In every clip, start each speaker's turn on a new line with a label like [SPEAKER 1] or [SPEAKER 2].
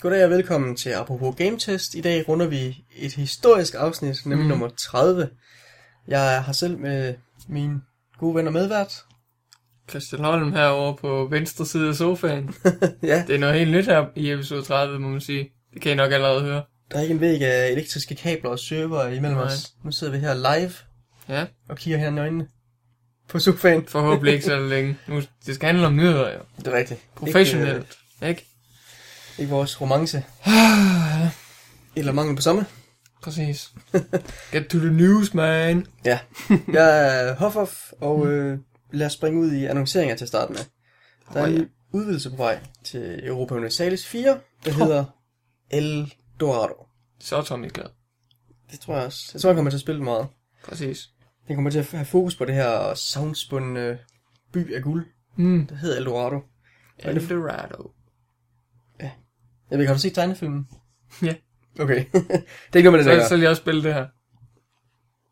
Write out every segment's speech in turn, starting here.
[SPEAKER 1] Goddag og velkommen til Apropos Game Test. I dag runder vi et historisk afsnit, nemlig mm. nummer 30. Jeg har selv med min gode venner medvært.
[SPEAKER 2] Christian Holm herovre på venstre side af sofaen.
[SPEAKER 1] ja,
[SPEAKER 2] Det er noget helt nyt her i episode 30, må man sige. Det kan I nok allerede høre.
[SPEAKER 1] der er ikke en væg af elektriske kabler og server imellem
[SPEAKER 2] Nej.
[SPEAKER 1] os. Nu sidder vi her live
[SPEAKER 2] Ja,
[SPEAKER 1] og kigger hinanden i øjnene på sofaen.
[SPEAKER 2] forhåbentlig ikke så længe. Nu, det skal handle om nyheder, jo.
[SPEAKER 1] Det er rigtigt. Ikke,
[SPEAKER 2] Professionelt, ikke?
[SPEAKER 1] øh, ikke vores romance. Eller mangel på samme.
[SPEAKER 2] Præcis. Get to the news, man.
[SPEAKER 1] Ja. Jeg er Hoffoff, og øh, lad os springe ud i annonceringer til at starte med. Der er
[SPEAKER 2] Åh,
[SPEAKER 1] en
[SPEAKER 2] Oh, ja.
[SPEAKER 1] ny udvidelse på vej til Europa Universalis 4, der hedder El Dorado.
[SPEAKER 2] Så er Tommy glad.
[SPEAKER 1] Det tror jeg også. Jeg tror, han kommer til at spille det meget.
[SPEAKER 2] Præcis.
[SPEAKER 1] Den kommer til at have fokus på det her savnspundne by af guld,
[SPEAKER 2] Mm.
[SPEAKER 1] der hedder El Dorado. er det
[SPEAKER 2] Eldorado.
[SPEAKER 1] Jeg ved ikke, har du set tegnefilmen?
[SPEAKER 2] Ja.
[SPEAKER 1] Okay. det er ikke noget med det,
[SPEAKER 2] Så,
[SPEAKER 1] der.
[SPEAKER 2] så vil jeg også spille det her.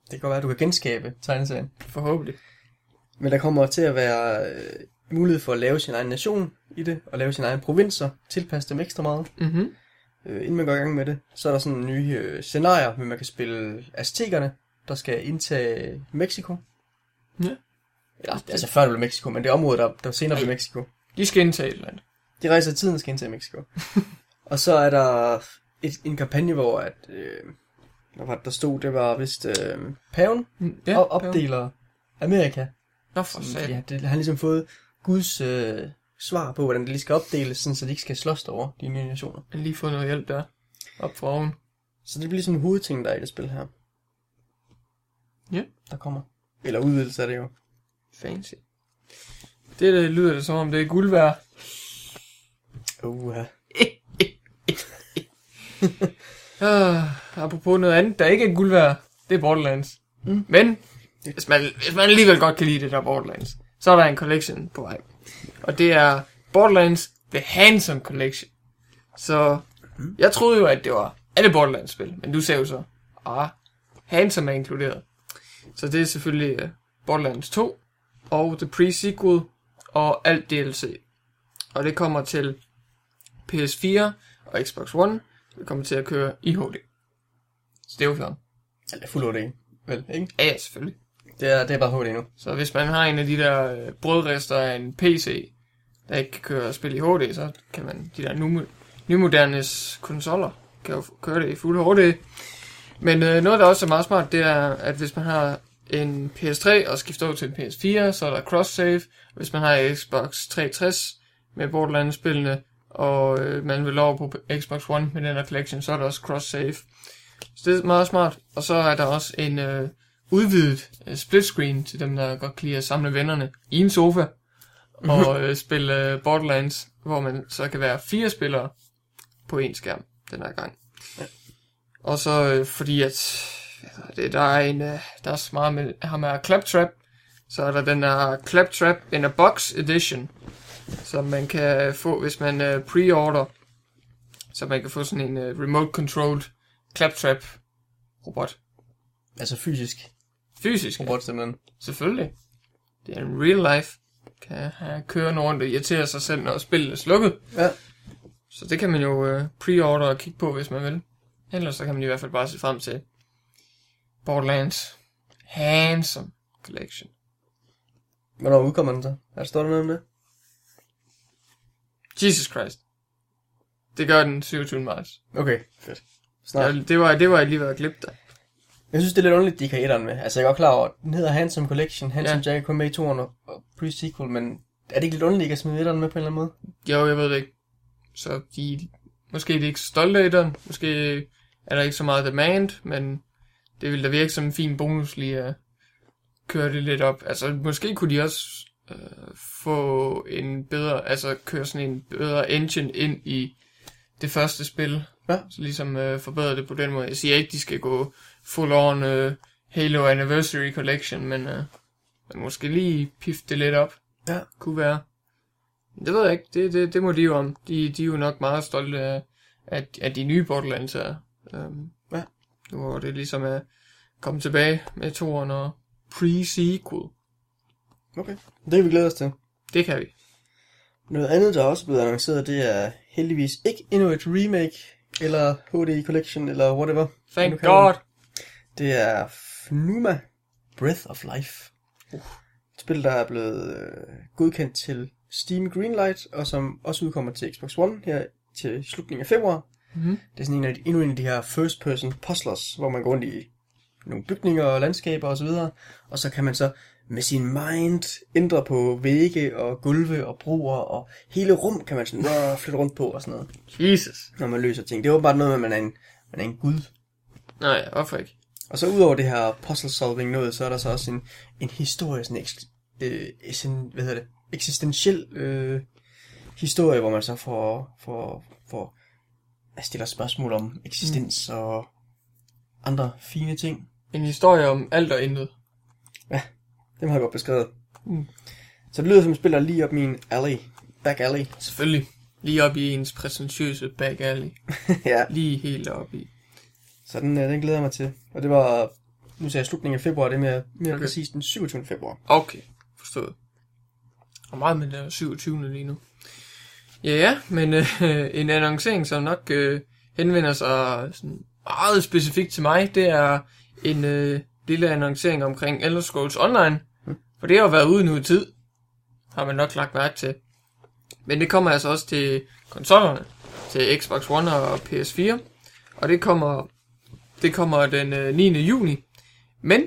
[SPEAKER 1] Det kan godt være, at du kan genskabe tegneserien.
[SPEAKER 2] Forhåbentlig.
[SPEAKER 1] Men der kommer til at være øh, mulighed for at lave sin egen nation i det, og lave sine egne provinser, tilpasse dem ekstra meget.
[SPEAKER 2] Mhm.
[SPEAKER 1] Øh, inden man går i gang med det, så er der sådan nye øh, scenarier, hvor man kan spille aztekerne, der skal indtage Mexico.
[SPEAKER 2] Ja.
[SPEAKER 1] Eller, altså før det blev Mexico, men det område, der, der senere blev
[SPEAKER 2] Ja.
[SPEAKER 1] Mexico.
[SPEAKER 2] De skal indtage et eller andet.
[SPEAKER 1] De rejser i tiden og skal indtage Mexico. og så er der et, en kampagne, hvor at, øh, hvad var det, der stod, det var vist øh, paven
[SPEAKER 2] Mm,
[SPEAKER 1] ja, og opdeler Amerika.
[SPEAKER 2] Nå, for
[SPEAKER 1] Sådan,
[SPEAKER 2] satan.
[SPEAKER 1] ja, det, han har ligesom fået Guds øh, svar på, hvordan det lige skal opdeles, sådan, så de ikke skal slås over de nye nationer.
[SPEAKER 2] Jeg har lige fået noget hjælp der. Op fra oven.
[SPEAKER 1] Så det bliver sådan hovedting, der er i det spil her.
[SPEAKER 2] Ja.
[SPEAKER 1] Der kommer. Eller udvidelse er det jo.
[SPEAKER 2] Fancy. Det der lyder det som om, det er guld værd.
[SPEAKER 1] Uh,
[SPEAKER 2] Uh, apropos noget andet, der ikke er guld værd, det er Borderlands.
[SPEAKER 1] Mm.
[SPEAKER 2] Mm. Men, hvis man, hvis man alligevel godt kan lide det der Borderlands, så er der en collection på vej. Og det er Borderlands The Handsome Collection. Så jeg troede jo, at det var alle Borderlands-spil, men du sagde jo så, ah, Handsome er inkluderet. Så det er selvfølgelig uh, Borderlands 2, og The Pre-Sequel, og alt DLC. Og det kommer til PS4 og Xbox One, det kommer til at køre i HD. Så det er jo klart.
[SPEAKER 1] eller fuld HD. Vel, ikke?
[SPEAKER 2] Ja, ja, selvfølgelig.
[SPEAKER 1] Det er, det er bare HD nu.
[SPEAKER 2] Så hvis man har en af de der øh, brødrester af en PC, der ikke kan køre spil i HD, så kan man de der nu, nymoderne konsoller kan jo f- køre det i fuld HD. Men øh, noget, der også er meget smart, det er, at hvis man har en PS3 og skifter over til en PS4, så er der cross-save. Hvis man har Xbox 360 med Borderlands-spillene, og øh, man vil over på Xbox One med den her collection, så er der også cross-save. Så det er meget smart. Og så er der også en øh, udvidet øh, split screen til dem, der godt kan lide at samle vennerne i en sofa og øh, spille øh, Borderlands, hvor man så kan være fire spillere på en skærm den her gang. Og så øh, fordi at altså, det, der er en øh, der er så meget med ham er Claptrap, så er der den her Claptrap in a Box Edition, som man kan få hvis man øh, pre-order, så man kan få sådan en øh, remote controlled Claptrap robot.
[SPEAKER 1] Altså fysisk
[SPEAKER 2] Fysisk,
[SPEAKER 1] robot simpelthen.
[SPEAKER 2] selvfølgelig. Det er en real life. Kan have kørende rundt og irritere sig selv, når spillet er slukket.
[SPEAKER 1] Ja.
[SPEAKER 2] Så det kan man jo øh, pre-order og kigge på, hvis man vil. Ellers så kan man i hvert fald bare se frem til Borderlands Handsome Collection.
[SPEAKER 1] Hvornår udkommer den så? Er der står der noget om det?
[SPEAKER 2] Jesus Christ. Det gør den 27. marts.
[SPEAKER 1] Okay, fedt. Snart.
[SPEAKER 2] Jeg, det, var, det var jeg lige ved at glippe dig.
[SPEAKER 1] Jeg synes, det er lidt underligt, de ikke har etteren med. Altså, jeg er godt klar over, at den hedder Handsome Collection. Handsome ja. Jack er kun med i toeren og og pre-sequel, men er det ikke lidt underligt ikke at smide etteren med på en eller anden måde?
[SPEAKER 2] Jo, jeg ved det ikke. Så de, måske er de ikke så stolte af den. Måske er der ikke så meget demand, men det ville da virke som en fin bonus lige at køre det lidt op. Altså, måske kunne de også øh, få en bedre, altså køre sådan en bedre engine ind i det første spil.
[SPEAKER 1] Ja.
[SPEAKER 2] Så ligesom øh, forbedre det på den måde. Jeg siger ikke, de skal gå full on øh, Halo Anniversary Collection, men, øh, men måske lige pifte det lidt op.
[SPEAKER 1] Ja.
[SPEAKER 2] Kunne være. Det ved jeg ikke. Det, det, det må de jo om. De, de er jo nok meget stolte af, at, at de nye Borderlands er. Øhm,
[SPEAKER 1] Ja.
[SPEAKER 2] Nu hvor det ligesom er kommet tilbage med toeren og pre-sequel.
[SPEAKER 1] Det kan vi glæde os til.
[SPEAKER 2] Det kan vi.
[SPEAKER 1] Noget andet, der også er blevet annonceret, det er heldigvis ikke endnu et remake, eller HD Collection, eller whatever.
[SPEAKER 2] Thank
[SPEAKER 1] Nu kan
[SPEAKER 2] God.
[SPEAKER 1] Det er Fnuma Breath of Life. Et spil, der er blevet øh, godkendt til Steam Greenlight, og som også udkommer til Xbox One her til slutningen af februar.
[SPEAKER 2] Mm-hmm.
[SPEAKER 1] Det er sådan en af de, endnu en af de her first person puzzlers, hvor man går rundt i nogle bygninger og landskaber osv., og, og så kan man så med sin mind ændre på vægge og gulve og broer, og hele rum kan man sådan "Nå, flytte rundt på og sådan noget,
[SPEAKER 2] Jesus.
[SPEAKER 1] når man løser ting. Det er åbenbart noget med, at man er en, man er en gud
[SPEAKER 2] Nej, hvorfor ikke?
[SPEAKER 1] og så udover det her puzzle solving noget, så er der så også en, en historie, sådan en, eks- øh, sådan, hvad hedder det, eksistentiel øh, historie, hvor man så får, får, får jeg stiller spørgsmål om eksistens mm. og andre fine ting.
[SPEAKER 2] En historie om alt og intet.
[SPEAKER 1] Dem har jeg godt beskrevet.
[SPEAKER 2] Mm.
[SPEAKER 1] Så det lyder som et spil, der er lige op min alley. Back alley.
[SPEAKER 2] Selvfølgelig. Lige op i ens præsentiøse back alley.
[SPEAKER 1] ja.
[SPEAKER 2] Lige helt op i.
[SPEAKER 1] Så den, øh, den glæder jeg mig til. Og det var, nu sagde jeg slutningen af februar, det er mere, mere
[SPEAKER 2] Okay.
[SPEAKER 1] okay. præcis den 27. februar.
[SPEAKER 2] Okay, forstået. Og meget med den 27. lige nu. Ja, ja, men øh, en annoncering, som nok øh, henvender sig sådan meget specifikt til mig, det er en øh, lille annoncering omkring Elder Scrolls Online. For det har jo været ude nu i tid, har man nok lagt mærke til. Men det kommer altså også til konsollerne, til Xbox One og PS4. Og det kommer, det kommer den øh, 9. juni. Men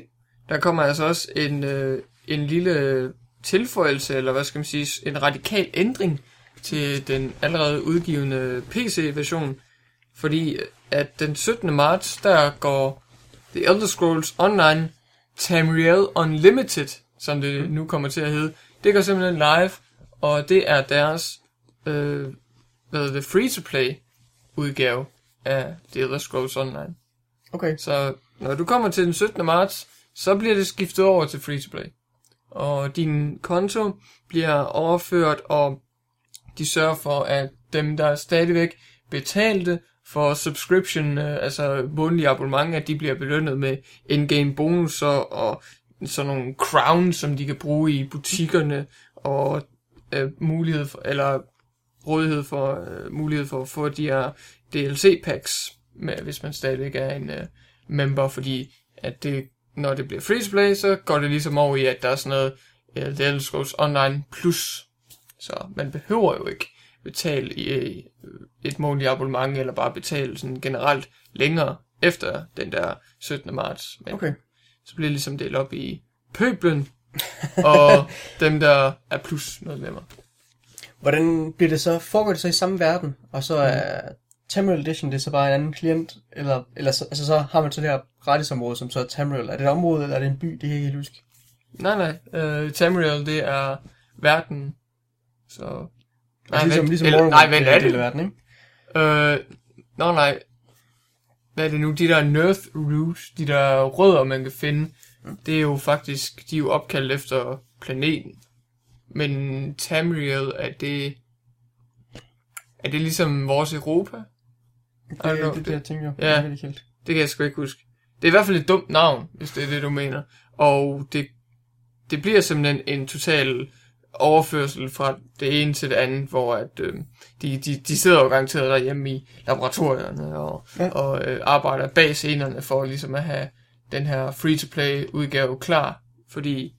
[SPEAKER 2] der kommer altså også en, øh, en lille tilføjelse, eller hvad skal man sige, en radikal ændring til den allerede udgivende PC-version, fordi øh, at den 17. marts, der går The Elder Scrolls Online Tamriel Unlimited, som det nu kommer til at hedde, det går simpelthen live, og det er deres øh, hvad hedder det, free-to-play udgave af The Elder Scrolls Online.
[SPEAKER 1] Okay.
[SPEAKER 2] Så når du kommer til den 17. marts, så bliver det skiftet over til free to play. Og din konto bliver overført, og de sørger for, at dem, der stadigvæk betalte for subscription, øh, altså månedlige abonnement, at de bliver belønnet med in-game bonusser og sådan nogle crowns, som de kan bruge i butikkerne, og øh, mulighed for, eller rådighed for, øh, mulighed for at få de her DLC-packs, med, hvis man stadigvæk er en øh, member, fordi at det, når det bliver free to play, så går det ligesom over i, at der er sådan noget øh, The Elder Scrolls Online Plus. Så man behøver jo ikke betale i øh, et månedligt abonnement, eller bare betale sådan generelt længere efter den der 17. marts. Men
[SPEAKER 1] Okay.
[SPEAKER 2] så bliver det ligesom delt op i pøblen, og dem, der er plus medlemmer.
[SPEAKER 1] Hvordan bliver det så? Foregår det så i samme verden, og så er Tamriel Edition, det er så bare en anden klient, eller, eller så, altså så har man så det her gratisområde, som så er Tamriel. Er det et område, eller er det en by? Det kan jeg ikke helt huske.
[SPEAKER 2] Nej, nej. Øh, Tamriel, det er verden. Så...
[SPEAKER 1] altså, ligesom,
[SPEAKER 2] vent,
[SPEAKER 1] ligesom
[SPEAKER 2] eller,
[SPEAKER 1] Morrowind,
[SPEAKER 2] nej, vent,
[SPEAKER 1] det
[SPEAKER 2] er
[SPEAKER 1] en del af verden,
[SPEAKER 2] det?
[SPEAKER 1] ikke?
[SPEAKER 2] Øh, nå, nej. Hvad er det nu? De der Nerf Roots, de der rødder, man kan finde, det er jo faktisk, de er jo opkaldt efter planeten. Men Tamriel, er det... Er det ligesom vores Europa?
[SPEAKER 1] Det,
[SPEAKER 2] Ej,
[SPEAKER 1] det,
[SPEAKER 2] nå,
[SPEAKER 1] det, det,
[SPEAKER 2] det-
[SPEAKER 1] jeg tænker.
[SPEAKER 2] ja.
[SPEAKER 1] Det er helt helt.
[SPEAKER 2] Det kan jeg sgu ikke huske. Det er i hvert fald et dumt navn, hvis det er det, du mener. Og det, det bliver simpelthen en total overførsel fra det ene til det andet, hvor at, øh, de, de, de sidder jo garanteret derhjemme i laboratorierne og,
[SPEAKER 1] Ja.
[SPEAKER 2] ja. og øh, arbejder bag scenerne for ligesom at have den her free-to-play-udgave klar. Fordi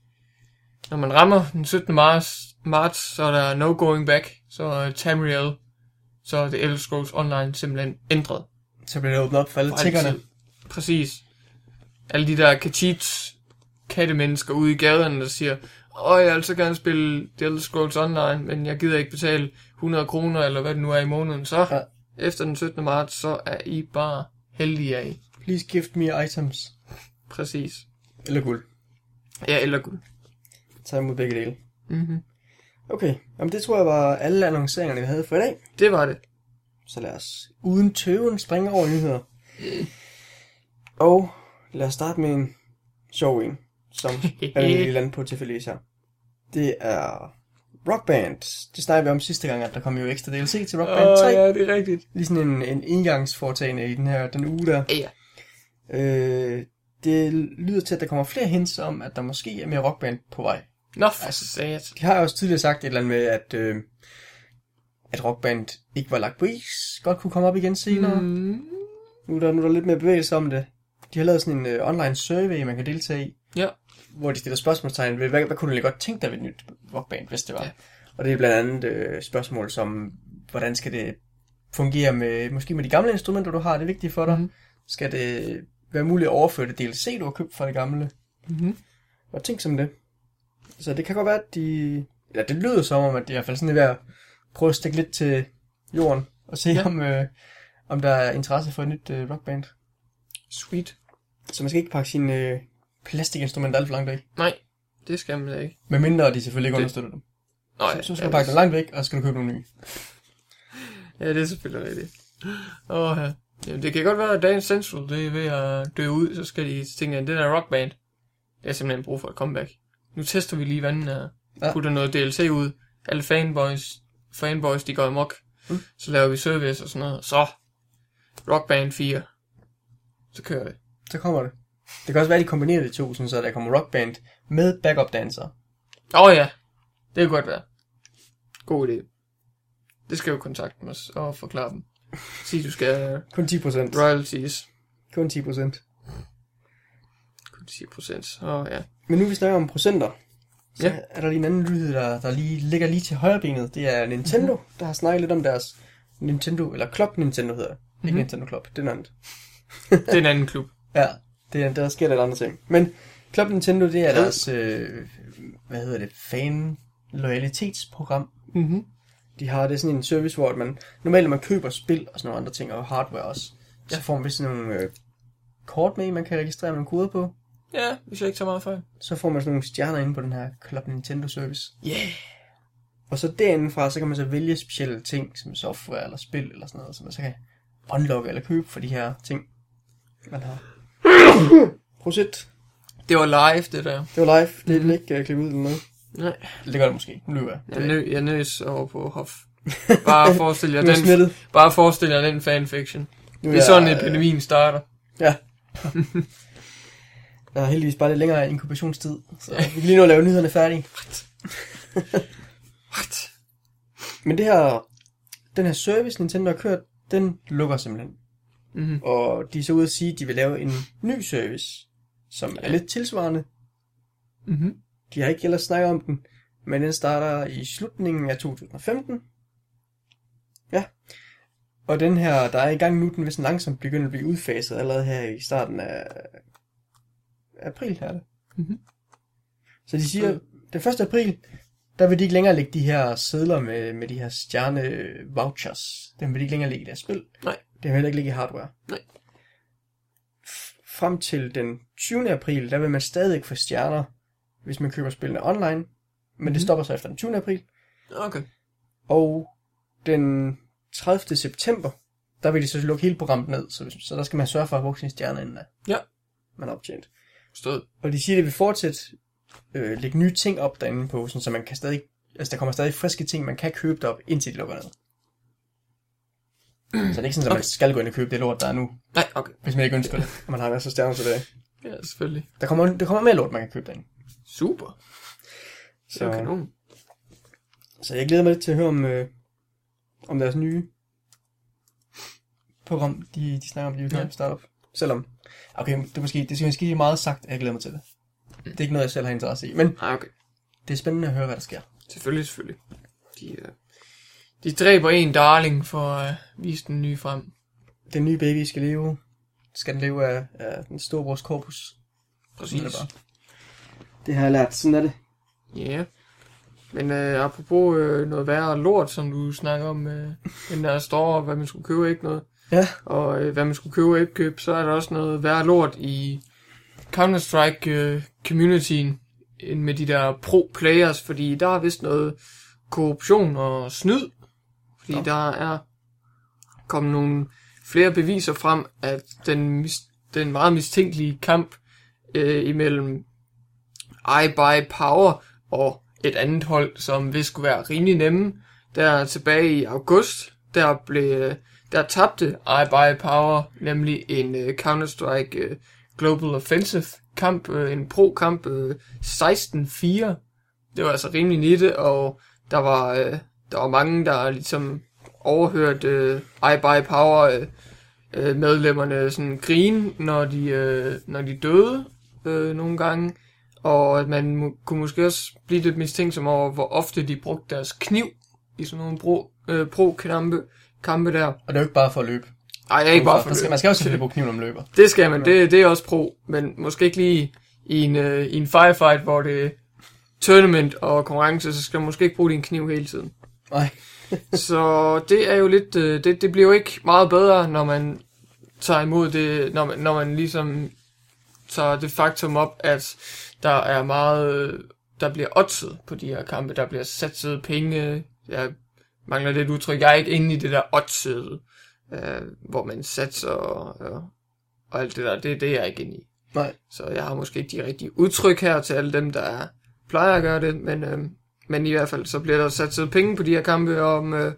[SPEAKER 2] når man rammer den 17. marts, marts så er der no going back, så er Tamriel, så er det Elder Scrolls Online simpelthen ændret
[SPEAKER 1] Så bliver det åbnet op for alle
[SPEAKER 2] for
[SPEAKER 1] tiggerne.
[SPEAKER 2] altid. Præcis. Alle de der kachits kattemennesker ude i gaderne, der siger, åh, jeg vil så gerne spille The Elder Scrolls Online, men jeg gider ikke betale 100 kroner, eller hvad det nu er i måneden. Så
[SPEAKER 1] Ja.
[SPEAKER 2] ja. efter den 17. marts, så er I bare heldige af. I.
[SPEAKER 1] Please gift me items.
[SPEAKER 2] Præcis.
[SPEAKER 1] Eller guld.
[SPEAKER 2] Ja, eller gud.
[SPEAKER 1] Tag imod begge dele.
[SPEAKER 2] Mm-hmm.
[SPEAKER 1] Okay, Jamen, det tror jeg var alle annonceringerne, vi havde for i dag.
[SPEAKER 2] Det var det.
[SPEAKER 1] Så lad os uden tøven springe over i nyheder. Og lad os starte med en sjov en, som er vi lige landet på tilfældigvis her. Det er Rock Band. Det snakkede vi om sidste gang, at der kom jo ekstra DLC til Rock Band 3.
[SPEAKER 2] ja, det er rigtigt.
[SPEAKER 1] Lige sådan en, en engangsforetagende i den her den uge der.
[SPEAKER 2] Ja,
[SPEAKER 1] Øh, det lyder til, at der kommer flere hints om, at der måske er mere Rock Band på vej.
[SPEAKER 2] Nå, for sat.
[SPEAKER 1] De har jo også tidligere sagt et eller andet med, at øh, at rockband ikke var lagt på is, godt kunne komme op igen senere. Mm.
[SPEAKER 2] Mm.
[SPEAKER 1] Nu, er der, nu er der lidt mere bevægelse om det. De har lavet sådan en uh, online survey, man kan deltage i,
[SPEAKER 2] Ja.
[SPEAKER 1] hvor de stiller spørgsmålstegn ved, hvad, hvad kunne du egentlig godt tænke dig ved et nyt rockband, hvis det var?
[SPEAKER 2] Ja.
[SPEAKER 1] Ja. Og det er blandt andet øh, spørgsmål som, hvordan skal det fungere med, måske med de gamle instrumenter, du har, det er vigtigt for dig.
[SPEAKER 2] Mhm.
[SPEAKER 1] Mm. Skal det være muligt at overføre det DLC, du har købt fra det gamle?
[SPEAKER 2] Mm-hmm.
[SPEAKER 1] Og tænk som det. Så det kan godt være, at de... Ja, det lyder som om, at de i hvert fald sådan er ved at prøve at stikke lidt til jorden og se,
[SPEAKER 2] Ja.
[SPEAKER 1] ja. om, øh, om der er interesse for et nyt øh, rockband.
[SPEAKER 2] Sweet.
[SPEAKER 1] Så man skal ikke pakke sine øh, plastikinstrumenter alt for langt væk.
[SPEAKER 2] Nej, det skal man da ikke.
[SPEAKER 1] Med mindre de selvfølgelig ikke
[SPEAKER 2] Det-
[SPEAKER 1] understøtter dem.
[SPEAKER 2] Nej,
[SPEAKER 1] Så, så skal
[SPEAKER 2] ja,
[SPEAKER 1] du pakke dem langt væk, og så skal du købe nogle nye.
[SPEAKER 2] Ja, det er selvfølgelig rigtigt. Åh, ja. Jamen, det kan godt være, at Dagens Central det er ved at dø ud, så skal de tænke, at den der rockband, det er simpelthen brug for et comeback. Nu tester vi lige vandet her. Ja.
[SPEAKER 1] Ja.
[SPEAKER 2] Putter noget DLC ud. Alle fanboys, fanboys de går amok. Mm.
[SPEAKER 1] Mm.
[SPEAKER 2] Så laver vi service og sådan noget. Så, rockband 4. Så kører vi.
[SPEAKER 1] Så kommer det. Det kan også være, at de kombinerer de to, sådan, så der kommer rockband med backup danser.
[SPEAKER 2] Åh oh, ja, det kan godt være. God idé. Det skal jo kontakte dem og s- og forklare dem. Sige, du skal have
[SPEAKER 1] Kun 10 procent.
[SPEAKER 2] royalties.
[SPEAKER 1] Kun 10 procent.
[SPEAKER 2] Kun 10%. Åh oh, ja.
[SPEAKER 1] Men nu vi snakker om procenter, så
[SPEAKER 2] Ja.
[SPEAKER 1] ja. er der lige en anden lyd, der, der lige ligger lige til højre benet. Det er Nintendo,
[SPEAKER 2] Mhm.
[SPEAKER 1] mm-hmm. der har snakket lidt om deres Nintendo, eller Club Nintendo hedder det. Mm-hmm. Ikke
[SPEAKER 2] Mhm.
[SPEAKER 1] Nintendo Club, det er noget andet.
[SPEAKER 2] Det er en anden klub.
[SPEAKER 1] Ja, det er, der sker lidt andre ting. Men Club Nintendo, det er deres, øh, hvad hedder det, fan loyalitetsprogram.
[SPEAKER 2] Mm-hmm.
[SPEAKER 1] De har det er sådan en service, hvor at man, normalt når man køber spil og sådan nogle andre ting, og hardware også, ja. så får man vist sådan nogle øh, kort med, man kan registrere nogle koder på.
[SPEAKER 2] Ja, hvis jeg ikke tager meget fejl.
[SPEAKER 1] Så får man sådan nogle stjerner inde på den her Club Nintendo service.
[SPEAKER 2] Yeah.
[SPEAKER 1] Og så derindefra, så kan man så vælge specielle ting, som software eller spil eller sådan noget, som man så kan unlocke eller købe for de her ting, man har. Prosit.
[SPEAKER 2] Det var live, det der.
[SPEAKER 1] Det var live. Det er
[SPEAKER 2] Mhm.
[SPEAKER 1] mm. ikke uh, klippet ud eller noget.
[SPEAKER 2] Nej,
[SPEAKER 1] Eller det gør det måske. Nu løber jeg.
[SPEAKER 2] jeg, nø, jeg nøs over på Hof. Bare forestil jer
[SPEAKER 1] Nu er jeg
[SPEAKER 2] den,
[SPEAKER 1] smittet.
[SPEAKER 2] bare forestil jer den fanfiction.
[SPEAKER 1] Nu
[SPEAKER 2] Det er
[SPEAKER 1] jeg,
[SPEAKER 2] sådan,
[SPEAKER 1] øh,
[SPEAKER 2] epidemien starter.
[SPEAKER 1] Der er heldigvis bare lidt længere inkubationstid. Så vi kan lige nå at lave nyhederne færdige.
[SPEAKER 2] What?
[SPEAKER 1] Men det her, den her service, Nintendo har kørt, den lukker simpelthen.
[SPEAKER 2] Mm-hmm.
[SPEAKER 1] Og de er så ude at sige, at de vil lave en ny service, som er lidt tilsvarende,
[SPEAKER 2] Mm-hmm.
[SPEAKER 1] De har ikke ellers snakket om den, men den starter i slutningen af 2015. Ja. Og den her, der er i gang nu, den vil sådan langsomt begynde at blive udfaset allerede her i starten af april her.
[SPEAKER 2] Mhm.
[SPEAKER 1] Mm-hmm. Så de siger, den 1. april, der vil de ikke længere lægge de her sædler med, med de her stjerne øh, vouchers. Den vil de ikke længere lægge i deres spil.
[SPEAKER 2] Nej.
[SPEAKER 1] Den vil heller ikke ligge i hardware.
[SPEAKER 2] Nej.
[SPEAKER 1] F- frem til den 20. april, der vil man stadig få stjerner, hvis man køber spillene online. Men mm-hmm.
[SPEAKER 2] Mhm.
[SPEAKER 1] det stopper så efter den 20. april.
[SPEAKER 2] Okay.
[SPEAKER 1] Og den 30. september, der vil de så lukke hele programmet ned. Så, hvis- så der skal man sørge for at bruge sine stjerner inden da
[SPEAKER 2] Ja.
[SPEAKER 1] man har optjent.
[SPEAKER 2] Forstået.
[SPEAKER 1] Og de siger, at det vil fortsætte øh, lægge nye ting op derinde på, sådan, så man kan stadig, altså der kommer stadig friske ting, man kan købe derop, indtil de lukker ned. Så det er ikke sådan, at man
[SPEAKER 2] Okay.
[SPEAKER 1] skal gå ind og købe det lort, der er nu,
[SPEAKER 2] Nej, okay.
[SPEAKER 1] hvis man ikke ønsker det, og man har masser af stjerner tilbage.
[SPEAKER 2] Ja, selvfølgelig.
[SPEAKER 1] Der kommer, der kommer mere lort, man kan købe derinde.
[SPEAKER 2] Super. Det er jo
[SPEAKER 1] Så,
[SPEAKER 2] kanon.
[SPEAKER 1] så jeg glæder mig lidt til at høre om, øh, om deres nye program, de, de snakker om, de vil
[SPEAKER 2] Ja.
[SPEAKER 1] ja. startup. Selvom, okay, det er måske, det er måske meget sagt, at jeg glæder mig til det.
[SPEAKER 2] Mm.
[SPEAKER 1] Det er ikke noget, jeg selv har interesse i, men
[SPEAKER 2] Nej, okay.
[SPEAKER 1] det er spændende at høre, hvad der sker.
[SPEAKER 2] Selvfølgelig, selvfølgelig. De, øh, de dræber en darling for at øh, vise den nye frem.
[SPEAKER 1] den nye baby skal leve, skal den leve af, af den store vores korpus.
[SPEAKER 2] Præcis.
[SPEAKER 1] Sådan er det Det har jeg lært, sådan er det.
[SPEAKER 2] Ja. Yeah. Men øh, apropos øh, noget værre lort, som du snakker om, øh, den der står, hvad man skulle købe og ikke noget.
[SPEAKER 1] Ja.
[SPEAKER 2] Og øh, hvad man skulle købe og ikke købe, så er der også noget værre lort i Counter-Strike øh, communityen end med de der pro-players, fordi der er vist noget korruption og snyd. Fordi
[SPEAKER 1] Nå.
[SPEAKER 2] der er kommet nogle flere beviser frem, at den, mis- den meget mistænkelige kamp øh, imellem I Buy Power og et andet hold, som vist skulle være rimelig nemme. Der tilbage i august, der blev der tabte I Buy Power nemlig en øh, Counter-Strike øh, Global Offensive kamp, øh, en pro-kamp øh, 16-4. Det var altså rimelig nitte, og der var øh, der var mange, der ligesom overhørt øh, I Buy Power øh, øh, medlemmerne sådan grine, når de, øh, når de døde øh, nogle gange. Og at man må, kunne måske også blive lidt mistænksom over, hvor ofte de brugte deres kniv i sådan nogle bro, øh, pro-kampe kampe der.
[SPEAKER 1] Og det er jo ikke bare for at løbe.
[SPEAKER 2] Ej, jeg er ikke bare for
[SPEAKER 1] man, skal, man skal jo selvfølgelig bruge kniven, når man løber.
[SPEAKER 2] Det skal man, det, det er også pro, men måske ikke lige i en, øh, i en firefight, hvor det er tournament og konkurrence, så skal man måske ikke bruge din kniv hele tiden.
[SPEAKER 1] Nej.
[SPEAKER 2] Så det er jo lidt, øh, det, det bliver jo ikke meget bedre, når man tager imod det, når man, når man ligesom tager det faktum op, at der er meget, øh, der bliver oddset på de her kampe, der bliver satset penge, jeg mangler lidt udtryk, jeg er ikke inde i det der oddset, øh, hvor man satser og, og, og alt det der, det, det er jeg ikke inde i.
[SPEAKER 1] Nej.
[SPEAKER 2] Så jeg har måske ikke de rigtige udtryk her til alle dem, der er, plejer at gøre det, men, øh, men i hvert fald så bliver der sat sig penge på de her kampe, og om øh,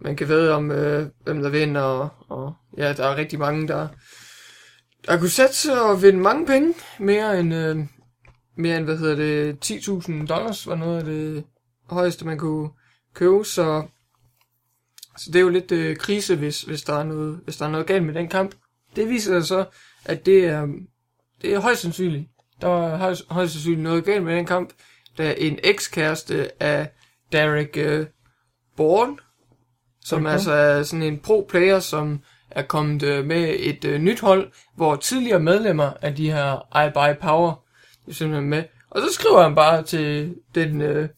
[SPEAKER 2] man kan vide om, øh, hvem der vinder, og, og ja, der er rigtig mange, der, der kunne satse og vinde mange penge, mere end, øh, mere end hvad hedder det, 10.000 dollars var noget af det højeste, man kunne købe, så, så det er jo lidt øh, krise, hvis, hvis, der er noget, hvis der er noget galt med den kamp. Det viser sig så, at det er, mm, det er højst sandsynligt. Der er højst, højst sandsynligt noget galt med den kamp, da en ekskæreste af Derek øh, Bourne, som
[SPEAKER 1] Okay.
[SPEAKER 2] okay. altså er sådan en pro-player, som er kommet øh, med et øh, nyt hold, hvor tidligere medlemmer af de her I Buy Power er simpelthen med. Og så skriver han bare til den øh,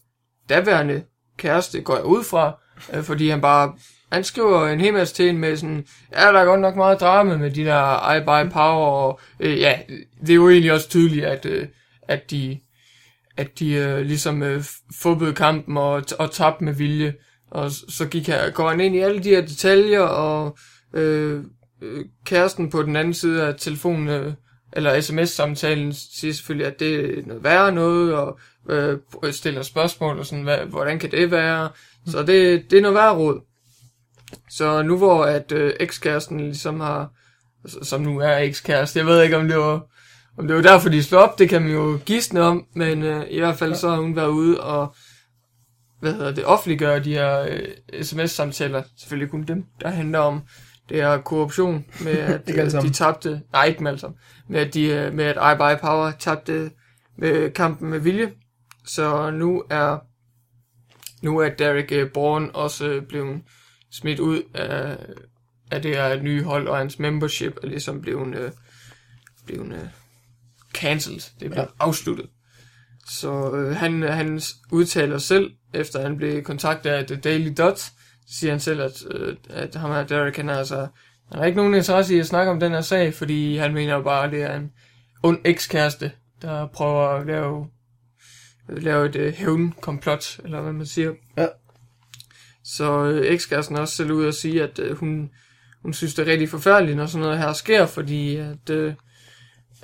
[SPEAKER 2] daværende kæreste, går jeg ud fra, øh, fordi han bare, han skriver en hel masse til en med sådan, ja, der er godt nok meget drama med de der I Buy Power, og øh, ja, det er jo egentlig også tydeligt, at, øh, at de, at de øh, ligesom øh, fubbede kampen og, og tabte med vilje, og s- så gik her, går han ind i alle de her detaljer, og øh, øh, kæresten på den anden side af telefonen, øh, eller sms-samtalen siger selvfølgelig, at det er noget værre noget, og øh, stiller spørgsmål og sådan, hvad, hvordan kan det være? Så det, det er noget værre råd. Så nu hvor at øh, ekskæresten ligesom har, altså, som nu er ekskæreste, jeg ved ikke om det var, om det var derfor de slog op, det kan man jo gisne om, men øh, i hvert fald så har hun været ude og, hvad hedder det, offentliggøre de her øh, sms-samtaler, selvfølgelig kun dem, der handler om det her korruption med at
[SPEAKER 1] Ikke alle
[SPEAKER 2] øh, de
[SPEAKER 1] sammen.
[SPEAKER 2] tabte, nej ikke med alle sammen, med at, de, øh, med at I Buy Power tabte med kampen med vilje, så nu er nu er Derek øh, Bourne også øh, blevet smidt ud af, af det her nye hold, og hans membership er ligesom blevet, øh, blevet øh, cancelled. Det er blevet ja. afsluttet. Så øh, han, han s- udtaler selv, efter han blev kontaktet af The Daily Dot, siger han selv, at, øh, at ham her Derek, han er altså, han har ikke nogen interesse i at snakke om den her sag, fordi han mener jo bare, at det er en ond ekskæreste, der prøver at lave, lave et øh, hævnkomplot, eller hvad man siger.
[SPEAKER 1] Ja.
[SPEAKER 2] Så øh, ekskæresten er også selv ud og sige, at øh, hun, hun synes, det er rigtig forfærdeligt, når sådan noget her sker, fordi at, øh,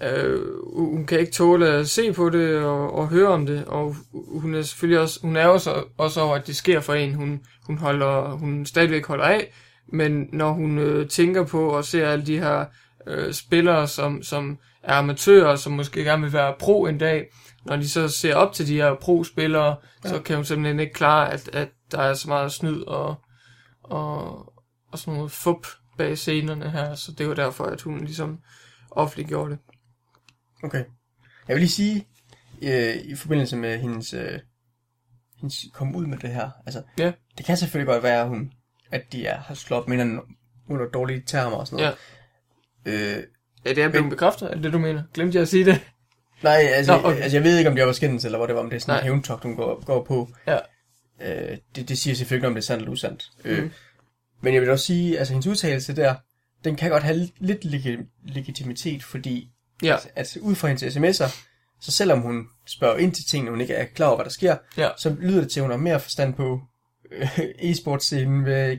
[SPEAKER 2] øh, hun kan ikke tåle at se på det og, og høre om det, og hun er selvfølgelig også, hun er også, også over, at det sker for en, hun, hun, holder, hun stadigvæk holder af, men når hun øh, tænker på og ser alle de her øh, spillere, som, som er amatører, som måske gerne vil være pro en dag, når de så ser op til de her pro-spillere, ja. så kan hun simpelthen ikke klare, at, at der er så meget snyd og, og, og sådan noget fup bag scenerne her, så det var derfor, at hun ligesom offentliggjorde det.
[SPEAKER 1] Okay. Jeg vil lige sige, øh, i forbindelse med hendes, øh, hendes kom ud med det her, altså,
[SPEAKER 2] Ja.
[SPEAKER 1] det kan selvfølgelig godt være, at hun, at de er, har slået op med hinanden under dårlige termer og sådan noget. Ja. Øh,
[SPEAKER 2] Ja, det er blevet bekræftet, er det det, du mener? Glemte jeg at sige det?
[SPEAKER 1] nej, altså,
[SPEAKER 2] Nå, okay.
[SPEAKER 1] altså, jeg ved ikke, om det var skændelse, eller hvor det var, om det er sådan
[SPEAKER 2] Nej.
[SPEAKER 1] en hævntogt, hun går, går på.
[SPEAKER 2] Ja.
[SPEAKER 1] Øh, det, det siger selvfølgelig ikke, om det er sandt eller usandt. Øh,
[SPEAKER 2] Mhm.
[SPEAKER 1] Men jeg vil også sige, altså hendes udtalelse der, den kan godt have lidt- lidt legi- legitimitet, fordi
[SPEAKER 2] Ja,
[SPEAKER 1] at Altså, ud fra hendes sms'er, så selvom hun spørger ind til ting, og hun ikke er klar over, hvad der sker,
[SPEAKER 2] Ja.
[SPEAKER 1] så lyder det til, at hun har mere forstand på øh, e-sportscenen ved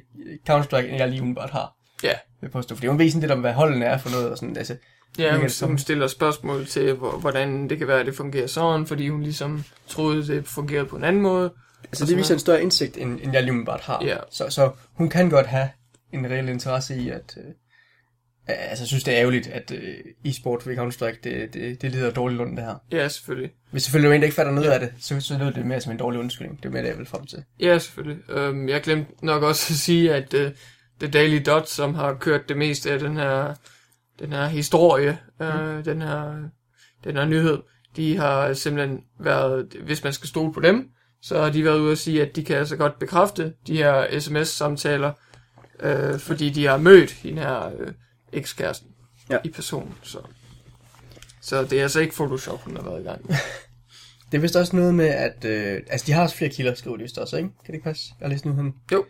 [SPEAKER 1] Counter-Strike, end jeg lige umiddelbart har.
[SPEAKER 2] Ja.
[SPEAKER 1] Vil jeg påstå, fordi hun ved sådan lidt om, hvad holdene er for noget, og sådan, altså,
[SPEAKER 2] ja hun,
[SPEAKER 1] Michael, så-
[SPEAKER 2] hun stiller spørgsmål til, hvor- hvordan det kan være, at det fungerer sådan, fordi hun ligesom troede, det fungerede på en anden måde.
[SPEAKER 1] altså
[SPEAKER 2] Og
[SPEAKER 1] det
[SPEAKER 2] sådan
[SPEAKER 1] viser en større indsigt, end, end jeg lige umiddelbart har.
[SPEAKER 2] Ja.
[SPEAKER 1] Så, så hun kan godt have en reel interesse i, at, øh, Altså, jeg synes, det er ærgerligt, at øh, e-sport ved Counter-Strike, det, det, det lider dårligt under det her.
[SPEAKER 2] Ja, selvfølgelig.
[SPEAKER 1] Hvis selvfølgelig er en, der ikke fatter noget af det, så, så lyder det mere som en dårlig undskyldning. Det er mere det, jeg vil frem til.
[SPEAKER 2] Ja, selvfølgelig. Øhm, jeg glemte nok også at sige, at øh, The Daily Dot, som har kørt det meste af den her, den her historie, øh, mm. den, her, den her nyhed, de har simpelthen været, hvis man skal stole på dem, så har de været ude og sige, at de kan altså godt bekræfte de her sms-samtaler, øh, fordi de har mødt den her øh, ekskæresten
[SPEAKER 1] Ja.
[SPEAKER 2] ja. i person. Så. så det er altså ikke Photoshop, hun har været i gang med.
[SPEAKER 1] Det er vist også noget med, at... Øh, altså, de har også flere kilder, skriver de vist også, ikke? Kan det ikke passe? Jeg har læst nu ham.
[SPEAKER 2] Jo.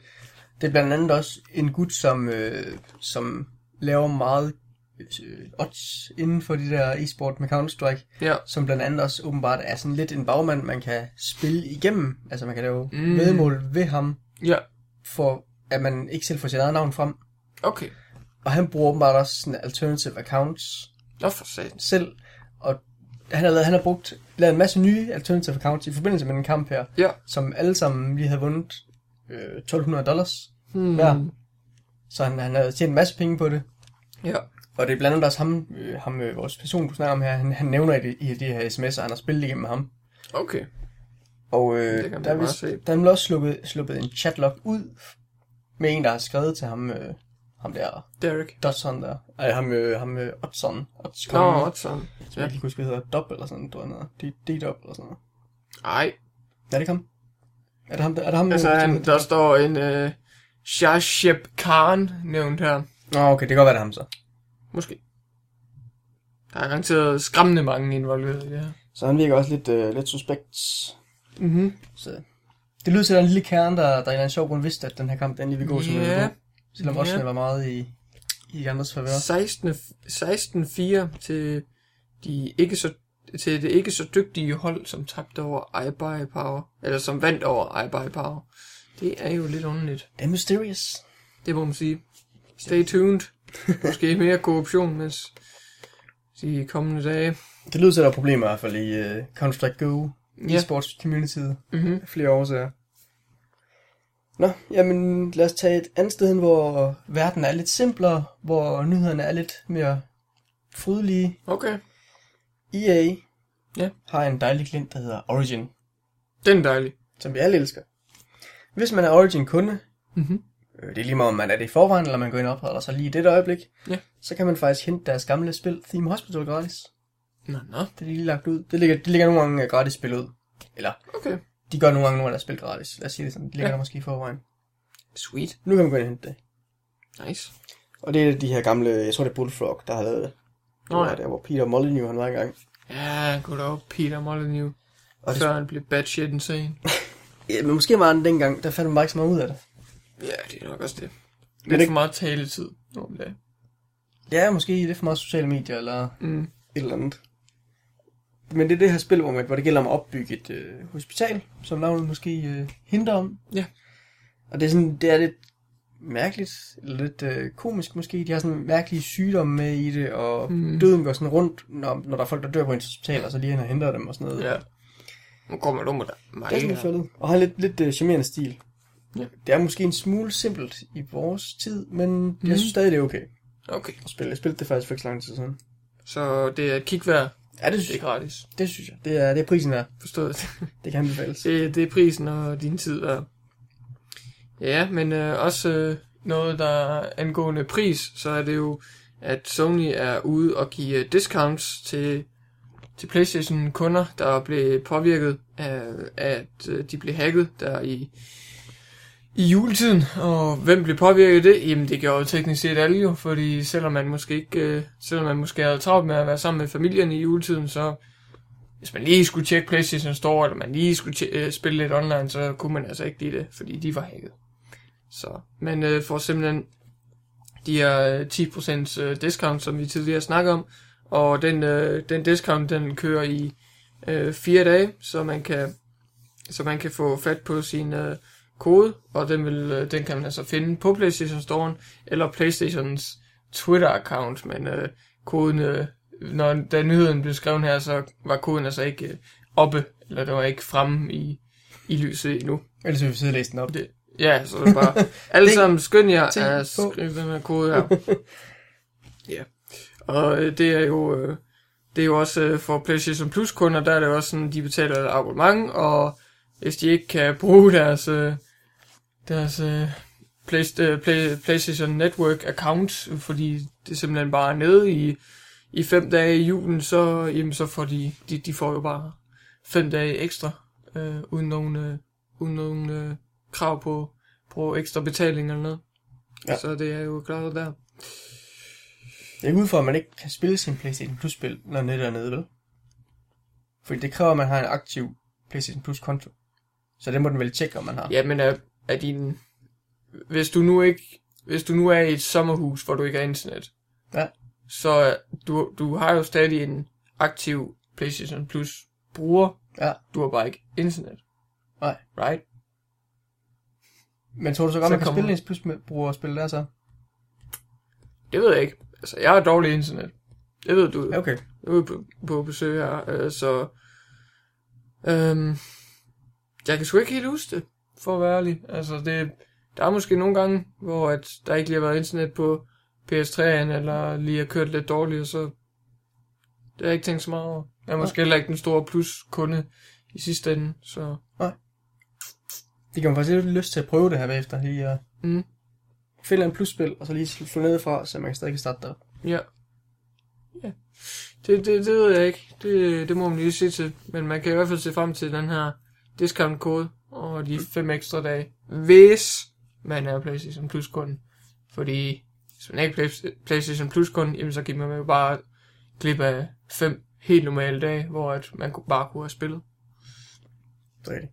[SPEAKER 1] Det er blandt andet også en gut, som, øh, som laver meget øh, odds inden for de der e-sport med Counter-Strike,
[SPEAKER 2] Ja.
[SPEAKER 1] som blandt andet også åbenbart er sådan lidt en bagmand, man kan spille igennem. Altså, man kan lave mm.
[SPEAKER 2] Mm.
[SPEAKER 1] vedmål ved ham,
[SPEAKER 2] ja,
[SPEAKER 1] for at man ikke selv får sit eget navn frem.
[SPEAKER 2] okay.
[SPEAKER 1] Og han bruger åbenbart også sådan alternative accounts,
[SPEAKER 2] Nå for satan.
[SPEAKER 1] selv, og han har, lavet, han har brugt, lavet en masse nye alternative accounts i forbindelse med den kamp her,
[SPEAKER 2] Ja.
[SPEAKER 1] som alle sammen lige havde vundet øh, 1200 dollars.
[SPEAKER 2] Hmm.
[SPEAKER 1] Ja. Så han, han havde tjent en masse penge på det.
[SPEAKER 2] ja.
[SPEAKER 1] Og det er blandt andet også ham, øh, ham øh, vores person, du snakker om her, han, han nævner i, det, i de her sms'er, han har spillet igennem med ham.
[SPEAKER 2] Okay.
[SPEAKER 1] Og
[SPEAKER 2] Det kan
[SPEAKER 1] øh,
[SPEAKER 2] man
[SPEAKER 1] der, er
[SPEAKER 2] bare
[SPEAKER 1] vist,
[SPEAKER 2] se.
[SPEAKER 1] der er nemlig også sluppet, sluppet en chatlog ud med en, der har skrevet til ham, øh, ham der,
[SPEAKER 2] Derek.
[SPEAKER 1] Dodson der, øh, ham, øh, ham øh, Odson, Odson,
[SPEAKER 2] Nå, Watson.
[SPEAKER 1] som
[SPEAKER 2] Ja.
[SPEAKER 1] jeg ikke kan huske, hvad hedder, Dob eller sådan noget, D-Dob eller sådan noget.
[SPEAKER 2] Ej,
[SPEAKER 1] Er det ikke ham? Er det ham, der, er det ham
[SPEAKER 2] altså
[SPEAKER 1] øh,
[SPEAKER 2] han,
[SPEAKER 1] som-
[SPEAKER 2] der står en øh, Shashib Khan nævnt her.
[SPEAKER 1] Nå, okay, det kan godt være, det er ham så.
[SPEAKER 2] Måske. Der er garanteret skræmmende mange involveret i det her.
[SPEAKER 1] Så han virker også lidt, øh, lidt suspekt.
[SPEAKER 2] Mhm.
[SPEAKER 1] Så det lyder til, at der er en lille kerne, der, der af en eller anden sjov grund vidste, at den her kamp den lige ville gå, som den
[SPEAKER 2] Ja.
[SPEAKER 1] ville gå. Selvom
[SPEAKER 2] Ja.
[SPEAKER 1] også var meget i, i andres favør.
[SPEAKER 2] 16 16-4 til, de ikke så, til det ikke så dygtige hold, som tabte over iBuy Power. Eller som vandt over iBuy Power. Det er jo lidt underligt.
[SPEAKER 1] Det er mysterious.
[SPEAKER 2] Det må man sige. Stay tuned. Måske mere korruption, mens de kommende dage.
[SPEAKER 1] Det lyder til, at der er problemer i hvert fald i uh, Counter-Strike Go, ja.
[SPEAKER 2] Ja.
[SPEAKER 1] e-sports communityet.
[SPEAKER 2] Mm-hmm.
[SPEAKER 1] af Flere årsager. Nå, jamen lad os tage et andet sted hen, hvor verden er lidt simplere, hvor nyhederne er lidt mere frydelige.
[SPEAKER 2] Okay.
[SPEAKER 1] EA
[SPEAKER 2] Ja.
[SPEAKER 1] har en dejlig klient, der hedder Origin,
[SPEAKER 2] Den er dejlig.
[SPEAKER 1] som vi alle elsker. Hvis man er Origin-kunde,
[SPEAKER 2] Mm-hmm.
[SPEAKER 1] øh, det er lige meget om man er det i forvejen, eller man går ind og opretter sig lige i det øjeblik,
[SPEAKER 2] Ja.
[SPEAKER 1] så kan man faktisk hente deres gamle spil, Theme Hospital, gratis.
[SPEAKER 2] Nå, nå.
[SPEAKER 1] Det er lige lagt ud. Det ligger, det ligger nogle gange øh, gratis spil ud. Eller,
[SPEAKER 2] Okay.
[SPEAKER 1] de gør nogle gange nogle af deres spil gratis. Lad os sige det sådan. Det ligger ja.
[SPEAKER 2] Ja.
[SPEAKER 1] der måske i forvejen.
[SPEAKER 2] Sweet.
[SPEAKER 1] Nu kan man gå ind og hente det.
[SPEAKER 2] Nice.
[SPEAKER 1] Og det er de her gamle, jeg tror det er Bullfrog, der har lavet det.
[SPEAKER 2] Nå ja.
[SPEAKER 1] der, hvor Peter Molyneux han var engang.
[SPEAKER 2] Ja, god op, Peter Molyneux.
[SPEAKER 1] Og det,
[SPEAKER 2] Før han blev batshit insane.
[SPEAKER 1] ja, men måske var han dengang, der fandt man bare ikke så meget ud af det.
[SPEAKER 2] Ja, det er nok også det.
[SPEAKER 1] er
[SPEAKER 2] Lidt
[SPEAKER 1] ikke-
[SPEAKER 2] for meget taletid nu om dagen.
[SPEAKER 1] Ja, måske det er for meget sociale medier, eller
[SPEAKER 2] Mm.
[SPEAKER 1] et eller andet. Men det er det her spil, hvor, man, hvor det gælder om at opbygge et øh, hospital, som navnet måske øh, hinter om.
[SPEAKER 2] Ja.
[SPEAKER 1] Og det er sådan, det er lidt mærkeligt, eller lidt øh, komisk måske. De har sådan mærkelige sygdomme med i det, og mm.
[SPEAKER 2] Mm.
[SPEAKER 1] døden går sådan rundt, når, når der er folk, der dør på ens hospital, og så lige hen og henter dem og sådan noget.
[SPEAKER 2] Ja. Nu kommer du med dig. Mig.
[SPEAKER 1] Det er sådan lidt
[SPEAKER 2] her.
[SPEAKER 1] fjollet. Og har en lidt, lidt øh, charmerende stil.
[SPEAKER 2] Ja.
[SPEAKER 1] Det er måske en smule simpelt i vores tid, men mm. jeg
[SPEAKER 2] Mhm.
[SPEAKER 1] synes stadig, det er okay
[SPEAKER 2] Okay.
[SPEAKER 1] at spille. Jeg spillede det faktisk for ikke så lang tid siden.
[SPEAKER 2] Så det er et kigvær.
[SPEAKER 1] Ja, det
[SPEAKER 2] Det
[SPEAKER 1] synes
[SPEAKER 2] er
[SPEAKER 1] jeg.
[SPEAKER 2] gratis.
[SPEAKER 1] Det synes jeg. Det er, det er prisen værd.
[SPEAKER 2] Forstået.
[SPEAKER 1] Det kan anbefales.
[SPEAKER 2] Øh, Det, det er prisen og din tid værd. Ja, men øh, også øh, noget, der angående pris, så er det jo, at Sony er ude og give øh, discounts til, til PlayStation-kunder, der blev påvirket af, at øh, de blev hacket der i, i juletiden. Og hvem blev påvirket af det? Jamen, det gjorde jo teknisk set alle jo, fordi selvom man måske ikke, øh, selvom man måske havde travlt med at være sammen med familien i juletiden, så hvis man lige skulle tjekke PlayStation Store, eller man lige skulle tje- øh, spille lidt online, så kunne man altså ikke lide det, fordi de var hacket. Så, men øh, for simpelthen de her øh, 10% øh, discount, som vi tidligere snakkede om, og den, øh, den discount, den kører i øh, 4 dage, så man kan så man kan få fat på sin øh, kode, og den, vil, øh, den kan man altså finde på PlayStation Store, eller PlayStations Twitter-account, men øh, koden, øh, når da nyheden blev skrevet her, så var koden altså ikke øh, oppe, eller det var ikke fremme i, i lyset endnu.
[SPEAKER 1] Ellers vil vi sidde og læse den op. Det.
[SPEAKER 2] Ja, så det er bare, alle
[SPEAKER 1] Det-
[SPEAKER 2] sammen skynd jer
[SPEAKER 1] tænk
[SPEAKER 2] at
[SPEAKER 1] på.
[SPEAKER 2] skrive den her kode her. Ja. Og øh, det er jo øh, det er jo også øh, for PlayStation Plus kunder, der er det jo også sådan, de betaler et abonnement, og hvis de ikke kan bruge deres øh, deres øh, Play, øh, Play, PlayStation Network account, fordi det simpelthen bare er nede i i fem dage i julen, så jamen, så får de, de de får jo bare fem dage ekstra øh, uden nogen øh, uden nogen øh, krav på på ekstra betaling eller noget.
[SPEAKER 1] Ja.
[SPEAKER 2] Ja. Så det er jo klaret der.
[SPEAKER 1] Jeg går ud for, at man ikke kan spille sin PlayStation Plus-spil, når nettet er nede, vel? Fordi det kræver, at man har en aktiv PlayStation Plus-konto. Så det må den vel tjekke, om man har.
[SPEAKER 2] Ja, men er, er din... Hvis du nu ikke... Hvis du nu er i et sommerhus, hvor du ikke har internet,
[SPEAKER 1] Ja.
[SPEAKER 2] så er- du, du har jo stadig en aktiv PlayStation Plus bruger.
[SPEAKER 1] Ja.
[SPEAKER 2] Du har bare ikke internet.
[SPEAKER 1] Nej.
[SPEAKER 2] Right?
[SPEAKER 1] Men tror du så godt,
[SPEAKER 2] Så
[SPEAKER 1] man kan
[SPEAKER 2] kommer-
[SPEAKER 1] spille ens Plus-brugerspil der så?
[SPEAKER 2] Det ved jeg ikke. Altså, jeg har dårligt internet. Det ved du.
[SPEAKER 1] Ja, okay.
[SPEAKER 2] Nu er vi på, på besøg her, øh, så... Øhm, jeg kan sgu ikke helt huske det, for at være ærlig. Altså, det, der er måske nogle gange, hvor at der ikke lige har været internet på PS3'en, eller lige har kørt lidt dårligt, og så... Det har jeg ikke tænkt så meget over. Jeg er måske heller ikke den store plus-kunde i sidste ende, så...
[SPEAKER 1] Det kan man faktisk lidt lyst til at prøve det her bagefter. Lige at
[SPEAKER 2] Mm,
[SPEAKER 1] finde en Plus-spil, og så lige slå ned fra, så man stadig kan starte der.
[SPEAKER 2] ja. Ja. Det, det, det ved jeg ikke. Det, det må man lige se til. Men man kan i hvert fald se frem til den her discount-kode og
[SPEAKER 1] Mm.
[SPEAKER 2] de fem ekstra dage, hvis man er PlayStation Plus-kunde. Fordi hvis man ikke er Play- PlayStation Plus-kunde, jamen så giver man jo bare klip af fem helt normale dage, hvor at man kunne- bare kunne have spillet.
[SPEAKER 1] Det er rigtigt.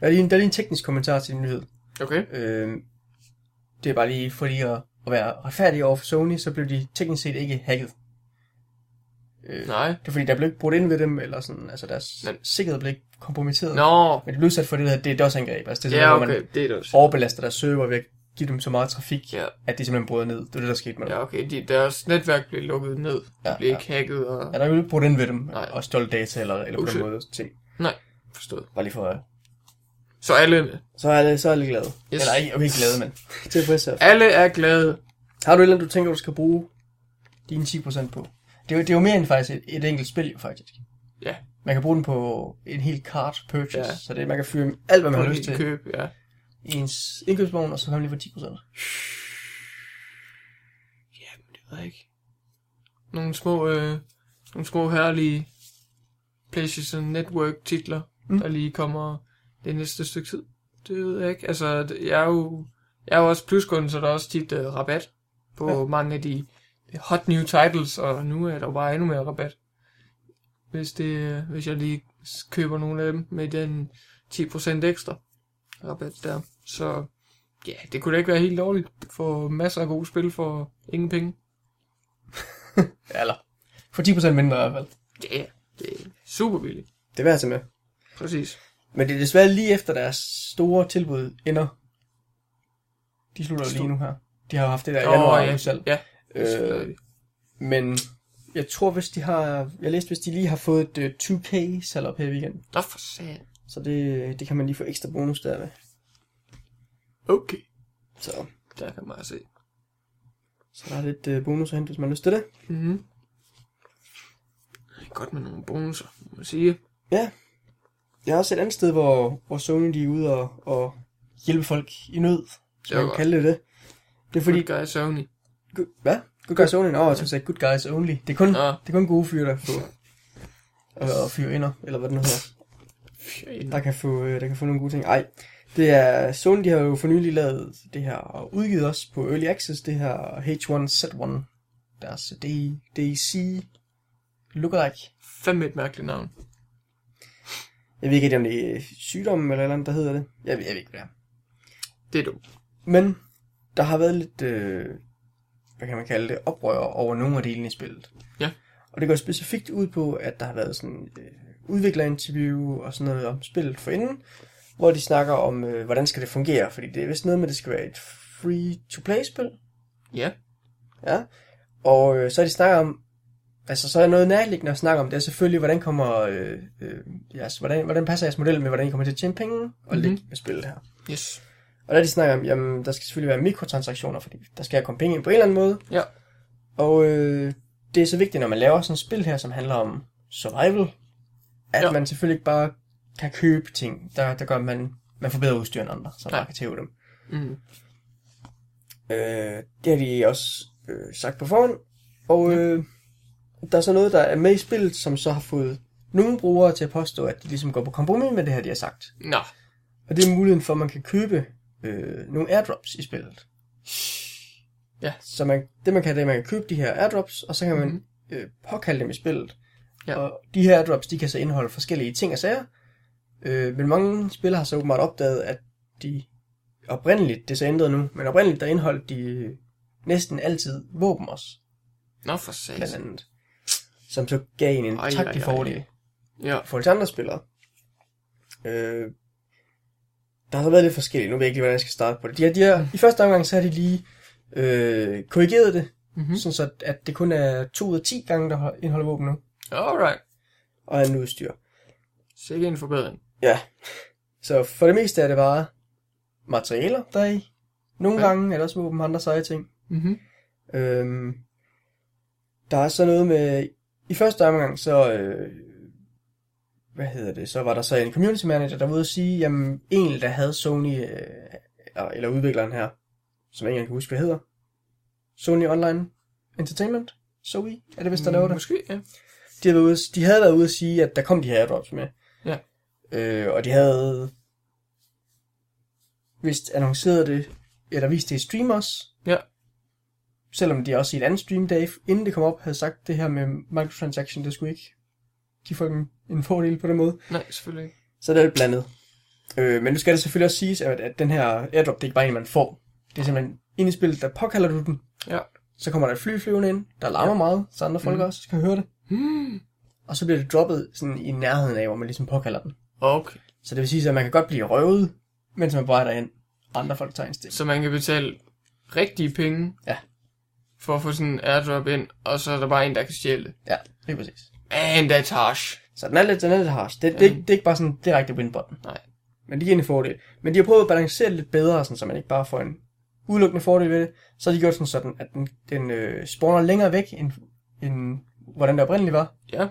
[SPEAKER 1] Der er lige en, der er lige en teknisk kommentar til din nyhed.
[SPEAKER 2] Okay.
[SPEAKER 1] Øh, det er bare lige for lige at, at være retfærdig over for Sony, så blev de teknisk set ikke hacket. Øh,
[SPEAKER 2] Nej.
[SPEAKER 1] Det er fordi, der blev ikke brudt ind ved dem, eller sådan, altså deres
[SPEAKER 2] Men-
[SPEAKER 1] Men... sikkerhed blev ikke kompromitteret.
[SPEAKER 2] Nå.
[SPEAKER 1] Men de blev udsat for det der DDoS-angreb, altså det er sådan,
[SPEAKER 2] Ja,
[SPEAKER 1] hvor man
[SPEAKER 2] okay. Det er det også.
[SPEAKER 1] overbelaster deres server ved at give dem så meget trafik,
[SPEAKER 2] Ja,
[SPEAKER 1] at de simpelthen bryder ned. Det er det, der skete med dem. Ja.
[SPEAKER 2] ja okay. De, deres netværk blev lukket ned.
[SPEAKER 1] Ja,
[SPEAKER 2] De blev ikke hacket og...
[SPEAKER 1] Ja, der blev ikke brudt ind ved dem,
[SPEAKER 2] Nej.
[SPEAKER 1] og stjålet data, eller, eller på
[SPEAKER 2] Udsø.
[SPEAKER 1] den måde ting.
[SPEAKER 2] Forstået.
[SPEAKER 1] Bare lige for at...
[SPEAKER 2] Så alle,
[SPEAKER 1] Så er det, så er det glade.
[SPEAKER 2] Yes.
[SPEAKER 1] Eller ikke, okay, ikke glade, men tilfredse.
[SPEAKER 2] alle er glade.
[SPEAKER 1] Har du et eller andet, du tænker, du skal bruge dine 10% på? Det er, jo- det er jo mere end faktisk et, et enkelt spil, jo faktisk.
[SPEAKER 2] Ja.
[SPEAKER 1] Man kan bruge den på en hel card purchase,
[SPEAKER 2] Ja.
[SPEAKER 1] ja. så det, man kan fyre alt, hvad man har lyst til
[SPEAKER 2] Fordi køb, ja.
[SPEAKER 1] i ens indkøbsvogn, og så kan man lige få 10%.
[SPEAKER 2] Jamen, det ved jeg ikke. Nogle små, øh, nogle små herlige PlayStation Network titler,
[SPEAKER 1] Mm.
[SPEAKER 2] mm. der lige kommer det næste stykke tid. Det ved jeg ikke. Altså, det- jeg er jo, jeg er jo også pluskunde, så der er også tit øh, rabat på ja. mange af de hot new titles, og nu er der jo bare endnu mere rabat. Hvis, det, øh, hvis jeg lige s- køber nogle af dem med den 10% ekstra rabat der. Så ja, det kunne da ikke være helt dårligt. Få masser af gode spil for ingen penge.
[SPEAKER 1] Eller for 10% mindre i hvert fald.
[SPEAKER 2] Ja, yeah, det er super billigt.
[SPEAKER 1] Det værd at tage med.
[SPEAKER 2] Præcis.
[SPEAKER 1] Men det er desværre lige efter deres store tilbud ender. De slutter jo lige nu her. De har jo haft det der i januar
[SPEAKER 2] Åh,
[SPEAKER 1] nu selv.
[SPEAKER 2] Ja,
[SPEAKER 1] Øh,
[SPEAKER 2] øh,
[SPEAKER 1] men jeg tror, hvis de har... Jeg læste, hvis de lige har fået et øh, 2K salg op her i weekenden.
[SPEAKER 2] Nå for satan.
[SPEAKER 1] Så det, det kan man lige få ekstra bonus der med.
[SPEAKER 2] Okay.
[SPEAKER 1] Så,
[SPEAKER 2] Der kan man bare se.
[SPEAKER 1] så der er lidt øh, bonus at hente, hvis man har lyst til det.
[SPEAKER 2] Mhm. Det er Godt med nogle bonusser, må man sige.
[SPEAKER 1] Jeg har også et andet sted, hvor, hvor Sony de er ude og, og hjælpe folk i nød. Så
[SPEAKER 2] Det var
[SPEAKER 1] man kan
[SPEAKER 2] godt.
[SPEAKER 1] kalde det det. Det er
[SPEAKER 2] Fordi...
[SPEAKER 1] fordi...
[SPEAKER 2] Good guy Sony.
[SPEAKER 1] Good, hvad? Good guys only? Nå, jeg synes, good guys only. Det er kun,
[SPEAKER 2] Nå,
[SPEAKER 1] Det er kun gode fyre, der kan få og fyre inder, eller hvad det nu hedder,
[SPEAKER 2] fjern.
[SPEAKER 1] der kan, få, øh, der kan få nogle gode ting. Ej, det er Sony, de har jo for nylig lavet det her, og udgivet os på Early Access, det her H1Z1, deres D- DEC lookalike.
[SPEAKER 2] Fandme et mærkeligt navn.
[SPEAKER 1] Jeg ved ikke, rigtig, om det er sygdommen eller et eller andet, der hedder det. Jeg ved, jeg ved ikke, hvad det er.
[SPEAKER 2] Det er dumt.
[SPEAKER 1] Men der har været lidt, øh, hvad kan man kalde det, oprør over nogle af delene i spillet.
[SPEAKER 2] Ja.
[SPEAKER 1] Og det går specifikt ud på, at der har været sådan øh, udviklerinterview og sådan noget om spillet forinden, hvor de snakker om, øh, hvordan skal det fungere, fordi det er vist noget med, at det skal være et free-to-play-spil,
[SPEAKER 2] Ja.
[SPEAKER 1] og øh, så har de snakket om, altså så er noget nærliggende at snakke om, det er selvfølgelig, hvordan kommer, øh, øh, jeres, hvordan, hvordan passer jeres model med, hvordan I kommer til at tjene penge og mm-hmm. ligge med spillet her.
[SPEAKER 2] Yes.
[SPEAKER 1] Og der de snakker om, jamen, der skal selvfølgelig være mikrotransaktioner, fordi der skal komme penge ind på en eller anden måde.
[SPEAKER 2] Ja.
[SPEAKER 1] Og øh, det er så vigtigt, når man laver sådan et spil her, som handler om survival, at
[SPEAKER 2] Ja.
[SPEAKER 1] ja. man selvfølgelig ikke bare kan købe ting, der, der gør, at man, man får bedre udstyr end andre, så man
[SPEAKER 2] Nej.
[SPEAKER 1] kan tæve dem.
[SPEAKER 2] Mm.
[SPEAKER 1] Øh, det har de også øh, sagt på forhånd. Og øh, der er så noget, der er med i spillet, som så har fået nogle brugere til at påstå, at de ligesom går på kompromis med det her, de har sagt.
[SPEAKER 2] Nå,
[SPEAKER 1] Og det er muligheden for, at man kan købe øh, nogle airdrops i spillet.
[SPEAKER 2] Ja.
[SPEAKER 1] Så man, det man kan, det er, at man kan købe de her airdrops, og så kan man
[SPEAKER 2] Mhm.
[SPEAKER 1] øh, påkalde dem i spillet.
[SPEAKER 2] Ja.
[SPEAKER 1] Og de her airdrops, de kan så indeholde forskellige ting og sager. Øh, men mange spillere har så åbenbart opdaget, at de oprindeligt, det er så ændret nu, men oprindeligt der indeholdt de øh, næsten altid våben også,
[SPEAKER 2] nå for satan.
[SPEAKER 1] blandt andet. Som så gav en en
[SPEAKER 2] Ej,
[SPEAKER 1] taktig
[SPEAKER 2] ej, ej.
[SPEAKER 1] fordel
[SPEAKER 2] Ja,
[SPEAKER 1] i forhold til andre spillere. Øh, der har så været lidt forskelligt. Nu ved jeg ikke lige, hvordan jeg skal starte på det. De har, de har, I første omgang, så har de lige øh, korrigeret det,
[SPEAKER 2] mhm.
[SPEAKER 1] mm. sådan så at- at det kun er 2 ud af 10 gange, der har- indeholder våben nu,
[SPEAKER 2] Alright.
[SPEAKER 1] og andet udstyr.
[SPEAKER 2] Sikke en forbedring.
[SPEAKER 1] Ja. Så for det meste er det bare materialer, der er i. Nogle
[SPEAKER 2] Ja.
[SPEAKER 1] ja. gange er der også våben og andre seje ting.
[SPEAKER 2] Mhm.
[SPEAKER 1] Øhm, der er så noget med... I første omgang, så... Øh, hvad hedder det? Så var der så en community manager, der var ude og sige, jamen, en, der havde Sony... Øh, eller udvikleren her, som jeg ikke engang kan huske, hvad hedder. Sony Online Entertainment? Zoe? Er det vist, der laver det?
[SPEAKER 2] Mm, Måske, ja.
[SPEAKER 1] De havde, været ude, de havde været ude at sige, at der kom de her airdrops med.
[SPEAKER 2] Ja.
[SPEAKER 1] Øh, og de havde vist annonceret det, eller vist det i stream også.
[SPEAKER 2] Ja.
[SPEAKER 1] Selvom de også i et andet stream dag, inden det kom op, havde sagt det her med microtransaction, det skulle ikke give folk en, en fordel på den måde.
[SPEAKER 2] Nej, selvfølgelig ikke.
[SPEAKER 1] Så det er lidt blandet. Øh, men nu skal det selvfølgelig også siges, at, at den her airdrop, det er ikke bare en, man får. Det er simpelthen inde i spillet, der påkalder du den.
[SPEAKER 2] Ja.
[SPEAKER 1] Så kommer der et fly flyvende ind, der larmer ja. meget, så andre folk
[SPEAKER 2] Mhm.
[SPEAKER 1] mm. også kan høre det.
[SPEAKER 2] Hmm.
[SPEAKER 1] Og så bliver det droppet sådan i nærheden af, hvor man ligesom påkalder den.
[SPEAKER 2] Okay.
[SPEAKER 1] Så det vil sige, at man kan godt blive røvet, mens man bare er derind. Andre folk tager en stik.
[SPEAKER 2] Så man kan betale rigtige penge.
[SPEAKER 1] Ja.
[SPEAKER 2] For at få sådan en airdrop ind, og så er der bare en, der kan stjæle det.
[SPEAKER 1] Ja, lige præcis.
[SPEAKER 2] And that's harsh.
[SPEAKER 1] Så den er lidt, den er lidt harsh. Det, det, det, er ikke bare sådan direkte win button.
[SPEAKER 2] Nej.
[SPEAKER 1] Men det giver en fordel. Men de har prøvet at balancere det lidt bedre, sådan, så man ikke bare får en udelukkende fordel ved det. Så har de gjort sådan, sådan at den, den øh, spawner længere væk, end, end hvordan det oprindeligt var.
[SPEAKER 2] Ja.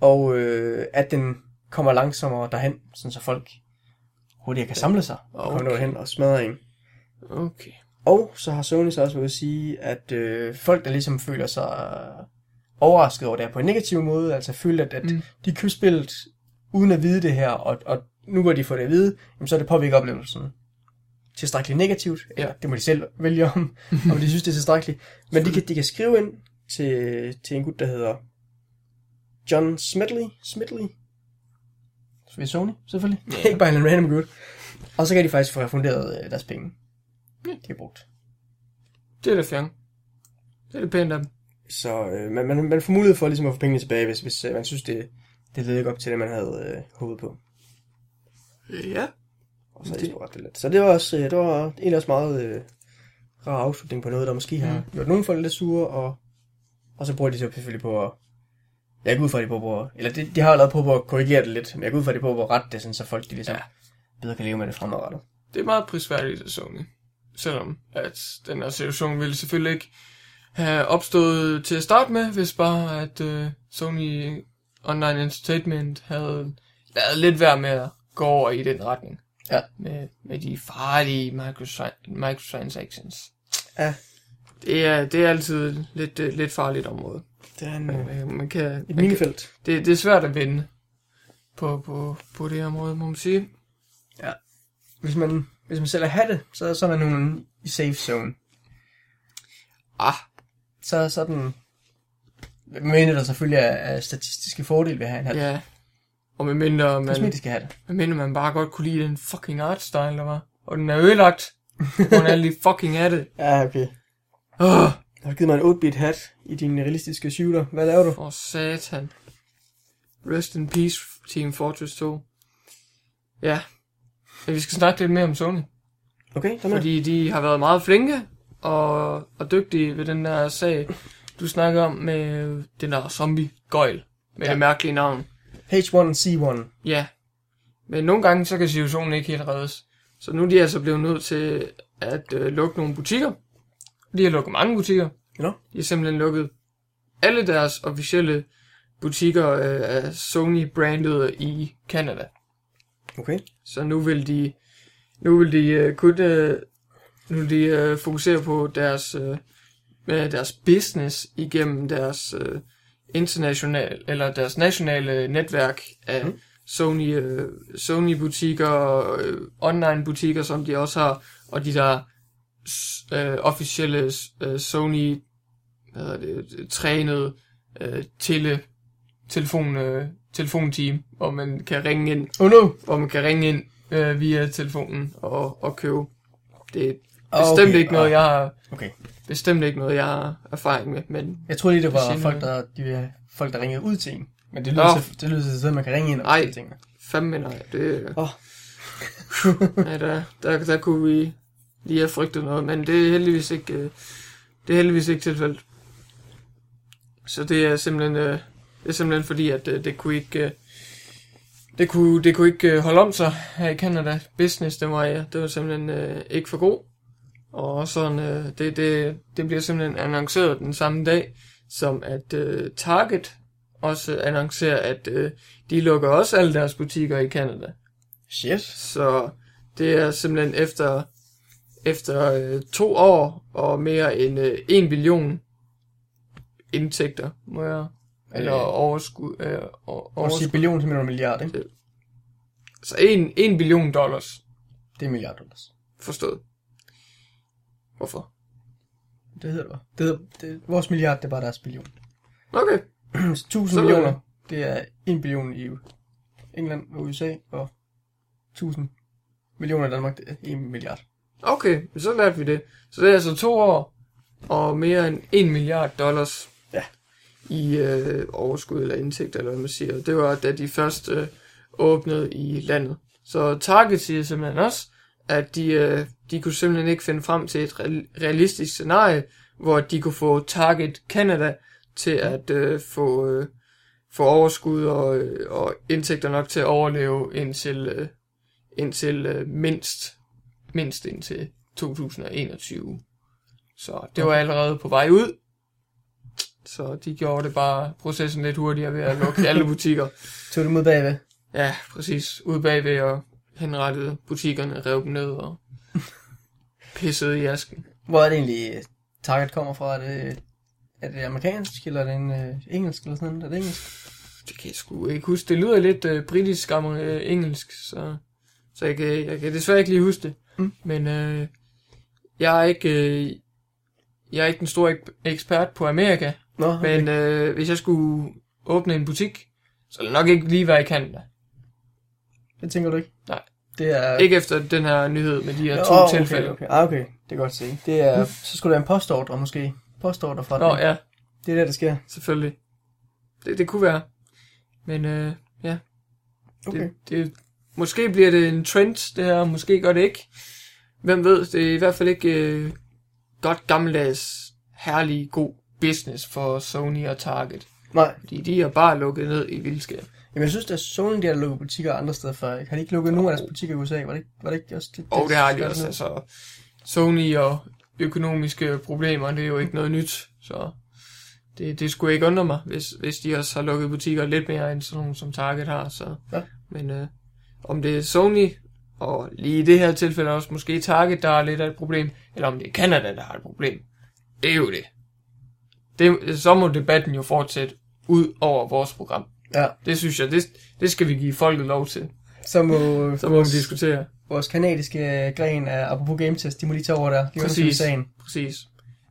[SPEAKER 1] Og øh, at den kommer langsommere derhen, sådan så folk hurtigere kan samle sig og
[SPEAKER 2] Ah, Okay.
[SPEAKER 1] komme derhen og smadre en.
[SPEAKER 2] Okay.
[SPEAKER 1] Og så har Sony så også været ude at sige, at øh, folk, der ligesom føler sig overrasket over det her på en negativ måde, altså føler, at, at
[SPEAKER 2] Mm.
[SPEAKER 1] mm. de købte spillet uden at vide det her, og, og nu hvor de får det at vide, jamen, så er det påvirket oplevelsen tilstrækkeligt negativt.
[SPEAKER 2] Ja.
[SPEAKER 1] Ja. Det må de selv vælge om, om de synes, det er tilstrækkeligt. Men de kan, de kan skrive ind til, til en gut, der hedder John Smedley. Smedley. Ved Sony, selvfølgelig.
[SPEAKER 2] Ja.
[SPEAKER 1] Yeah. Ikke bare en eller anden random gut. Og så kan de faktisk få refunderet øh, deres penge.
[SPEAKER 2] Ja.
[SPEAKER 1] De har brugt.
[SPEAKER 2] Det er da fjern. Det er det pænt af dem.
[SPEAKER 1] Så øh, man, man, man får mulighed for ligesom at få pengene tilbage, hvis, hvis øh, man synes, det, det leder ikke op til det, man havde øh, håbet på.
[SPEAKER 2] Ja.
[SPEAKER 1] Og så er
[SPEAKER 2] Det-
[SPEAKER 1] det ret det lidt. Så det var, også, øh, det var egentlig også meget øh, rar afslutning på noget, der måske har
[SPEAKER 2] Mm.
[SPEAKER 1] mm. gjort nogle folk lidt sure, og, og så bruger de så selvfølgelig på at... Jeg går ud fra, at de prøver på at, Eller de, de har jo lavet på, på at korrigere det lidt, men jeg går ud fra, at de prøver på at rette det, sådan, så folk de ligesom
[SPEAKER 2] Ja.
[SPEAKER 1] ja. bedre kan leve med det fremadrettet.
[SPEAKER 2] Det er meget prisværdigt af Sony. Selvom at den her situation ville selvfølgelig ikke have opstået til at starte med, hvis bare at øh, Sony Online Entertainment havde lavet lidt værd med at gå over i den retning.
[SPEAKER 1] Ja.
[SPEAKER 2] Med, med de farlige microtran- microtransactions.
[SPEAKER 1] Ja.
[SPEAKER 2] Det er, det er altid lidt, øh, lidt farligt område.
[SPEAKER 1] Det er en,
[SPEAKER 2] Man, man, man kan,
[SPEAKER 1] et
[SPEAKER 2] man kan,
[SPEAKER 1] minefelt.
[SPEAKER 2] det, det er svært at vinde på, på, på det her område, må man sige.
[SPEAKER 1] Hvis man, hvis man selv er hatte, så, så er man nogen i safe zone.
[SPEAKER 2] Ah,
[SPEAKER 1] så sådan... Men der selvfølgelig er, er statistiske fordele ved at have en hat.
[SPEAKER 2] ja. Og med mindre man...
[SPEAKER 1] Kosmetiske hatte.
[SPEAKER 2] Men mener man bare godt kunne lide den fucking artstyle, der var. Og den er ødelagt. på grund af alle de fucking af det.
[SPEAKER 1] Ja, okay.
[SPEAKER 2] Åh,
[SPEAKER 1] Du har givet mig en 8-bit hat i din realistiske shooter. Hvad laver du?
[SPEAKER 2] for satan. Rest in peace, Team Fortress 2. Ja. Men vi skal snakke lidt mere om Sony.
[SPEAKER 1] Okay, kom med.
[SPEAKER 2] Fordi de har været meget flinke og, og dygtige ved den der sag, du snakker om med den der zombie-gøjl. Med ja.
[SPEAKER 1] Ja.
[SPEAKER 2] det mærkelige navn.
[SPEAKER 1] H1C1.
[SPEAKER 2] Ja. Men nogle gange, så kan situationen ikke helt reddes. Så nu er de altså blevet nødt til at øh, lukke nogle butikker. De har lukket mange butikker.
[SPEAKER 1] Nå.
[SPEAKER 2] De har simpelthen lukket alle deres officielle butikker øh, af Sony-brandet i Canada.
[SPEAKER 1] Okay.
[SPEAKER 2] Så nu vil de, nu vil de øh, kun øh, nu vil de øh, fokusere på deres øh, med deres business igennem deres øh, international eller deres nationale netværk af
[SPEAKER 1] Mm.
[SPEAKER 2] Sony øh, Sony butikker øh, online butikker som de også har og de der s- øh, officielle øh, Sony hvad hedder det trænede øh, tele telefon øh, telefonteam hvor man kan ringe ind
[SPEAKER 1] Oh no.
[SPEAKER 2] hvor man kan ringe ind øh, via telefonen og, og købe. Det er
[SPEAKER 1] Ah,
[SPEAKER 2] bestemt
[SPEAKER 1] okay.
[SPEAKER 2] ikke noget,
[SPEAKER 1] Ah.
[SPEAKER 2] jeg har,
[SPEAKER 1] Okay.
[SPEAKER 2] bestemt ikke noget, jeg har erfaring med, men
[SPEAKER 1] Jeg tror lige, det
[SPEAKER 2] Det
[SPEAKER 1] var
[SPEAKER 2] siger
[SPEAKER 1] folk, der, de, folk, der ringede ud til en. Men det
[SPEAKER 2] Nå.
[SPEAKER 1] lyder, til, det lyder til et sted, man kan ringe ind og
[SPEAKER 2] Ej.
[SPEAKER 1] bestille tingene.
[SPEAKER 2] fandme nej, det,
[SPEAKER 1] Åh.
[SPEAKER 2] nej der, der, der kunne vi lige have frygtet noget, men det er heldigvis ikke, øh, det er heldigvis ikke tilfældet. Så det er simpelthen, øh, det er simpelthen fordi, at øh, det kunne ikke, øh, det kunne, det kunne ikke øh, holde om sig her i Canada. Business, det var, ja, det var simpelthen øh, ikke for god. Og sådan, øh, det, det, det bliver simpelthen annonceret den samme dag, som at øh, Target også annoncerer, at øh, de lukker også alle deres butikker i Canada.
[SPEAKER 1] Shit.
[SPEAKER 2] Så det er simpelthen efter, efter øh, to år og mere end øh, en billion indtægter, må jeg, eller
[SPEAKER 1] Øh.
[SPEAKER 2] overskud, øh, o-
[SPEAKER 1] Og sige
[SPEAKER 2] overskud.
[SPEAKER 1] billion, så mener du milliard, ikke?
[SPEAKER 2] Så en, en billion dollars,
[SPEAKER 1] Det er milliard dollars.
[SPEAKER 2] forstået. Hvorfor?
[SPEAKER 1] Det hedder det bare. Det hedder, det, vores milliard, det er bare deres billion.
[SPEAKER 2] Okay,
[SPEAKER 1] Så 1000
[SPEAKER 2] Så-
[SPEAKER 1] millioner, det er 1 billion i England og USA, og 1000 millioner i Danmark, det er 1 milliard.
[SPEAKER 2] okay, så lærte vi det. Så det er altså to år og mere end en milliard dollars
[SPEAKER 1] Ja.
[SPEAKER 2] i øh, overskud eller indtægter, eller hvad man siger. Det var, da de først øh, åbnede i landet. Så Target siger simpelthen også, at de, øh, de kunne simpelthen ikke finde frem til et real- realistisk scenarie, hvor de kunne få Target Canada til at øh, få, øh, få overskud og, øh, og indtægter nok til at overleve indtil, øh, indtil øh, mindst, mindst indtil 2021. Så det var allerede på vej ud, så de gjorde det bare processen lidt hurtigere ved at lukke alle butikker.
[SPEAKER 1] Tog det mod bagved?
[SPEAKER 2] Ja, præcis. Ude bagved og henrettede butikkerne, rev dem ned og pissede i asken.
[SPEAKER 1] Hvor er det egentlig, øh, Target kommer fra? Er det, er det amerikansk, eller er det en, øh, engelsk, eller sådan noget? Er det engelsk?
[SPEAKER 2] Det kan jeg sgu ikke huske. Det lyder lidt øh, britisk og øh, engelsk, så, så jeg, kan, jeg kan desværre ikke lige huske det.
[SPEAKER 1] Mm.
[SPEAKER 2] Men øh, jeg, er ikke, øh, jeg er ikke den store ek- ekspert på Amerika,
[SPEAKER 1] Nå, okay.
[SPEAKER 2] men øh, hvis jeg skulle åbne en butik, så ville det nok ikke lige være i Canada.
[SPEAKER 1] det tænker du ikke?
[SPEAKER 2] Nej.
[SPEAKER 1] Det er...
[SPEAKER 2] Ikke efter den her nyhed med de her to
[SPEAKER 1] Åh,
[SPEAKER 2] oh,
[SPEAKER 1] okay,
[SPEAKER 2] tilfælde.
[SPEAKER 1] Okay. Ah, okay, det kan jeg godt se. Det er, så skulle der en postordre måske. Postordre fra
[SPEAKER 2] Nå
[SPEAKER 1] den.
[SPEAKER 2] ja,
[SPEAKER 1] Det er der, det sker.
[SPEAKER 2] Selvfølgelig. Det, det kunne være. Men øh, ja,
[SPEAKER 1] Okay.
[SPEAKER 2] det, det, måske bliver det en trend, det her. Måske gør det ikke. Hvem ved, det er i hvert fald ikke øh, godt gammeldags, herlig, god business for Sony og Target.
[SPEAKER 1] Nej,
[SPEAKER 2] Fordi de er bare lukket ned i vildskab.
[SPEAKER 1] Jamen, jeg synes, at Sony de har lukket butikker andre steder før. Ikke? Har de ikke lukket nogen af deres butikker i USA? Var det ikke, var det ikke også lidt...
[SPEAKER 2] Og det har de
[SPEAKER 1] lidt-
[SPEAKER 2] også. Altså, Sony og økonomiske problemer, det er jo ikke noget nyt. Så det, det skulle ikke undre mig, hvis, hvis de også har lukket butikker lidt mere end sådan nogle, som Target har. Så.
[SPEAKER 1] Ja.
[SPEAKER 2] Men øh, om det er Sony, og lige i det her tilfælde også måske Target, der er lidt af et problem, eller om det er Canada, der har et problem, det er jo det. det så må debatten jo fortsætte ud over vores program.
[SPEAKER 1] Ja,
[SPEAKER 2] Det synes jeg, det, det skal vi give folket lov til.
[SPEAKER 1] så må,
[SPEAKER 2] Så må vi diskutere.
[SPEAKER 1] øh, vores kanadiske gren af Apropos Game Test, de må lige tage over der. De undersøger
[SPEAKER 2] Præcis.
[SPEAKER 1] sagen.
[SPEAKER 2] Præcis.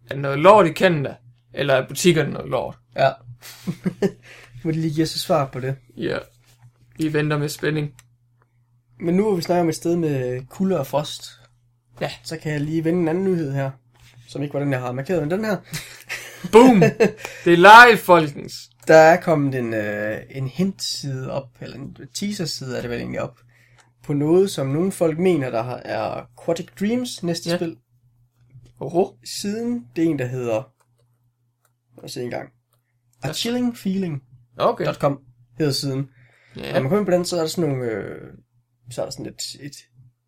[SPEAKER 2] Er det noget lort i Canada? Eller er butikkerne noget lort?
[SPEAKER 1] Ja. må de lige give os et svar på det.
[SPEAKER 2] Ja. Vi venter med spænding.
[SPEAKER 1] Men nu hvor vi snakker om et sted med kulde og frost,
[SPEAKER 2] Ja.
[SPEAKER 1] så kan jeg lige vende en anden nyhed her, som ikke var den, jeg har markeret, men den her.
[SPEAKER 2] Boom! det er live, folkens.
[SPEAKER 1] Der er kommet en, øh, en hint-side op, eller en teaser-side er det vel egentlig op, på noget, som nogle folk mener, der har- er Quantic Dreams næste
[SPEAKER 2] Ja.
[SPEAKER 1] ja. spil.
[SPEAKER 2] Oho.
[SPEAKER 1] Siden, det er en, der hedder, lad os se en gang, A
[SPEAKER 2] Ja.
[SPEAKER 1] Chilling Feeling.
[SPEAKER 2] Okay.
[SPEAKER 1] .com hedder siden. Ja. Når
[SPEAKER 2] Ja.
[SPEAKER 1] man kommer ind på den, så er der sådan nogle, øh, så er der sådan et, et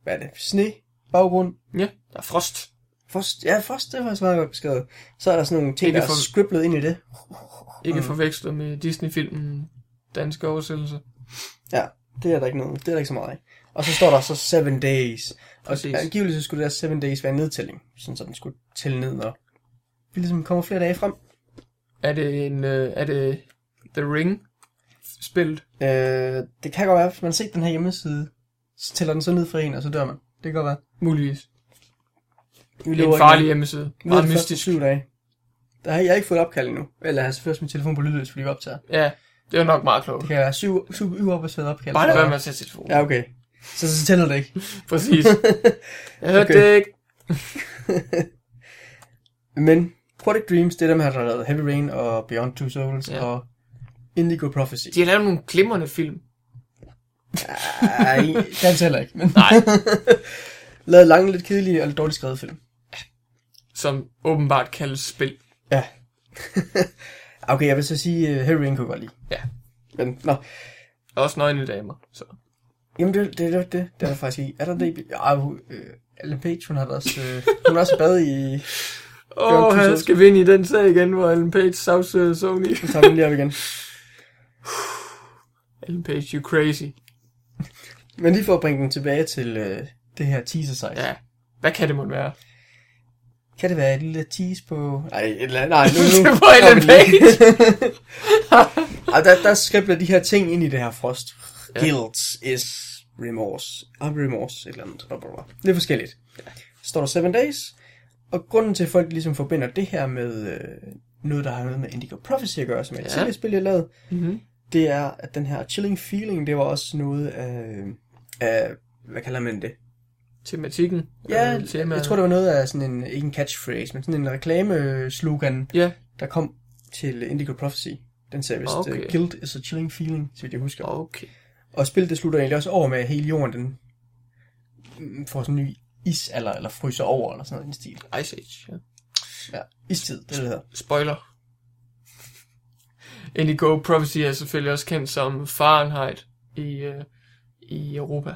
[SPEAKER 1] hvad er det, sne baggrund,
[SPEAKER 2] ja. Der er frost.
[SPEAKER 1] Først, ja, først, det var faktisk meget godt beskrevet. Så er der sådan nogle ting,
[SPEAKER 2] Ikke
[SPEAKER 1] der er
[SPEAKER 2] for-
[SPEAKER 1] scribblet ind i det.
[SPEAKER 2] Ikke
[SPEAKER 1] Mm.
[SPEAKER 2] forvekslet med Disney-filmen Danske Oversættelse.
[SPEAKER 1] Ja, det er der ikke noget, det er der ikke så meget af. Og så står der så 7 days. Og
[SPEAKER 2] Præcis.
[SPEAKER 1] angiveligt så skulle det der 7 days være en nedtælling. Sådan så den skulle tælle ned, når vi ligesom kommer flere dage frem.
[SPEAKER 2] Er det en... Øh, er det The Ring? Spillet?
[SPEAKER 1] Øh, det kan godt være, hvis man har set den her hjemmeside, så tæller den så ned for en, og så dør man. Det kan godt være.
[SPEAKER 2] Muligvis.
[SPEAKER 1] Vi
[SPEAKER 2] Det er en farlig hjemmeside. Meget mystisk.
[SPEAKER 1] syv dage. Der har jeg har ikke fået opkald endnu. Eller jeg har selvfølgelig også min telefon på lydløs, fordi vi optager.
[SPEAKER 2] Ja, det er nok meget klogt.
[SPEAKER 1] Det kan være syv, syv uopbaserede opkald.
[SPEAKER 2] Bare lad
[SPEAKER 1] Så-
[SPEAKER 2] være med at tage telefonen.
[SPEAKER 1] Ja, okay. Så, så tæller det ikke.
[SPEAKER 2] Præcis. Jeg hørte
[SPEAKER 1] Okay.
[SPEAKER 2] det ikke.
[SPEAKER 1] Men Product Dreams, det er dem her, der har lavet Heavy Rain og Beyond Two Souls
[SPEAKER 2] Ja.
[SPEAKER 1] ja. og Indigo Prophecy.
[SPEAKER 2] De har lavet nogle glimrende film.
[SPEAKER 1] Nej, den tæller ikke. Men
[SPEAKER 2] Nej,
[SPEAKER 1] lavet lange, lidt kedelige og lidt dårligt skrevet film.
[SPEAKER 2] som åbenbart kaldes spil.
[SPEAKER 1] Ja. okay, jeg vil så sige, uh, Heavy Rain kunne jeg godt lide.
[SPEAKER 2] Ja.
[SPEAKER 1] Men, nå.
[SPEAKER 2] Og også nøgne damer. Så.
[SPEAKER 1] Jamen, det, det, det, det, det er der faktisk i. Er der det? i- Ja, hun, øh, Ellen Page, hun har da også, øh, hun har også badet i...
[SPEAKER 2] Åh,
[SPEAKER 1] Beyond
[SPEAKER 2] oh,
[SPEAKER 1] Two
[SPEAKER 2] han
[SPEAKER 1] Souls.
[SPEAKER 2] skal vinde i den sag igen, hvor Ellen Page sagsøger Sony.
[SPEAKER 1] Nu tager vi den lige op igen.
[SPEAKER 2] Ellen Page, you crazy.
[SPEAKER 1] Men lige for at bringe den tilbage til øh, det her teaser site. Ja.
[SPEAKER 2] Ja, hvad kan det måtte være?
[SPEAKER 1] Kan det være et lille tease på... Nej, et eller andet... Nej, nu...
[SPEAKER 2] Det
[SPEAKER 1] nu
[SPEAKER 2] var Ellen Page.
[SPEAKER 1] Og der, der skribler de her ting ind i det her frost. Ja. Guilt is remorse. Og remorse, et eller andet. Blah, blah, blah. Det er forskelligt. Så står der 7 days. Og grunden til, at folk ligesom forbinder det her med øh, noget, der har noget med Indigo Prophecy at gøre, som er et
[SPEAKER 2] Ja.
[SPEAKER 1] ja. tidligere spil, jeg lavede,
[SPEAKER 2] Mm-hmm.
[SPEAKER 1] det er, at den her chilling feeling, det var også noget af, af hvad kalder man det?
[SPEAKER 2] Tematikken.
[SPEAKER 1] Ja,
[SPEAKER 2] øh, temaet.
[SPEAKER 1] jeg tror, det var noget af sådan en, ikke en catchphrase, men sådan en reklameslogan,
[SPEAKER 2] Ja,
[SPEAKER 1] der kom til Indigo Prophecy. Den sagde vist,
[SPEAKER 2] Okay.
[SPEAKER 1] okay. guilt is a chilling feeling, så vidt jeg husker.
[SPEAKER 2] okay.
[SPEAKER 1] Og spillet det slutter egentlig også over med, at hele jorden den mm, får sådan en ny isalder, eller fryser over, eller sådan noget i den stil.
[SPEAKER 2] Ice Age, ja.
[SPEAKER 1] Ja, istid, det er det, det hedder.
[SPEAKER 2] Spoiler. Indigo Prophecy er selvfølgelig også kendt som Fahrenheit i, øh, i Europa.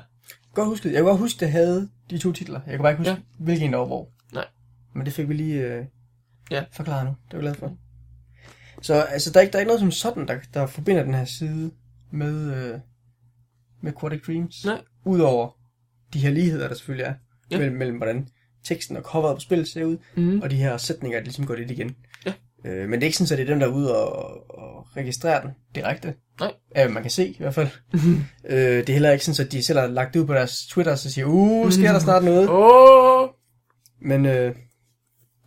[SPEAKER 1] Godt husket. Jeg kan godt huske, det havde de to titler. Jeg kan bare ikke huske, ja. hvilken der var hvor.
[SPEAKER 2] Nej.
[SPEAKER 1] Men det fik vi lige øh,
[SPEAKER 2] Ja.
[SPEAKER 1] forklaret nu. Det er jeg glad for. Så altså, der, er ikke, der er ikke noget som sådan, der, der forbinder den her side med, øh, med Quantic Dreams.
[SPEAKER 2] Nej.
[SPEAKER 1] Udover de her ligheder, der selvfølgelig er
[SPEAKER 2] Ja.
[SPEAKER 1] ja. mellem, mellem, hvordan teksten og coveret på spillet ser ud,
[SPEAKER 2] Mm.
[SPEAKER 1] og de her sætninger, der ligesom går lidt igen.
[SPEAKER 2] Ja.
[SPEAKER 1] Øh, men det er ikke sådan, at det er dem, der er ude og, og registrere den direkte.
[SPEAKER 2] Nej.
[SPEAKER 1] Øh, man kan se i hvert fald. øh, det er heller ikke sådan, at de selv har lagt det ud på deres Twitter, så siger, uh, sker der snart noget?
[SPEAKER 2] Åh!
[SPEAKER 1] Men øh,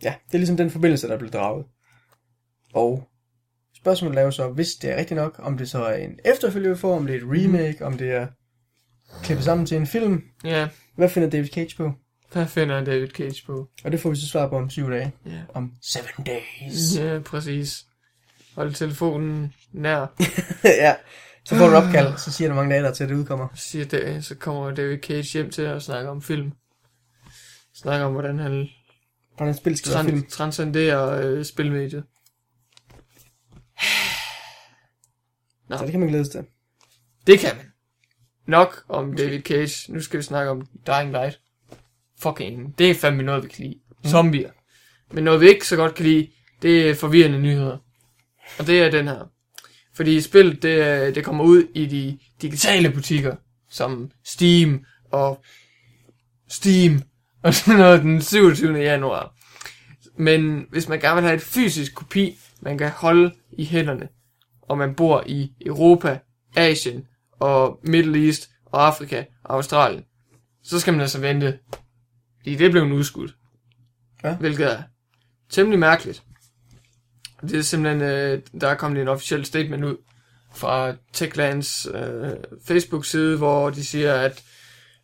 [SPEAKER 1] ja, det er ligesom den forbindelse, der blev draget. Og spørgsmålet er jo så, hvis det er rigtigt nok, om det så er en efterfølge, vi får, om det er et remake, om det er klippet sammen til en film.
[SPEAKER 2] Ja,
[SPEAKER 1] Hvad finder David Cage på?
[SPEAKER 2] hvad finder David Cage på?
[SPEAKER 1] Og det får vi så svar på om syv dage.
[SPEAKER 2] Ja.
[SPEAKER 1] Om seven days.
[SPEAKER 2] Ja, præcis. Hold telefonen nær.
[SPEAKER 1] ja. Så får du et opkald, så siger du hvor mange dage, der er til, at det udkommer.
[SPEAKER 2] Så Siger det, så kommer David Cage hjem til at snakke om film. Snakker om, hvordan han
[SPEAKER 1] Hvordan spil skal være film.
[SPEAKER 2] tran- transcenderer øh, spilmediet.
[SPEAKER 1] Så det kan man glæde sig til.
[SPEAKER 2] Det kan man. Nok om David Cage. Nu skal vi snakke om Dying Light. Fucking, det er fandme noget, vi kan lide. Zombier. Men noget, vi ikke så godt kan lide, det er forvirrende nyheder. Og det er den her. Fordi spillet, det, er- det kommer ud i de digitale butikker, som Steam og Steam og sådan noget den 27. januar. Men hvis man gerne vil have et fysisk kopi, man kan holde i hænderne, og man bor i Europa, Asien og Middle East og Afrika og Australien, så skal man altså vente. Fordi det blev en udskudt.
[SPEAKER 1] Ja.
[SPEAKER 2] Hvilket er temmelig mærkeligt. Det er simpelthen, øh, der er kommet en officiel statement ud fra Techlands øh, Facebook-side, hvor de siger, at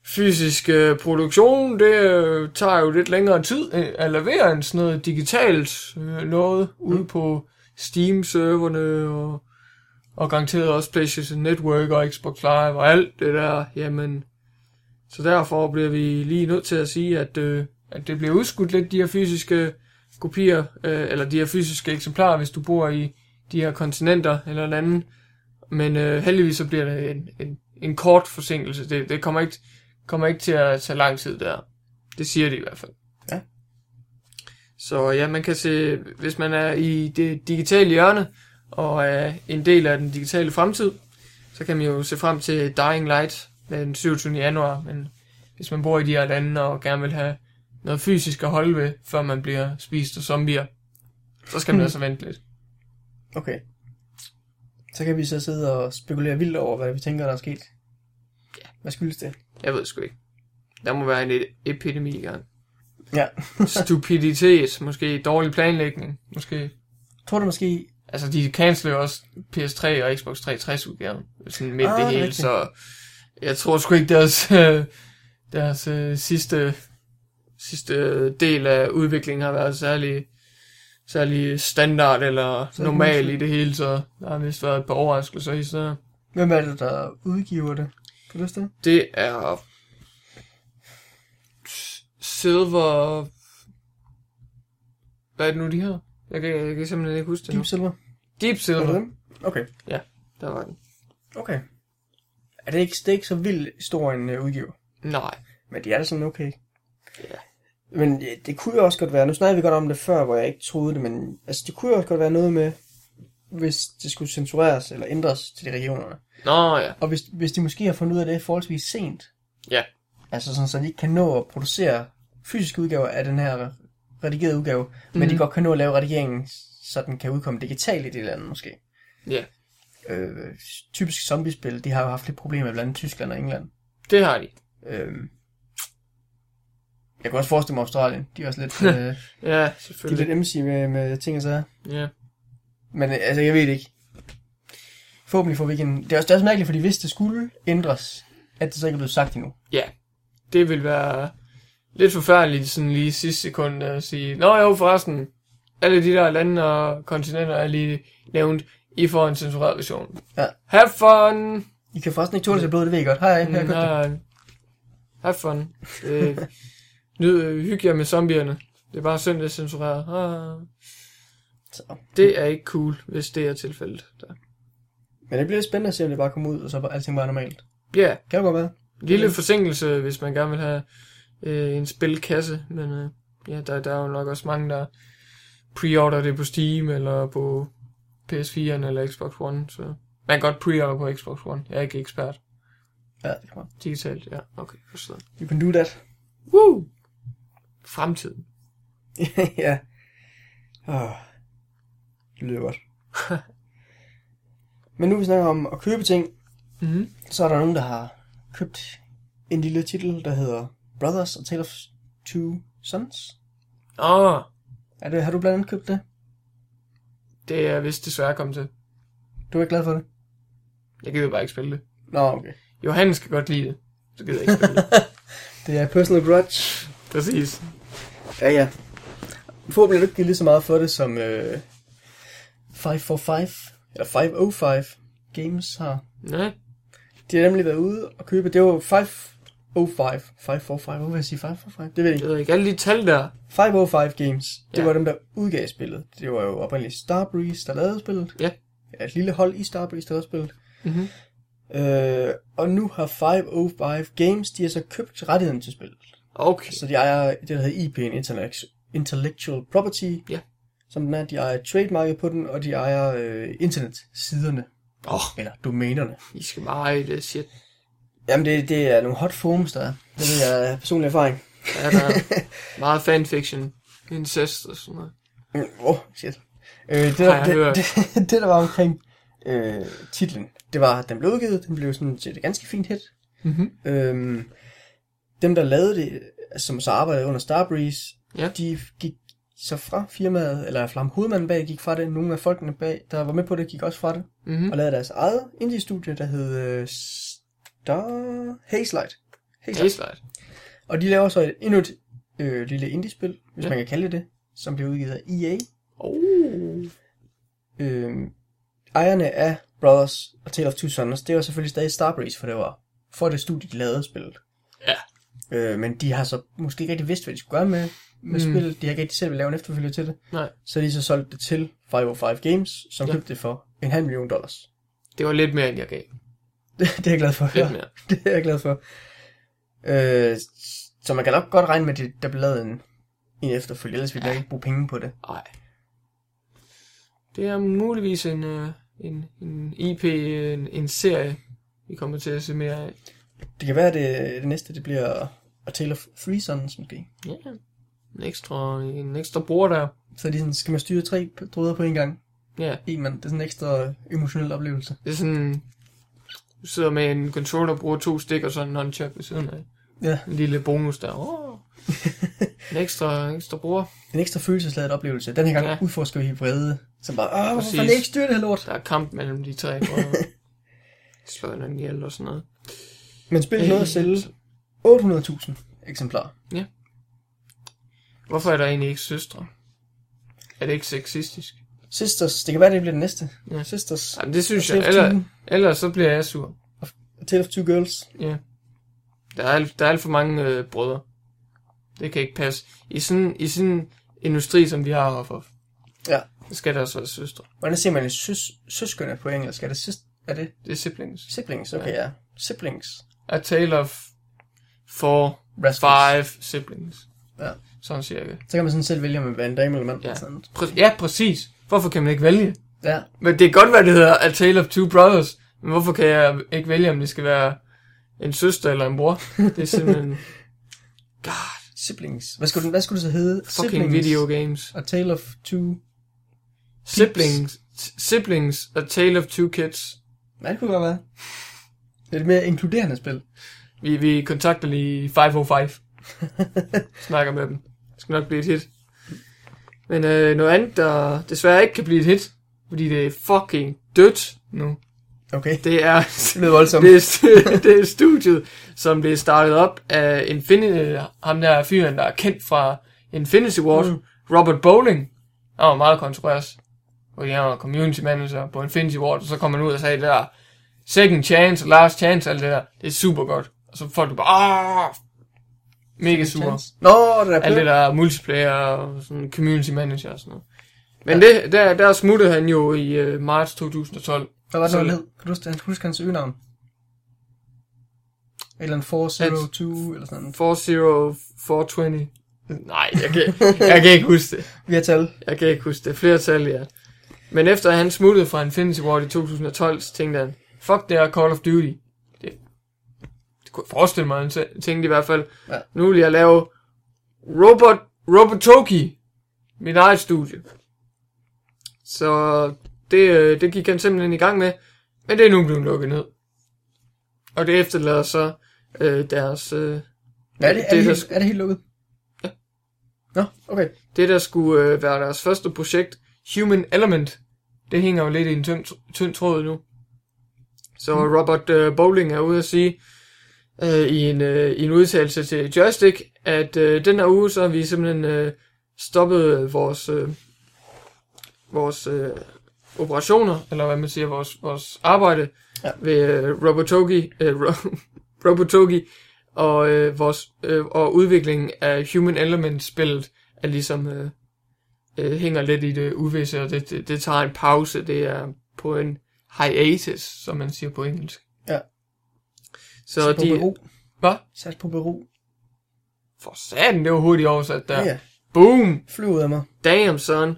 [SPEAKER 2] fysisk øh, produktion, det øh, tager jo lidt længere tid øh, at levere end sådan noget digitalt øh, noget ude på Steam-serverne og og garanteret også PlayStation Network og Xbox Live og alt det der, jamen... Så derfor bliver vi lige nødt til at sige, at, øh, at det bliver udskudt lidt, de her fysiske kopier, øh, eller de her fysiske eksemplarer, hvis du bor i de her kontinenter eller lande. Men øh, heldigvis så bliver det en, en, en kort forsinkelse. Det, det kommer, ikke, kommer ikke til at tage lang tid der. Det siger de i hvert fald.
[SPEAKER 1] Ja.
[SPEAKER 2] Så ja, man kan se, hvis man er i det digitale hjørne, og er en del af den digitale fremtid, så kan man jo se frem til Dying Light den 27. januar, men hvis man bor i de her lande og gerne vil have noget fysisk at holde ved, før man bliver spist af zombier, så skal man altså vente lidt.
[SPEAKER 1] Okay. Så kan vi så sidde og spekulere vildt over, hvad vi tænker, der er sket. Ja. Hvad skyldes det?
[SPEAKER 2] Jeg ved sgu ikke. Der må være en e- epidemi i gang.
[SPEAKER 1] Ja.
[SPEAKER 2] Stupiditet, måske dårlig planlægning, måske.
[SPEAKER 1] Tror du måske...
[SPEAKER 2] Altså, de canceler jo også PS3 og Xbox 360 udgaven, sådan midt i
[SPEAKER 1] Ah,
[SPEAKER 2] det
[SPEAKER 1] det er
[SPEAKER 2] hele,
[SPEAKER 1] rigtigt.
[SPEAKER 2] så jeg tror sgu ikke deres, øh, deres øh, sidste, sidste del af udviklingen har været særlig, særlig standard eller
[SPEAKER 1] Så er det
[SPEAKER 2] normal
[SPEAKER 1] måske-
[SPEAKER 2] i det hele, så der har vist været et par overraskelser i stedet.
[SPEAKER 1] Hvem er det, der udgiver det? Kan du huske det?
[SPEAKER 2] Det er s- Silver... Hvad er det nu, de hedder? Jeg kan, jeg kan simpelthen ikke huske det nu.
[SPEAKER 1] Deep Silver?
[SPEAKER 2] Deep
[SPEAKER 1] Var det
[SPEAKER 2] Silver.
[SPEAKER 1] dem? Okay.
[SPEAKER 2] Der var den.
[SPEAKER 1] Okay. Er det ikke, det er ikke så vildt stor en uh, udgiver?
[SPEAKER 2] Nej.
[SPEAKER 1] Men de er da sådan okay.
[SPEAKER 2] Ja.
[SPEAKER 1] Men ja, det kunne jo også godt være, nu snakkede vi godt om det før, hvor jeg ikke troede det, men altså, det kunne jo også godt være noget med, hvis det skulle censureres eller ændres til de regionerne.
[SPEAKER 2] Nå ja.
[SPEAKER 1] Og hvis, hvis de måske har fundet ud af det forholdsvis sent.
[SPEAKER 2] Ja.
[SPEAKER 1] Altså sådan, så de ikke kan nå at producere fysiske udgaver af den her redigerede udgave, mm. men de
[SPEAKER 2] Mhm.
[SPEAKER 1] godt kan nå at lave redigeringen, så den kan udkomme digitalt i det eller andet måske.
[SPEAKER 2] Ja.
[SPEAKER 1] Øh, typisk zombiespil, de har jo haft lidt problemer blandt andet Tyskland og England.
[SPEAKER 2] Det har de.
[SPEAKER 1] Øhm, jeg kan også forestille mig Australien. De er også lidt, øh, de
[SPEAKER 2] Ja,
[SPEAKER 1] er
[SPEAKER 2] selvfølgelig.
[SPEAKER 1] lidt MC med, med ting og sager.
[SPEAKER 2] Ja.
[SPEAKER 1] Men øh, altså, jeg ved det ikke. Forhåbentlig får vi ikke en... Det er også, det er også mærkeligt, fordi hvis det skulle ændres, at det så ikke er blevet sagt endnu.
[SPEAKER 2] Det vil være lidt forfærdeligt sådan lige i sidste sekund at sige, Nå jo, forresten, alle de der lande og kontinenter er lige nævnt, I får en censureret version.
[SPEAKER 1] Ja.
[SPEAKER 2] Have fun!
[SPEAKER 1] I kan forresten ikke tåle sig blod, det ved I godt. Hej,
[SPEAKER 2] Mm,
[SPEAKER 1] her er godt.
[SPEAKER 2] nej. Have fun. Øh, nyd, øh, hyg jer med zombierne. Det er bare synd, det er censureret. Ah.
[SPEAKER 1] Så.
[SPEAKER 2] Det er ikke cool, hvis det er tilfældet. Der.
[SPEAKER 1] Men det bliver lidt spændende at se, om det bare kommer ud, og så er alting bare normalt.
[SPEAKER 2] Ja,
[SPEAKER 1] Kan det godt være?
[SPEAKER 2] lille forsinkelse, hvis man gerne vil have øh, en spilkasse. Men øh, ja, der, der er jo nok også mange, der preorder det på Steam eller på PS4'en eller Xbox One. Så man kan godt preorder på Xbox One. Jeg er ikke ekspert.
[SPEAKER 1] Ja, det kan man.
[SPEAKER 2] Digitalt, ja. Okay, forstået.
[SPEAKER 1] You can do that.
[SPEAKER 2] Woo! Fremtiden.
[SPEAKER 1] ja. Oh, det lyder godt. Men nu vi snakker om at købe ting,
[SPEAKER 2] Mm-hmm.
[SPEAKER 1] så er der nogen, der har købt en lille titel, der hedder Brothers A Tale of Two Sons.
[SPEAKER 2] Åh, oh,
[SPEAKER 1] Er det, har du blandt andet købt det?
[SPEAKER 2] Det er vist desværre kommet til.
[SPEAKER 1] Du er ikke glad for det?
[SPEAKER 2] Jeg gider bare ikke spille det.
[SPEAKER 1] Nå, okay.
[SPEAKER 2] Johannes kan godt lide det. Så gider jeg ikke spille det.
[SPEAKER 1] Det er Personal Grudge.
[SPEAKER 2] Præcis.
[SPEAKER 1] Ja, ja. Forhåbentlig har du ikke givet lige så meget for det, som øh, 545, eller 505 Games har.
[SPEAKER 2] Nej.
[SPEAKER 1] De har nemlig været ude og købe, det var 505, 545, hvorfor vil jeg sige 545? Det ved jeg ikke.
[SPEAKER 2] Jeg ved ikke, alle de tal der.
[SPEAKER 1] 505 Games, det
[SPEAKER 2] Ja.
[SPEAKER 1] var dem, der udgav spillet. Det var jo oprindeligt Starbreeze, der lavede spillet.
[SPEAKER 2] Ja.
[SPEAKER 1] ja et lille hold i Starbreeze, der lavede spillet.
[SPEAKER 2] Mm-hmm.
[SPEAKER 1] Øh, og nu har 505 Games, de har så købt rettigheden til spillet.
[SPEAKER 2] Okay.
[SPEAKER 1] Så de ejer det, der hedder E IP'en, Intellect- Intellectual Property.
[SPEAKER 2] Ja.
[SPEAKER 1] Som den er, de ejer trademarket på den, og de ejer øh, internetsiderne,
[SPEAKER 2] Åh, oh,
[SPEAKER 1] eller domænerne.
[SPEAKER 2] I skal bare eje det shit.
[SPEAKER 1] Jamen, det, det er nogle hot forums, der er. Det ved jeg af personlig erfaring.
[SPEAKER 2] Der er der meget fanfiction. Incest og sådan noget.
[SPEAKER 1] Mm, Åh, oh, shit. Øh, det,
[SPEAKER 2] Har jeg
[SPEAKER 1] der,
[SPEAKER 2] hørt.
[SPEAKER 1] det, det, det, der var omkring øh, titlen, det var, at den blev udgivet, den blev sådan set et ganske fint hit.
[SPEAKER 2] Mm-hmm.
[SPEAKER 1] Øhm, dem, der lavede det, som så arbejdede under Starbreeze,
[SPEAKER 2] Ja.
[SPEAKER 1] de gik så fra firmaet, eller fra hovedmanden bag gik fra det, nogle af folkene bag, der var med på det, gik også fra det,
[SPEAKER 2] Mm-hmm.
[SPEAKER 1] og lavede deres eget indie-studie, der hed øh, Star... Hazelight. Hazelight.
[SPEAKER 2] Hayslide.
[SPEAKER 1] Og de laver så et, endnu et øh, lille indie-spil, hvis ja.
[SPEAKER 2] Ja.
[SPEAKER 1] man kan kalde det det, som blev udgivet af E EA.
[SPEAKER 2] Oh.
[SPEAKER 1] Øh, ejerne af Brothers og Tale of Two Sons, det var selvfølgelig stadig Starbreeze, for det var for det studie, de lavede spillet.
[SPEAKER 2] Ja.
[SPEAKER 1] Øh, men de har så måske ikke rigtig vidst, hvad de skulle gøre med, med
[SPEAKER 2] Mm.
[SPEAKER 1] mm. spillet. De har ikke rigtig selv ville lave en efterfølger til det.
[SPEAKER 2] Nej.
[SPEAKER 1] Så de så solgte det til 505 Games, som
[SPEAKER 2] Ja.
[SPEAKER 1] ja. købte det for en halv million dollars.
[SPEAKER 2] Det var lidt mere, end jeg gav.
[SPEAKER 1] Det, det er jeg glad for at
[SPEAKER 2] Lidt
[SPEAKER 1] høre.
[SPEAKER 2] mere.
[SPEAKER 1] Det er jeg glad for. Øh, så man kan nok godt regne med, at de- der blev lavet en, en efterfølge, ellers ville jeg ikke bruge penge på det.
[SPEAKER 2] Nej. Det er muligvis en, øh, en, en IP, øh, en, en serie, vi kommer til at se mere af.
[SPEAKER 1] Det kan være, at det, det næste det bliver A Tale of Three Sons måske.
[SPEAKER 2] Ja. En ekstra, en ekstra bror der.
[SPEAKER 1] Så er det sådan, skal man styre tre druider på en gang?
[SPEAKER 2] Ja.
[SPEAKER 1] En mand. Det er sådan en ekstra emotionel oplevelse.
[SPEAKER 2] Det er sådan, du sidder med en controller og bruger to stik og sådan en nunchuck ved siden af.
[SPEAKER 1] Ja.
[SPEAKER 2] En lille bonus der. Oh. en ekstra, en ekstra bror.
[SPEAKER 1] Den ekstra følelsesladet oplevelse. Den her gang
[SPEAKER 2] Ja.
[SPEAKER 1] ja. udforsker vi vrede. Som bare, åh, hvorfor
[SPEAKER 2] Præcis.
[SPEAKER 1] kan jeg ikke styre det her lort?
[SPEAKER 2] Der er kamp mellem de tre brødre. Slår hinanden ihjel og sådan noget.
[SPEAKER 1] Men spillet nåede at sælge 800.000 eksemplarer.
[SPEAKER 2] Hvorfor er der egentlig ikke søstre? Er det ikke sexistisk?
[SPEAKER 1] Sisters, det kan være, det bliver det næste.
[SPEAKER 2] Ja.
[SPEAKER 1] Ja. Sisters,
[SPEAKER 2] Jamen, det synes
[SPEAKER 1] A Tale
[SPEAKER 2] jeg.
[SPEAKER 1] of
[SPEAKER 2] Eller,
[SPEAKER 1] Two-
[SPEAKER 2] ellers så bliver jeg sur.
[SPEAKER 1] A Tale of Two Girls.
[SPEAKER 2] Ja. Der er, alt- der er alt for mange øh, brødre. Det kan ikke passe. I sådan, I sådan en industri, som vi har herfor,
[SPEAKER 1] Ja.
[SPEAKER 2] så skal der også være søstre.
[SPEAKER 1] Hvordan siger man søs, søskende på engelsk? Er det, sis, er det
[SPEAKER 2] Det er siblings.
[SPEAKER 1] siblings? Okay, ja. Siblings.
[SPEAKER 2] A tale of four,
[SPEAKER 1] Rascals.
[SPEAKER 2] five siblings.
[SPEAKER 1] Ja.
[SPEAKER 2] Sådan cirka.
[SPEAKER 1] Så kan man sådan selv vælge, om man vil være en dame eller mand.
[SPEAKER 2] Ja.
[SPEAKER 1] Ja. Sådan.
[SPEAKER 2] Præ- ja, præcis. Hvorfor kan man ikke vælge?
[SPEAKER 1] ja.
[SPEAKER 2] Men det kan godt være, det hedder A Tale of Two Brothers. Men hvorfor kan jeg ikke vælge, om det skal være en søster eller en bror? Det er simpelthen
[SPEAKER 1] Siblings. Hvad skulle, den, hvad skulle det så hedde?
[SPEAKER 2] fucking video games.
[SPEAKER 1] A Tale of Two...
[SPEAKER 2] Siblings. Siblings. A Tale of Two Kids.
[SPEAKER 1] Ja, det kunne godt være. Det er et mere inkluderende spil.
[SPEAKER 2] Vi, vi kontakter lige 505. Snakker med dem. Det skal nok blive et hit. Men øh, noget andet, der desværre ikke kan blive et hit, fordi det er fucking dødt nu,
[SPEAKER 1] Okay.
[SPEAKER 2] det er,
[SPEAKER 1] Det lyder voldsomt.
[SPEAKER 2] det, er, stu- det er studiet, som blev startet op af Infinity, ham der fyren, der er kendt fra Infinity Ward, mm.
[SPEAKER 1] Mm.
[SPEAKER 2] Robert Bowling. Han var meget kontrovers, fordi han var community manager på Infinity Ward, og så kom han ud og sagde det der, second chance, last chance, alt det der, det er super godt. Og så folk bare, Aah! mega super.
[SPEAKER 1] Nå, det er
[SPEAKER 2] Alt det
[SPEAKER 1] blevet...
[SPEAKER 2] der multiplayer og sådan community manager og sådan noget. Men det, der, der smuttede han jo i øh, marts 2012.
[SPEAKER 1] Hvad var det,
[SPEAKER 2] Så-
[SPEAKER 1] han hed? Kan du huske, han- huske hans øgenavn? Et eller andet 402 eller sådan noget.
[SPEAKER 2] 40420. Nej, jeg kan, jeg kan ikke huske det.
[SPEAKER 1] Vi har tal.
[SPEAKER 2] Jeg kan ikke huske det. Flertal, ja. Men efter han smuttede fra Infinity Ward i 2012, så tænkte han, fuck det er Call of Duty. Det, det kunne jeg forestille mig, han tæ- tænkte i hvert fald.
[SPEAKER 1] Ja.
[SPEAKER 2] Nu vil jeg lave Robot, Robotoki, min eget studie. Så det, øh, det gik han simpelthen i gang med, men det er nu blevet lukket ned. Og det efterlader så øh, deres... Øh,
[SPEAKER 1] Ja, er, det, er,
[SPEAKER 2] Det er
[SPEAKER 1] det,
[SPEAKER 2] der
[SPEAKER 1] helt, er det helt lukket? Ja. Nå, okay.
[SPEAKER 2] Det, der skulle øh, være deres første projekt, Human Element, det hænger jo lidt i en tynd, tynd tråd nu. Så Robert øh, Bowling er ude at sige øh, i, en, øh, i en udtalelse til Joystick, at øh, den her uge, så har vi simpelthen øh, stoppet øh, vores, øh, vores øh, operationer, eller hvad man siger, vores, vores arbejde ja.
[SPEAKER 1] Ja.
[SPEAKER 2] ved øh, Robotogi, øh, Ro- Robotogi og, øh, vores, øh, og udviklingen af Human Element-spillet er ligesom øh, øh, hænger lidt i det uvisse, og det, det, det tager en pause. Det er på en hiatus, som man siger på engelsk.
[SPEAKER 1] Ja.
[SPEAKER 2] Så,
[SPEAKER 1] Sat på
[SPEAKER 2] de...
[SPEAKER 1] Bero.
[SPEAKER 2] Hvad?
[SPEAKER 1] Sat på Bero.
[SPEAKER 2] For satan, det var hurtigt oversat der.
[SPEAKER 1] Ja.
[SPEAKER 2] Yeah.
[SPEAKER 1] ja.
[SPEAKER 2] Boom!
[SPEAKER 1] Flyv ud af mig.
[SPEAKER 2] Damn, son.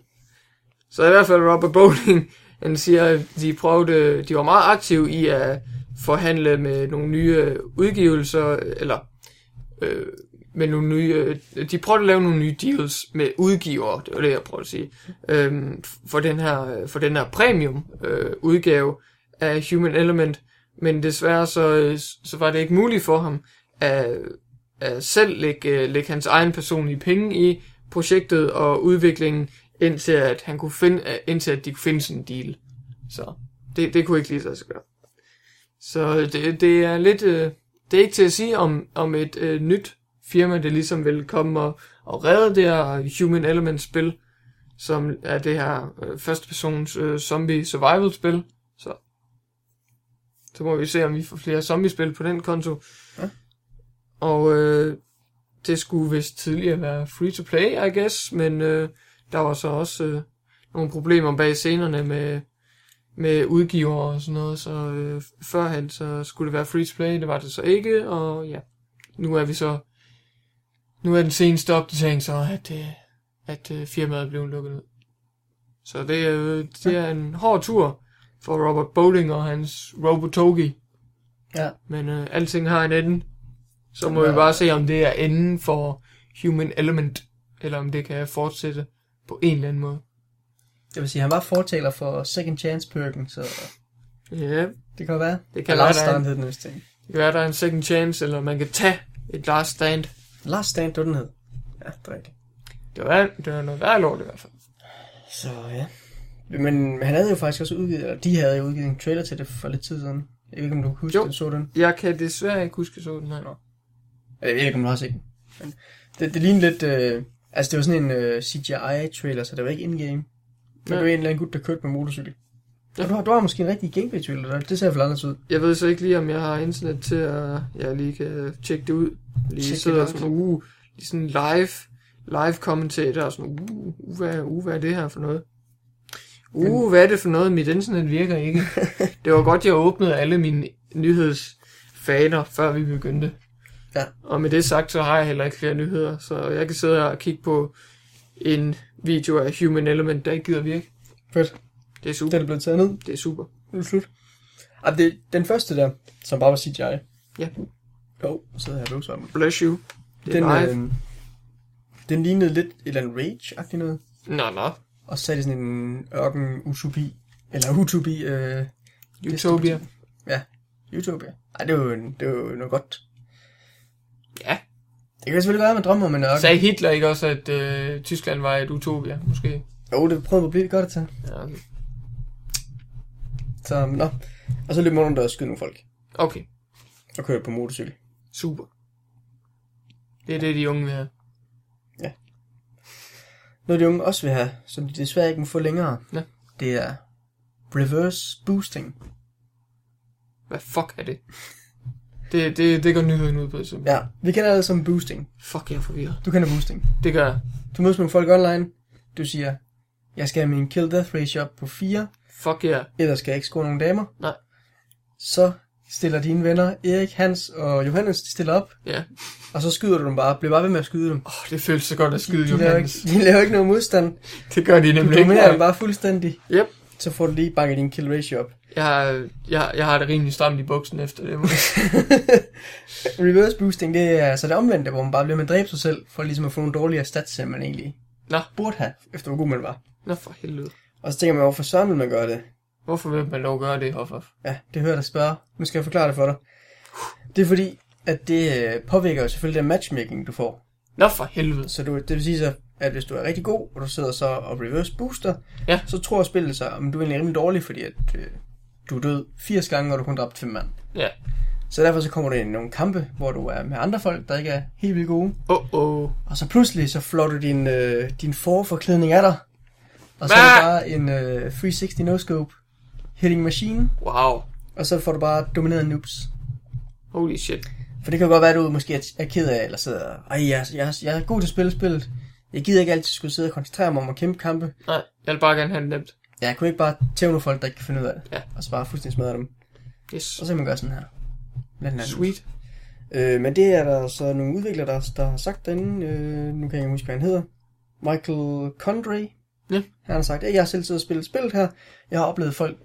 [SPEAKER 2] Så i hvert fald Robert Bowling, han siger, at de, prøvede, de var meget aktive i at forhandle med nogle nye øh, udgivelser, eller øh, med nogle nye, øh, de prøvede at lave nogle nye deals med udgivere, det var det, jeg prøvede at sige, øh, for, den her, øh, for den her premium øh, udgave af Human Element, men desværre så, øh, så var det ikke muligt for ham at, at selv lægge, øh, lægge hans egen personlige penge i, projektet og udviklingen, indtil at, han kunne finde, øh, indtil at de kunne finde sådan en deal. Så det, det kunne ikke lige lade sig gøre. Så det, det er lidt, øh, det er ikke til at sige om, om et øh, nyt firma, det ligesom vil komme og, og redde det her Human Element spil, som er det her øh, førstepersons øh, zombie survival spil. Så, så må vi se, om vi får flere zombie spil på den konto.
[SPEAKER 1] Ja.
[SPEAKER 2] Og øh, det skulle vist tidligere være free to play, I guess, men øh, der var så også øh, nogle problemer bag scenerne med, med udgiver og sådan noget, så øh, førhen så skulle det være free to play, det var det så ikke, og ja, nu er vi så Nu er den seneste opdatering så, at, øh, at øh, firmaet blev lukket ned. Så det, øh, det er en hård tur for Robert Bowling og hans Robotogi.
[SPEAKER 1] Ja.
[SPEAKER 2] Men øh, alting har en ende. Så må
[SPEAKER 1] Ja.
[SPEAKER 2] vi bare se, om det er enden for Human Element, eller om det kan fortsætte på en eller anden måde.
[SPEAKER 1] Jeg vil sige, han var fortaler for Second Chance Perken, så
[SPEAKER 2] Ja,
[SPEAKER 1] det kan være.
[SPEAKER 2] det
[SPEAKER 1] Kan
[SPEAKER 2] kan være,
[SPEAKER 1] Last
[SPEAKER 2] der er
[SPEAKER 1] Stand
[SPEAKER 2] en,
[SPEAKER 1] hed den vist ting.
[SPEAKER 2] det kan være, der er en second chance, eller man kan tage et last stand.
[SPEAKER 1] Last Stand, det var den hed. Ja, det er rigtigt.
[SPEAKER 2] Det var, det var noget værre lort i hvert fald.
[SPEAKER 1] Så ja. Men han havde jo faktisk også udgivet, eller de havde jo udgivet en trailer til det for lidt tid siden. Jeg ved ikke, om du kan huske
[SPEAKER 2] Jo.
[SPEAKER 1] den, så den.
[SPEAKER 2] Jeg kan desværre ikke huske, så den her.
[SPEAKER 1] Nå. Jeg ved ikke, om du har set den. Men det, det lignede lidt... Øh, altså, det var sådan en øh, CGI-trailer, så det var ikke in-game. Men
[SPEAKER 2] Ja.
[SPEAKER 1] det var en eller anden gut, der kørte med motorcykel. Ja.
[SPEAKER 2] Ja.
[SPEAKER 1] Og du har, du har måske en rigtig gameplay-trailer, der. det ser i hvert fald anderledes ud.
[SPEAKER 2] Jeg ved så ikke lige, om jeg har internet til, at jeg lige kan tjekke det ud. Lige
[SPEAKER 1] Tjek
[SPEAKER 2] Check
[SPEAKER 1] det
[SPEAKER 2] sidder
[SPEAKER 1] ud.
[SPEAKER 2] sådan, uh, lige sådan live, live kommentator og sådan, uh, uh, hvad, uh, hvad er det her for noget? Uh, hvad er det for noget? Mit internet virker ikke. det var godt, jeg åbnede alle mine nyhedsfaner, før vi begyndte.
[SPEAKER 1] Ja.
[SPEAKER 2] Og med det sagt, så har jeg heller ikke flere nyheder, så jeg kan sidde her og kigge på en video af Human Element, der ikke gider virke.
[SPEAKER 1] Fedt.
[SPEAKER 2] Det er super.
[SPEAKER 1] Den er blevet taget ned.
[SPEAKER 2] Det er super.
[SPEAKER 1] Nu er det slut. Ah, det, den første der, som bare var CGI.
[SPEAKER 2] Ja.
[SPEAKER 1] Jo, så sidder jeg og løser den.
[SPEAKER 2] Bless you. Det er
[SPEAKER 1] Den,
[SPEAKER 2] live.
[SPEAKER 1] øh, den lignede lidt et eller andet Rage-agtigt noget.
[SPEAKER 2] Nå, nå.
[SPEAKER 1] Og så er det sådan en ørken-utopi. Eller utopi, øh,
[SPEAKER 2] Utopia.
[SPEAKER 1] Utopia. Ej, det er jo, en- det er jo noget godt.
[SPEAKER 2] Ja.
[SPEAKER 1] Det kan selvfølgelig være, at man drømmer om en ørken.
[SPEAKER 2] Sagde Hitler ikke også, at øh, Tyskland var et utopia, måske?
[SPEAKER 1] Jo, det prøvede at blive det godt til.
[SPEAKER 2] Ja, okay.
[SPEAKER 1] Så, nå. Og så løb man rundt og skød nogle folk.
[SPEAKER 2] okay,
[SPEAKER 1] Og kørte på motorcykel.
[SPEAKER 2] super. Det er det, de unge vil have.
[SPEAKER 1] Noget de unge også vil have, som de desværre ikke må få længere.
[SPEAKER 2] Ja.
[SPEAKER 1] Det er reverse boosting.
[SPEAKER 2] Hvad fuck er det? Det, det, det går nyheden ud på, så.
[SPEAKER 1] Ja, vi kender det som boosting.
[SPEAKER 2] Fuck, jeg er forvirret.
[SPEAKER 1] Du kender boosting.
[SPEAKER 2] Det gør jeg.
[SPEAKER 1] Du mødes med folk online. Du siger, jeg skal have min kill-death ratio op på 4.
[SPEAKER 2] Fuck yeah.
[SPEAKER 1] Ellers skal jeg ikke score nogen damer.
[SPEAKER 2] Nej.
[SPEAKER 1] Så stiller dine venner Erik, Hans og Johannes, de stiller op.
[SPEAKER 2] Ja.
[SPEAKER 1] Og så skyder du dem bare. Bliv bare ved med at skyde dem.
[SPEAKER 2] Åh, oh, det føles så godt at skyde
[SPEAKER 1] De laver, ikke,
[SPEAKER 2] Johannes.
[SPEAKER 1] de laver ikke noget modstand.
[SPEAKER 2] Det gør de
[SPEAKER 1] Du
[SPEAKER 2] nemlig
[SPEAKER 1] dominerer dem
[SPEAKER 2] ikke.
[SPEAKER 1] bare fuldstændig.
[SPEAKER 2] Yep.
[SPEAKER 1] Så får du lige banket din kill ratio op.
[SPEAKER 2] Jeg, har- jeg, jeg har det rimelig stramt i buksen efter det. må jeg sige.
[SPEAKER 1] Reverse boosting, det er altså det omvendte, hvor man bare bliver med at dræbe sig selv, for ligesom at få nogle dårligere stats, end man egentlig
[SPEAKER 2] Nå.
[SPEAKER 1] burde have, efter hvor god man var.
[SPEAKER 2] Nå, for helvede.
[SPEAKER 1] Og så tænker man, hvorfor søren vil man gøre det?
[SPEAKER 2] Hvorfor vil man dog gøre det, Hoffer?
[SPEAKER 1] Ja, det hører jeg dig spørge. Nu skal jeg forklare det for dig. Det er fordi, at det øh, påvirker jo selvfølgelig den matchmaking, du får.
[SPEAKER 2] Nå, for helvede.
[SPEAKER 1] Så du, det vil sige så, at hvis du er rigtig god, og du sidder så og reverse booster,
[SPEAKER 2] Ja.
[SPEAKER 1] så tror spillet sig, om du er egentlig rimelig dårlig, fordi at, øh, du er død 80 gange, og du kun dræbt 5 mand.
[SPEAKER 2] Ja.
[SPEAKER 1] Så derfor så kommer du ind i nogle kampe, hvor du er med andre folk, der ikke er helt vildt gode.
[SPEAKER 2] Åh, oh, åh. Oh.
[SPEAKER 1] Og så pludselig så flår du din, øh, din forforklædning af dig. Og så er
[SPEAKER 2] Hva?
[SPEAKER 1] det bare en øh, 360 no-scope hitting machine.
[SPEAKER 2] Wow.
[SPEAKER 1] Og så får du bare domineret noobs.
[SPEAKER 2] Holy shit.
[SPEAKER 1] For det kan jo godt være, at du måske er- er ked af, eller sidder, ej, jeg, jeg, jeg er god til at spille spillet. Jeg gider ikke altid skulle sidde og koncentrere mig om at kæmpe kampe.
[SPEAKER 2] Nej, jeg vil bare gerne have det nemt.
[SPEAKER 1] Jeg kunne ikke bare tæve nogle folk, der ikke kan finde ud af det.
[SPEAKER 2] Ja.
[SPEAKER 1] Og så bare fuldstændig smadre dem.
[SPEAKER 2] Yes.
[SPEAKER 1] Og så kan man gøre sådan her. Lad den anden.
[SPEAKER 2] Sweet.
[SPEAKER 1] Øh, men det er der så nogle udviklere, der, der har sagt derinde, øh, nu kan jeg ikke huske, hvad han hedder, Michael Condrey.
[SPEAKER 2] Ja.
[SPEAKER 1] Han har sagt, at jeg har selv siddet og spillet spillet her. Jeg har oplevet folk,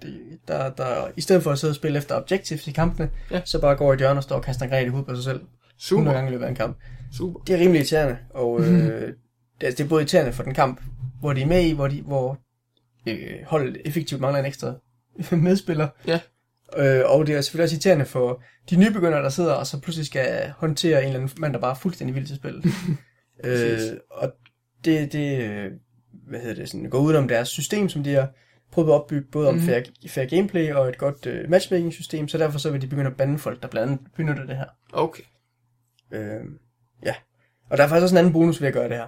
[SPEAKER 1] der, der i stedet for at sidde og spille efter objectives i kampene,
[SPEAKER 2] Ja.
[SPEAKER 1] så bare går i et hjørne og står og kaster en gren i hovedet på sig selv. 100
[SPEAKER 2] Super.
[SPEAKER 1] gange i løbet af en kamp.
[SPEAKER 2] Super.
[SPEAKER 1] Det er rimelig irriterende, og øh,
[SPEAKER 2] Mhm.
[SPEAKER 1] det, altså, det er både irriterende for den kamp, hvor de er med i, hvor, de, hvor øh, holdet effektivt mangler en ekstra medspiller.
[SPEAKER 2] Ja.
[SPEAKER 1] Øh, og det er selvfølgelig også irriterende for de nybegyndere, der sidder og så pludselig skal håndtere en eller anden mand, der bare er fuldstændig vild til spillet. øh,
[SPEAKER 2] Præcis.
[SPEAKER 1] og det, det øh, hvad hedder det, sådan, går udenom deres system, som de har prøvet at opbygge, både om
[SPEAKER 2] Mhm.
[SPEAKER 1] fair, fair gameplay og et godt øh, matchmaking-system, så derfor så vil de begynde at bande folk, der blandt andet benytter det her.
[SPEAKER 2] Okay.
[SPEAKER 1] Øh, ja. Og der er faktisk også en anden bonus ved at gøre det her,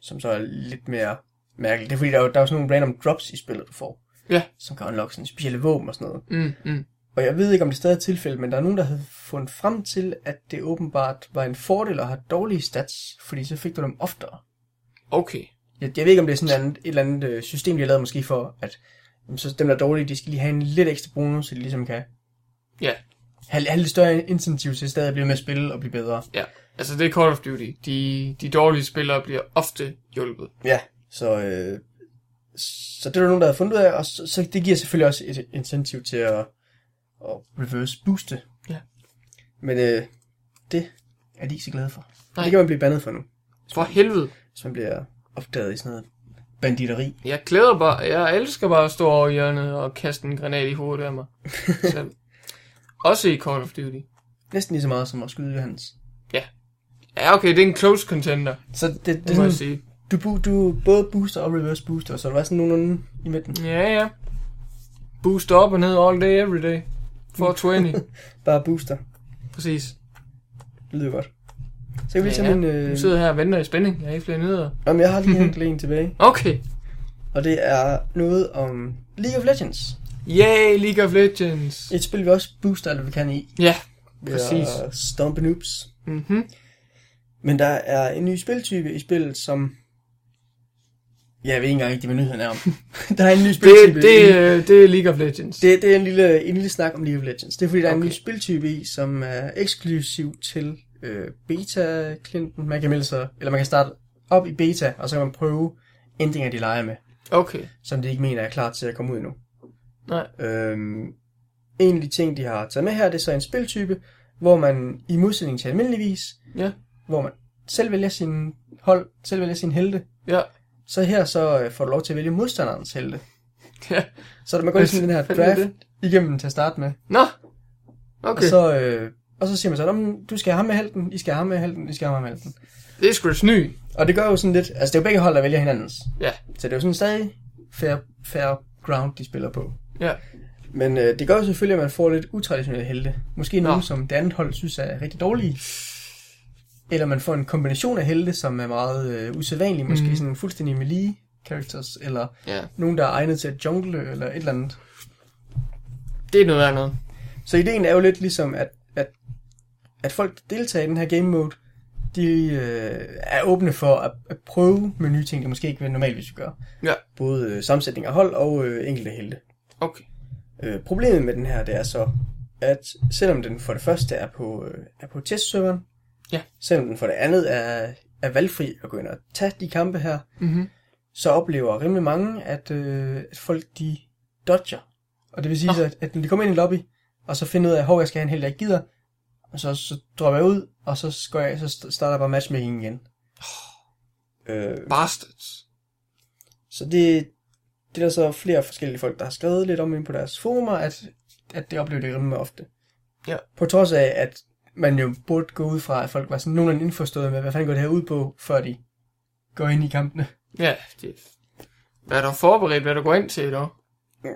[SPEAKER 1] som så er lidt mere mærkeligt. Det er fordi, der er, jo- der er jo sådan nogle random drops i spillet, du får.
[SPEAKER 2] Ja.
[SPEAKER 1] Som kan unlock sådan specielle våben og sådan noget.
[SPEAKER 2] Mm, mm.
[SPEAKER 1] Og jeg ved ikke, om det stadig er tilfældet, men der er nogen, der havde fundet frem til, at det åbenbart var en fordel at have dårlige stats, fordi så fik du dem oftere.
[SPEAKER 2] Okay.
[SPEAKER 1] Jeg, jeg ved ikke, om det er sådan et andet, et eller andet øh, system, de har lavet måske for, at jamen, så dem, der er dårlige, de skal lige have en lidt ekstra bonus, så de ligesom kan
[SPEAKER 2] Ja.
[SPEAKER 1] have, have lidt større incentiv til stadig at blive med at spille og blive bedre.
[SPEAKER 2] Ja, altså det er Call of Duty. De, de dårlige spillere bliver ofte hjulpet.
[SPEAKER 1] Ja, så, øh, så det er der nogen, der har fundet ud af, og så, så det giver selvfølgelig også et incentiv til at, at reverse booste.
[SPEAKER 2] Ja.
[SPEAKER 1] Men øh, det er de ikke så glade for.
[SPEAKER 2] Nej.
[SPEAKER 1] Det kan man blive bandet for nu,
[SPEAKER 2] For helvede.
[SPEAKER 1] hvis man bliver opdaget i sådan noget banditteri.
[SPEAKER 2] Jeg klæder bare, jeg elsker bare at stå over i hjørnet og kaste en granat i hovedet af mig. Selv. Også i Call of Duty.
[SPEAKER 1] Næsten lige så meget som at skyde Johannes.
[SPEAKER 2] Ja, okay, det er en close contender,
[SPEAKER 1] Så det, det,
[SPEAKER 2] det må
[SPEAKER 1] er sådan,
[SPEAKER 2] jeg sige.
[SPEAKER 1] du, bu- du både booster og reverse booster, så du er sådan nogenlunde i midten.
[SPEAKER 2] Ja, ja. Boost op og ned all day, every day. 420.
[SPEAKER 1] Bare booster.
[SPEAKER 2] Præcis.
[SPEAKER 1] Det lyder godt. Så kan vi lige
[SPEAKER 2] Ja,
[SPEAKER 1] tage min... Øh...
[SPEAKER 2] Du sidder her og venter i spænding. Jeg har ikke flere nyheder.
[SPEAKER 1] Jamen, jeg har lige en en tilbage.
[SPEAKER 2] Okay.
[SPEAKER 1] Og det er noget om League of Legends.
[SPEAKER 2] Yay, League of Legends.
[SPEAKER 1] Et spil, vi også booster alt, hvad vi kan i.
[SPEAKER 2] Ja,
[SPEAKER 1] ved
[SPEAKER 2] præcis.
[SPEAKER 1] At stompe noobs.
[SPEAKER 2] Mhm.
[SPEAKER 1] Men der er en ny spiltype i spillet, som... Jeg ved ikke engang rigtig, hvad nyheden er om. der er en ny
[SPEAKER 2] Det,
[SPEAKER 1] spiltype.
[SPEAKER 2] det, øh, det er League of Legends.
[SPEAKER 1] det, det er en lille, en lille snak om League of Legends. Det er fordi, der er en
[SPEAKER 2] Okay.
[SPEAKER 1] ny spiltype i, som er eksklusiv til øh, beta-klienten. Man kan melde sig, eller man kan starte op i beta, og så kan man prøve ændringer, de leger med,
[SPEAKER 2] Okay.
[SPEAKER 1] som de ikke mener er klar til at komme ud endnu.
[SPEAKER 2] Nej.
[SPEAKER 1] Øhm, en af de ting, de har taget med her, det er så en spiltype, hvor man i modsætning til almindeligvis,
[SPEAKER 2] Ja.
[SPEAKER 1] hvor man selv vælger sin hold, selv vælger sin helte,
[SPEAKER 2] Ja.
[SPEAKER 1] så her så øh, får du lov til at vælge modstanderens helte.
[SPEAKER 2] Ja.
[SPEAKER 1] Så man går
[SPEAKER 2] Hvad
[SPEAKER 1] ligesom den her
[SPEAKER 2] fanden er
[SPEAKER 1] draft
[SPEAKER 2] det?
[SPEAKER 1] igennem til at starte med,
[SPEAKER 2] Nå.
[SPEAKER 1] og
[SPEAKER 2] Okay.
[SPEAKER 1] så, øh, og så siger man så, "Nå, men du skal have ham med helten, I skal have ham med helten, I skal have ham med helten.
[SPEAKER 2] Det er sgu da sny.
[SPEAKER 1] Og det gør jo sådan lidt, altså det er jo begge hold, der vælger hinandens.
[SPEAKER 2] Ja.
[SPEAKER 1] Så det er jo sådan stadig fair, fair ground, de spiller på.
[SPEAKER 2] Ja.
[SPEAKER 1] Men øh, det gør jo selvfølgelig, at man får lidt utraditionelle helte. Måske
[SPEAKER 2] Nå.
[SPEAKER 1] nogen, som det andet hold synes er rigtig dårlige. Eller man får en kombination af helte, som er meget øh, usædvanlig. Måske
[SPEAKER 2] Mhm.
[SPEAKER 1] mm. sådan fuldstændig melee characters, eller
[SPEAKER 2] Ja.
[SPEAKER 1] nogen, der er egnet til at jungle, eller et eller andet.
[SPEAKER 2] Det er noget af noget.
[SPEAKER 1] Så ideen er jo lidt ligesom, at, at, at folk, der deltager i den her game mode, de øh, er åbne for at, at prøve med nye ting, der måske ikke vil normalvis gøre.
[SPEAKER 2] Ja.
[SPEAKER 1] Både øh, sammensætning af hold og øh, enkelte helte.
[SPEAKER 2] Okay.
[SPEAKER 1] Øh, problemet med den her, det er så, at selvom den for det første er på, øh, er på testserveren,
[SPEAKER 2] Ja.
[SPEAKER 1] selvom den for det andet er, er valgfri at gå ind og tage de kampe her,
[SPEAKER 2] Mhm.
[SPEAKER 1] så oplever rimelig mange, at, øh, at folk de dodger. Og det vil sige,
[SPEAKER 2] Nå.
[SPEAKER 1] så, at, at når de kommer ind i lobby, og så finder ud af, hvor jeg skal have en held, jeg ikke gider, og så, så dropper jeg ud, og så, går jeg, så st- starter jeg bare matchmaking igen. Øh,
[SPEAKER 2] Bastards.
[SPEAKER 1] så det, det er der så flere forskellige folk, der har skrevet lidt om ind på deres forumer, at, at det oplever det rimelig ofte.
[SPEAKER 2] Ja.
[SPEAKER 1] På trods af, at man jo burde gå ud fra, at folk var sådan nogenlunde indforstået med, hvad fanden går det her ud på, før de går ind i kampene.
[SPEAKER 2] Ja, det... Hvad er der forberedt, hvad du går ind til dog?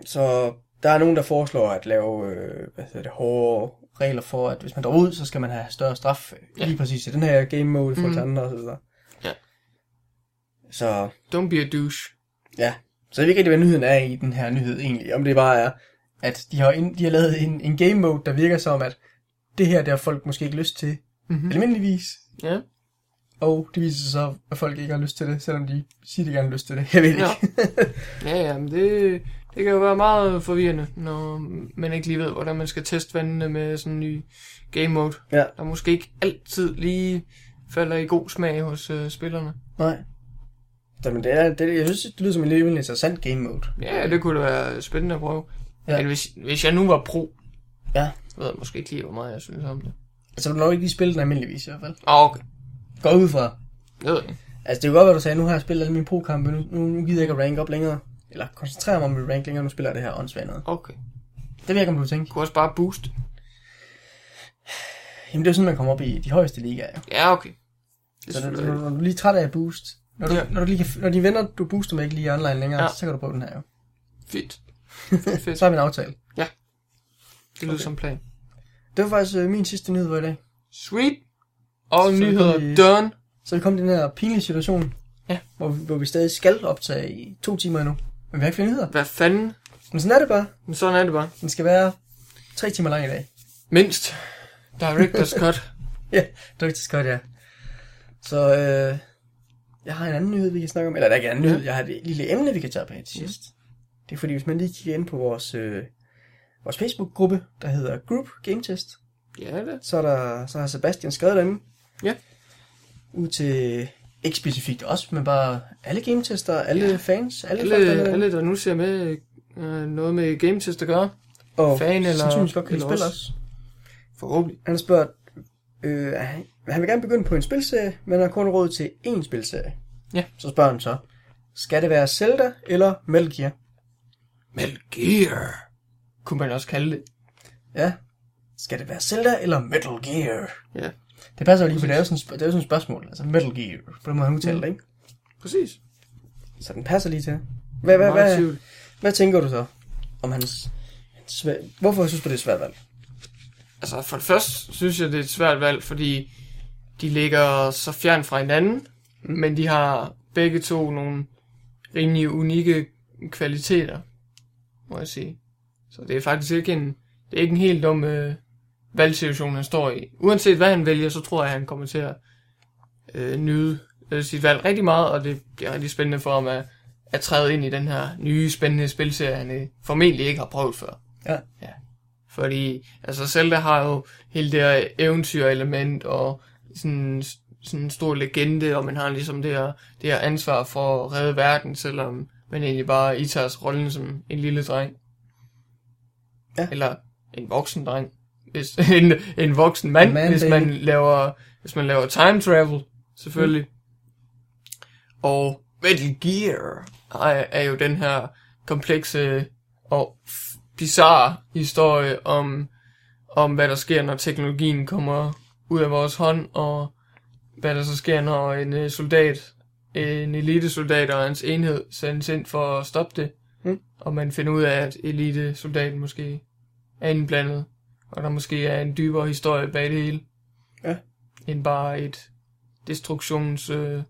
[SPEAKER 1] Så der er nogen, der foreslår at lave øh, hvad hedder det, hårde regler for, at hvis man drar ud, så skal man have større straf
[SPEAKER 2] Ja.
[SPEAKER 1] ja. lige præcis i den her game mode for mm.
[SPEAKER 2] Mhm.
[SPEAKER 1] andre og så videre.
[SPEAKER 2] Ja.
[SPEAKER 1] Så,
[SPEAKER 2] Don't be a douche.
[SPEAKER 1] så jeg ved ikke rigtig, hvad nyheden er i den her nyhed egentlig. Om det bare er, at de har, ind, de har lavet en, en game mode, der virker som, at det her, det har folk måske ikke lyst til
[SPEAKER 2] Mhm.
[SPEAKER 1] almindeligvis.
[SPEAKER 2] Ja.
[SPEAKER 1] Og det viser sig så, at folk ikke har lyst til det, selvom de siger, de gerne har lyst til det. Jeg ved det
[SPEAKER 2] Ja.
[SPEAKER 1] ikke.
[SPEAKER 2] Ja, ja, men det, det kan jo være meget forvirrende, når man ikke lige ved, hvordan man skal teste vandene med sådan en ny game mode,
[SPEAKER 1] Ja.
[SPEAKER 2] der måske ikke altid lige falder i god smag hos øh, spillerne.
[SPEAKER 1] Nej. Så, men det er, det, jeg synes, det lyder som en lidt interessant game mode.
[SPEAKER 2] Ja, det kunne da være spændende at prøve. Ja.
[SPEAKER 1] Ja.
[SPEAKER 2] Men hvis, hvis jeg nu var pro,
[SPEAKER 1] Ja.
[SPEAKER 2] jeg ved jeg måske ikke lige, hvor meget jeg synes om det.
[SPEAKER 1] Altså, du når ikke lige spille den almindeligvis i hvert fald.
[SPEAKER 2] Åh, okay.
[SPEAKER 1] Gå ud fra.
[SPEAKER 2] Jeg ved ikke.
[SPEAKER 1] Altså, det er jo godt, hvad du sagde. Nu har jeg spillet alle mine pro-kampe. Nu, nu, nu gider jeg ikke at rank op længere. Eller koncentrere mig om min rank længere. Nu spiller jeg det her åndssvagt noget.
[SPEAKER 2] Okay.
[SPEAKER 1] Det ved jeg ikke, om du tænker.
[SPEAKER 2] Jeg kunne også bare booste.
[SPEAKER 1] Jamen, det er jo sådan, man kommer op i de højeste ligaer. Jo.
[SPEAKER 2] Ja, okay. Det
[SPEAKER 1] Så
[SPEAKER 2] er
[SPEAKER 1] når,
[SPEAKER 2] selvfølgelig
[SPEAKER 1] når, når du lige er træt af at boost. Når, du,
[SPEAKER 2] Ja.
[SPEAKER 1] ja. når, du lige kan, når dine venner, du booster med ikke lige er online længere,
[SPEAKER 2] Ja.
[SPEAKER 1] ja. så kan du prøve den her jo.
[SPEAKER 2] fedt. Fedt, fedt.
[SPEAKER 1] Så har vi en aftale.
[SPEAKER 2] Det lyder
[SPEAKER 1] Okay.
[SPEAKER 2] som plan.
[SPEAKER 1] Det var faktisk øh, min sidste nyhed for i dag.
[SPEAKER 2] Sweet. Og
[SPEAKER 1] Så
[SPEAKER 2] nyheder
[SPEAKER 1] kan vi-
[SPEAKER 2] done.
[SPEAKER 1] Så vi kom i den her pinlige situation,
[SPEAKER 2] Ja.
[SPEAKER 1] hvor, vi, hvor vi stadig skal optage i to timer endnu. Men vi har ikke flere nyheder.
[SPEAKER 2] Hvad fanden?
[SPEAKER 1] Men sådan er det bare.
[SPEAKER 2] Men sådan er det bare.
[SPEAKER 1] Den skal være tre timer lang i dag.
[SPEAKER 2] Mindst. Director's cut.
[SPEAKER 1] Dygtig Scott, ja. Så øh, jeg har en anden nyhed, vi kan snakke om. Eller der er ikke en anden nyhed, jeg har et lille emne, vi kan tage op her til sidst. Det er fordi, hvis man lige kigger ind på vores, øh, vores Facebook-gruppe, der hedder Group Game Test.
[SPEAKER 2] Ja, det.
[SPEAKER 1] Så, er der, så har Sebastian skrevet derinde.
[SPEAKER 2] Ja.
[SPEAKER 1] Ud til, ikke specifikt os, men bare alle gametester, alle
[SPEAKER 2] Ja.
[SPEAKER 1] fans, alle,
[SPEAKER 2] Alle,
[SPEAKER 1] folk, der er med.
[SPEAKER 2] alle, der nu ser med øh, noget med game test at gøre,
[SPEAKER 1] og
[SPEAKER 2] fan eller-
[SPEAKER 1] sandsynligvis godt kan
[SPEAKER 2] eller
[SPEAKER 1] lide spil
[SPEAKER 2] os.
[SPEAKER 1] også.
[SPEAKER 2] forhåbentlig.
[SPEAKER 1] Han har spurgt, øh, er han- han vil gerne begynde på en spilserie, men har kun råd til én spilserie.
[SPEAKER 2] Ja.
[SPEAKER 1] Så spørger han så, skal det være Zelda eller Metal Gear?
[SPEAKER 2] Metal Gear, kunne man også kalde det.
[SPEAKER 1] Ja. Skal det være Zelda eller Metal Gear?
[SPEAKER 2] Ja.
[SPEAKER 1] Det passer jo lige, for det er jo sådan, et sp- det er jo sådan et spørgsmål. Altså Metal Gear, på den måde han udtaler
[SPEAKER 2] Mm.
[SPEAKER 1] det, ikke?
[SPEAKER 2] Præcis.
[SPEAKER 1] Så den passer lige til. Hvad, hvad,
[SPEAKER 2] Meget
[SPEAKER 1] hvad,
[SPEAKER 2] tvivl.
[SPEAKER 1] hvad tænker du så om hans... hans svæ- Hvorfor synes du, det er et svært valg?
[SPEAKER 2] Altså, for det første synes jeg, det er et svært valg, fordi de ligger så fjern fra hinanden, men de har begge to nogle rimelig unikke kvaliteter, må jeg sige. Så det er faktisk ikke en, det er ikke en helt dum øh, valgsituation, han står i. Uanset hvad han vælger, så tror jeg, han kommer til at øh, nyde øh, sit valg rigtig meget, og det bliver rigtig spændende for ham at, at træde ind i den her nye, spændende spilserie, han øh, formentlig ikke har prøvet før.
[SPEAKER 1] Ja.
[SPEAKER 2] Fordi altså Zelda har jo hele det her eventyrelement og sådan, sådan en stor legende, og man har ligesom det her, det her ansvar for at redde verden, selvom man egentlig bare itager rollen som en lille dreng.
[SPEAKER 1] Ja.
[SPEAKER 2] Eller en voksen dreng. Hvis, en, en voksen mand,
[SPEAKER 1] En man,
[SPEAKER 2] man, hvis, man
[SPEAKER 1] baby.
[SPEAKER 2] laver, hvis man laver time travel, selvfølgelig. Mm.
[SPEAKER 1] Mm.
[SPEAKER 2] Og Metal Gear er, er jo den her komplekse og f- bizarre historie om, om, hvad der sker, når teknologien kommer ud af vores hånd, og hvad der så sker, når en øh, soldat, en elitesoldat og hans enhed sendes ind for at stoppe det.
[SPEAKER 1] Mm.
[SPEAKER 2] Og man finder ud af, at elitesoldaten måske er indblandet, og der måske er en dybere historie bag det hele.
[SPEAKER 1] Ja.
[SPEAKER 2] End bare et destruktions øh,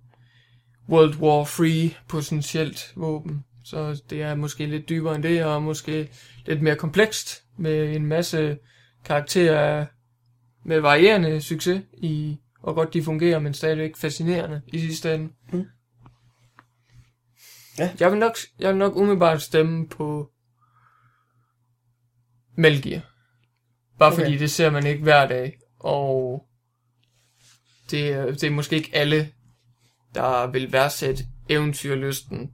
[SPEAKER 2] World War 3 potentielt våben. Så det er måske lidt dybere end det, og måske lidt mere komplekst, med en masse karakterer med varierende succes i, hvor godt de fungerer, men stadigvæk fascinerende i sidste ende.
[SPEAKER 1] Mm. Ja.
[SPEAKER 2] Jeg, vil nok, jeg vil nok umiddelbart stemme på Melgier. Bare okay. fordi
[SPEAKER 1] Okay.
[SPEAKER 2] det ser man ikke hver dag, og det, er- det er måske ikke alle, der vil værdsætte eventyrlysten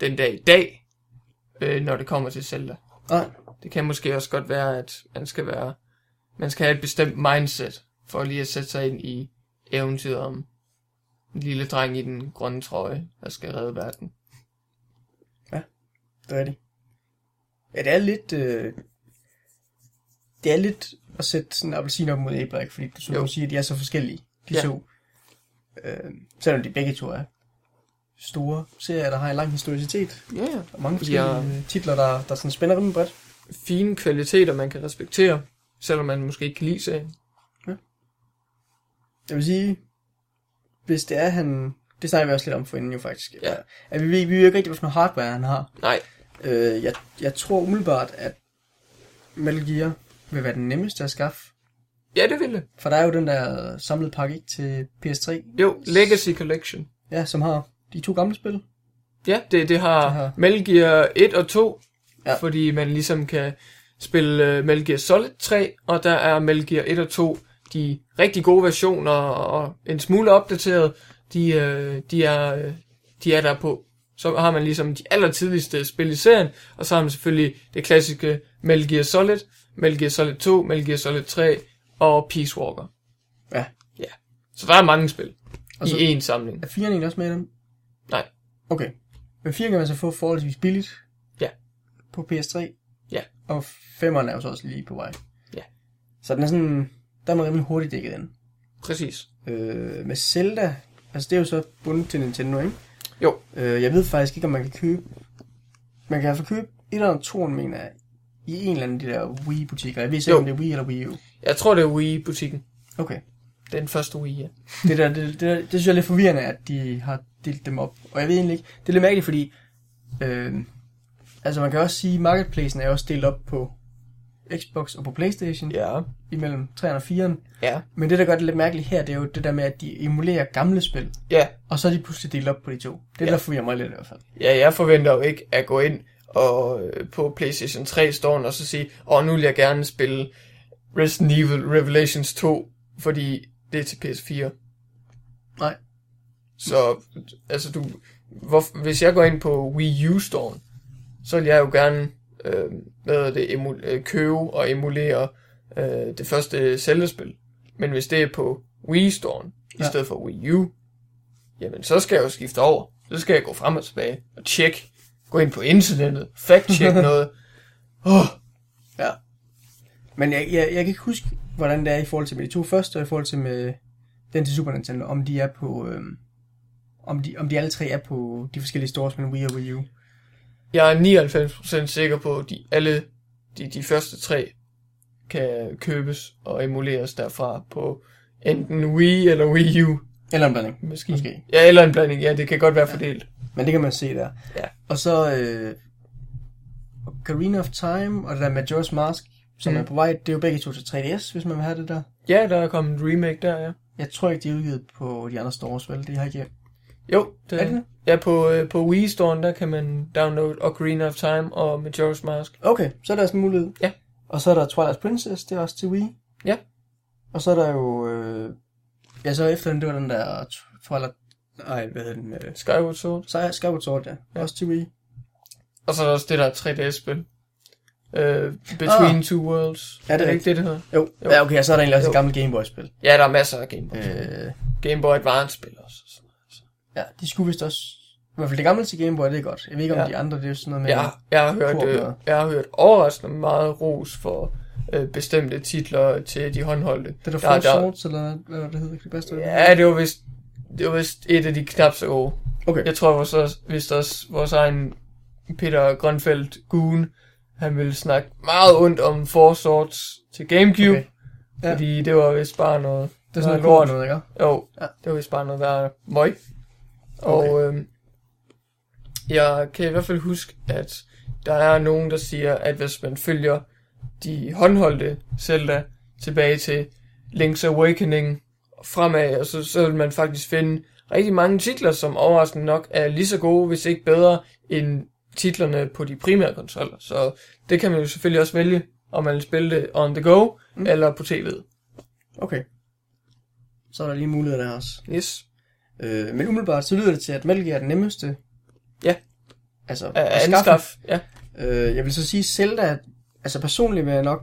[SPEAKER 2] den dag i dag, øh, når det kommer til Zelda.
[SPEAKER 1] Nej.
[SPEAKER 2] Det kan måske også godt være, at man skal være, man skal have et bestemt mindset, for lige at sætte sig ind i eventyret om en lille dreng i den grønne trøje, der skal redde verden.
[SPEAKER 1] Det er det. Ja, det er lidt... Øh, det er lidt at sætte sådan en appelsin op mod en æble, ikke? fordi du
[SPEAKER 2] Jo.
[SPEAKER 1] så sige, at de er så forskellige, de
[SPEAKER 2] Ja.
[SPEAKER 1] ja. to. Øh, selvom de begge to er store serier, der har en lang historicitet,
[SPEAKER 2] Ja, yeah.
[SPEAKER 1] og mange forskellige
[SPEAKER 2] Ja.
[SPEAKER 1] ja. titler, der, der sådan spænder rimelig bredt.
[SPEAKER 2] fine kvaliteter, man kan respektere, selvom man måske ikke kan lide serien.
[SPEAKER 1] Jeg vil sige, hvis det er han... Det snakker vi også lidt om forinden jo faktisk.
[SPEAKER 2] Ja.
[SPEAKER 1] At vi, ved- vi ved jo ikke rigtig, hvilken hardware han har.
[SPEAKER 2] Nej,
[SPEAKER 1] Øh, jeg, jeg tror umiddelbart, at Metal Gear vil være den nemmeste at skaffe.
[SPEAKER 2] ja, det ville det.
[SPEAKER 1] For der er jo den der samlede pakke ikke, til PS3,
[SPEAKER 2] Jo, Legacy Collection.
[SPEAKER 1] ja, som har de to gamle spil.
[SPEAKER 2] Ja, det, det har
[SPEAKER 1] Det
[SPEAKER 2] Aha.
[SPEAKER 1] har-
[SPEAKER 2] Metal Gear 1 og 2, ja.
[SPEAKER 1] Ja.
[SPEAKER 2] fordi man ligesom kan spille uh, Metal Gear Solid 3, og der er Metal Gear 1 og 2 de rigtig gode versioner, og en smule opdateret, de, øh, de, er, øh, de er der på. Så har man ligesom de allertidligste spil i serien, og så har man selvfølgelig det klassiske Metal Gear Solid, Metal Gear Solid 2, Metal Gear Solid 3 og Peace Walker.
[SPEAKER 1] Ja.
[SPEAKER 2] Ja. Så der er mange spil
[SPEAKER 1] Og
[SPEAKER 2] altså,
[SPEAKER 1] så-
[SPEAKER 2] i én samling.
[SPEAKER 1] Er 4'eren egentlig også med i dem?
[SPEAKER 2] Nej.
[SPEAKER 1] Okay. Men 4 kan man så få forholdsvis billigt.
[SPEAKER 2] Ja.
[SPEAKER 1] På PS3.
[SPEAKER 2] Ja.
[SPEAKER 1] Og 5'eren er jo så også lige på vej.
[SPEAKER 2] Ja.
[SPEAKER 1] Så den er sådan, der er man rimelig hurtigt dækket ind.
[SPEAKER 2] Præcis.
[SPEAKER 1] Øh, med Zelda, altså det er jo så bundet til Nintendo, ikke?
[SPEAKER 2] Jo.
[SPEAKER 1] Øh, jeg ved faktisk ikke, om man kan købe... Man kan i hvert fald købe 1 eller 2, mener jeg, i en eller anden af de der Wii-butikker. Jeg ved ikke,
[SPEAKER 2] Jo.
[SPEAKER 1] om det er Wii eller Wii U.
[SPEAKER 2] Jeg tror, det er Wii-butikken.
[SPEAKER 1] Okay.
[SPEAKER 2] Den første uge, ja.
[SPEAKER 1] Det, der, det, det, der, det synes jeg er lidt forvirrende, at de har delt dem op. Og jeg ved egentlig ikke, det er lidt mærkeligt, fordi... Øh, altså man kan også sige, at marketplacen er også delt op på Xbox og på Playstation ja. imellem 3'eren og 4'eren.
[SPEAKER 2] Ja.
[SPEAKER 1] Men det, der gør det lidt mærkeligt her, det er jo det der med, at de emulerer gamle spil.
[SPEAKER 2] Ja.
[SPEAKER 1] Og så er de pludselig delt op på de to. Det er
[SPEAKER 2] Ja.
[SPEAKER 1] ja. der forvirrer mig lidt i hvert fald.
[SPEAKER 2] Ja, jeg forventer jo ikke at gå ind og øh, på PlayStation 3 står den og så sige, åh, nu vil jeg gerne spille Resident Evil Revelations 2, fordi det er til PS4.
[SPEAKER 1] Nej.
[SPEAKER 2] Så, altså du, hvor, hvis jeg går ind på Wii u Store, så vil jeg jo gerne øh, hvad hedder det, emu, øh, købe og emulere øh, det første cellespil. Men hvis det er på Wii Store, ja.
[SPEAKER 1] Ja.
[SPEAKER 2] i stedet for Wii U, jamen så skal jeg jo skifte over. Så skal jeg gå frem og tilbage og tjekke. Gå ind på internettet, fact-check noget. Oh,
[SPEAKER 1] Men jeg, jeg, jeg kan ikke huske, hvordan det er i forhold til med de to første, og i forhold til med den til Super Nintendo, om de er på... Øhm, om de, om de alle tre er på de forskellige stores, men Wii og Wii U.
[SPEAKER 2] Jeg er 99% sikker på, at de, alle de, de første tre kan købes og emuleres derfra på enten Wii eller Wii U.
[SPEAKER 1] Eller en blanding.
[SPEAKER 2] Måske.
[SPEAKER 1] Måske.
[SPEAKER 2] Ja, eller en blanding. Ja, det kan godt være fordelt.
[SPEAKER 1] Men det kan man se der.
[SPEAKER 2] Ja.
[SPEAKER 1] Og så øh, Karina of Time og det der Majora's Mask, som
[SPEAKER 2] Mm.
[SPEAKER 1] mm. er på vej, det er jo begge to til 3DS, hvis man vil have det der.
[SPEAKER 2] Ja, der er kommet en remake der, ja.
[SPEAKER 1] Jeg tror ikke, de er udgivet på de andre stores, vel? Det har ikke...
[SPEAKER 2] Jo, det
[SPEAKER 1] Er det det?
[SPEAKER 2] Ja, på, øh, på Wii Store, der kan man downloade Ocarina of Time og Majora's Mask.
[SPEAKER 1] Okay, så er der sådan en mulighed.
[SPEAKER 2] Ja.
[SPEAKER 1] Og så er der Twilight Princess, det er også til Wii.
[SPEAKER 2] Ja.
[SPEAKER 1] Og så er der jo... Øh, ja, så efter den, det var den der Twilight... Nej, hvad hedder den? Øh,
[SPEAKER 2] Skyward Sword.
[SPEAKER 1] så er Skyward Sword, ja.
[SPEAKER 2] Ja.
[SPEAKER 1] Også til Wii.
[SPEAKER 2] Og så er der også det der 3D-spil. Øh, Between
[SPEAKER 1] Ah.
[SPEAKER 2] Two Worlds.
[SPEAKER 1] Ja, det er
[SPEAKER 2] ikke det, det hedder?
[SPEAKER 1] Jo,
[SPEAKER 2] Jo.
[SPEAKER 1] jo. ja, okay, og så er der egentlig også et
[SPEAKER 2] Jo.
[SPEAKER 1] gammelt Game Boy-spil.
[SPEAKER 2] Ja, der er masser af Game Boy.
[SPEAKER 1] Øh,
[SPEAKER 2] Game Boy Advance-spil også.
[SPEAKER 1] ja, de skulle vist også... I hvert fald det gamle til Game Boy, det er godt. Jeg ved ikke, om
[SPEAKER 2] Ja.
[SPEAKER 1] ja. de andre, det er jo sådan noget med...
[SPEAKER 2] Jeg, jeg, har hørt,
[SPEAKER 1] Coop
[SPEAKER 2] øh,
[SPEAKER 1] noget.
[SPEAKER 2] jeg har hørt overraskende meget ros for øh, bestemte titler til de håndholdte.
[SPEAKER 1] Det er der
[SPEAKER 2] Ja,
[SPEAKER 1] Four
[SPEAKER 2] der-
[SPEAKER 1] Swords, eller hvad var det hedder, det bedste?
[SPEAKER 2] Ja, det var vist, det var vist et af de knap så gode.
[SPEAKER 1] Okay.
[SPEAKER 2] Jeg tror vores, også- vist også, vores egen Peter Grønfeldt Gun, han ville snakke meget ondt om Four Swords til Gamecube, okay.
[SPEAKER 1] Okay.
[SPEAKER 2] ja.
[SPEAKER 1] Ja.
[SPEAKER 2] fordi det var vist bare noget...
[SPEAKER 1] Det er sådan noget
[SPEAKER 2] noget
[SPEAKER 1] lort, noget, ikke?
[SPEAKER 2] Jo, ja.
[SPEAKER 1] Ja.
[SPEAKER 2] det var vist bare noget værre møg. Og
[SPEAKER 1] Okay.
[SPEAKER 2] øhm, jeg kan i hvert fald huske, at der er nogen, der siger, at hvis man følger de håndholdte Zelda tilbage til Link's Awakening fremad, og så, så vil man faktisk finde rigtig mange titler, som overraskende nok er lige så gode, hvis ikke bedre, end titlerne på de primære konsoller. Så det kan man jo selvfølgelig også vælge, om man vil spille det on the go, mm.
[SPEAKER 1] Mm.
[SPEAKER 2] eller på tv'et.
[SPEAKER 1] Okay. Så er der lige muligheder der også.
[SPEAKER 2] Yes.
[SPEAKER 1] Øh, men umiddelbart, så lyder det til, at Metal Gear er den nemmeste.
[SPEAKER 2] Ja.
[SPEAKER 1] Altså, at skaffe.
[SPEAKER 2] Anskaff. Ja.
[SPEAKER 1] Øh, jeg vil så sige, Zelda, altså personligt vil jeg nok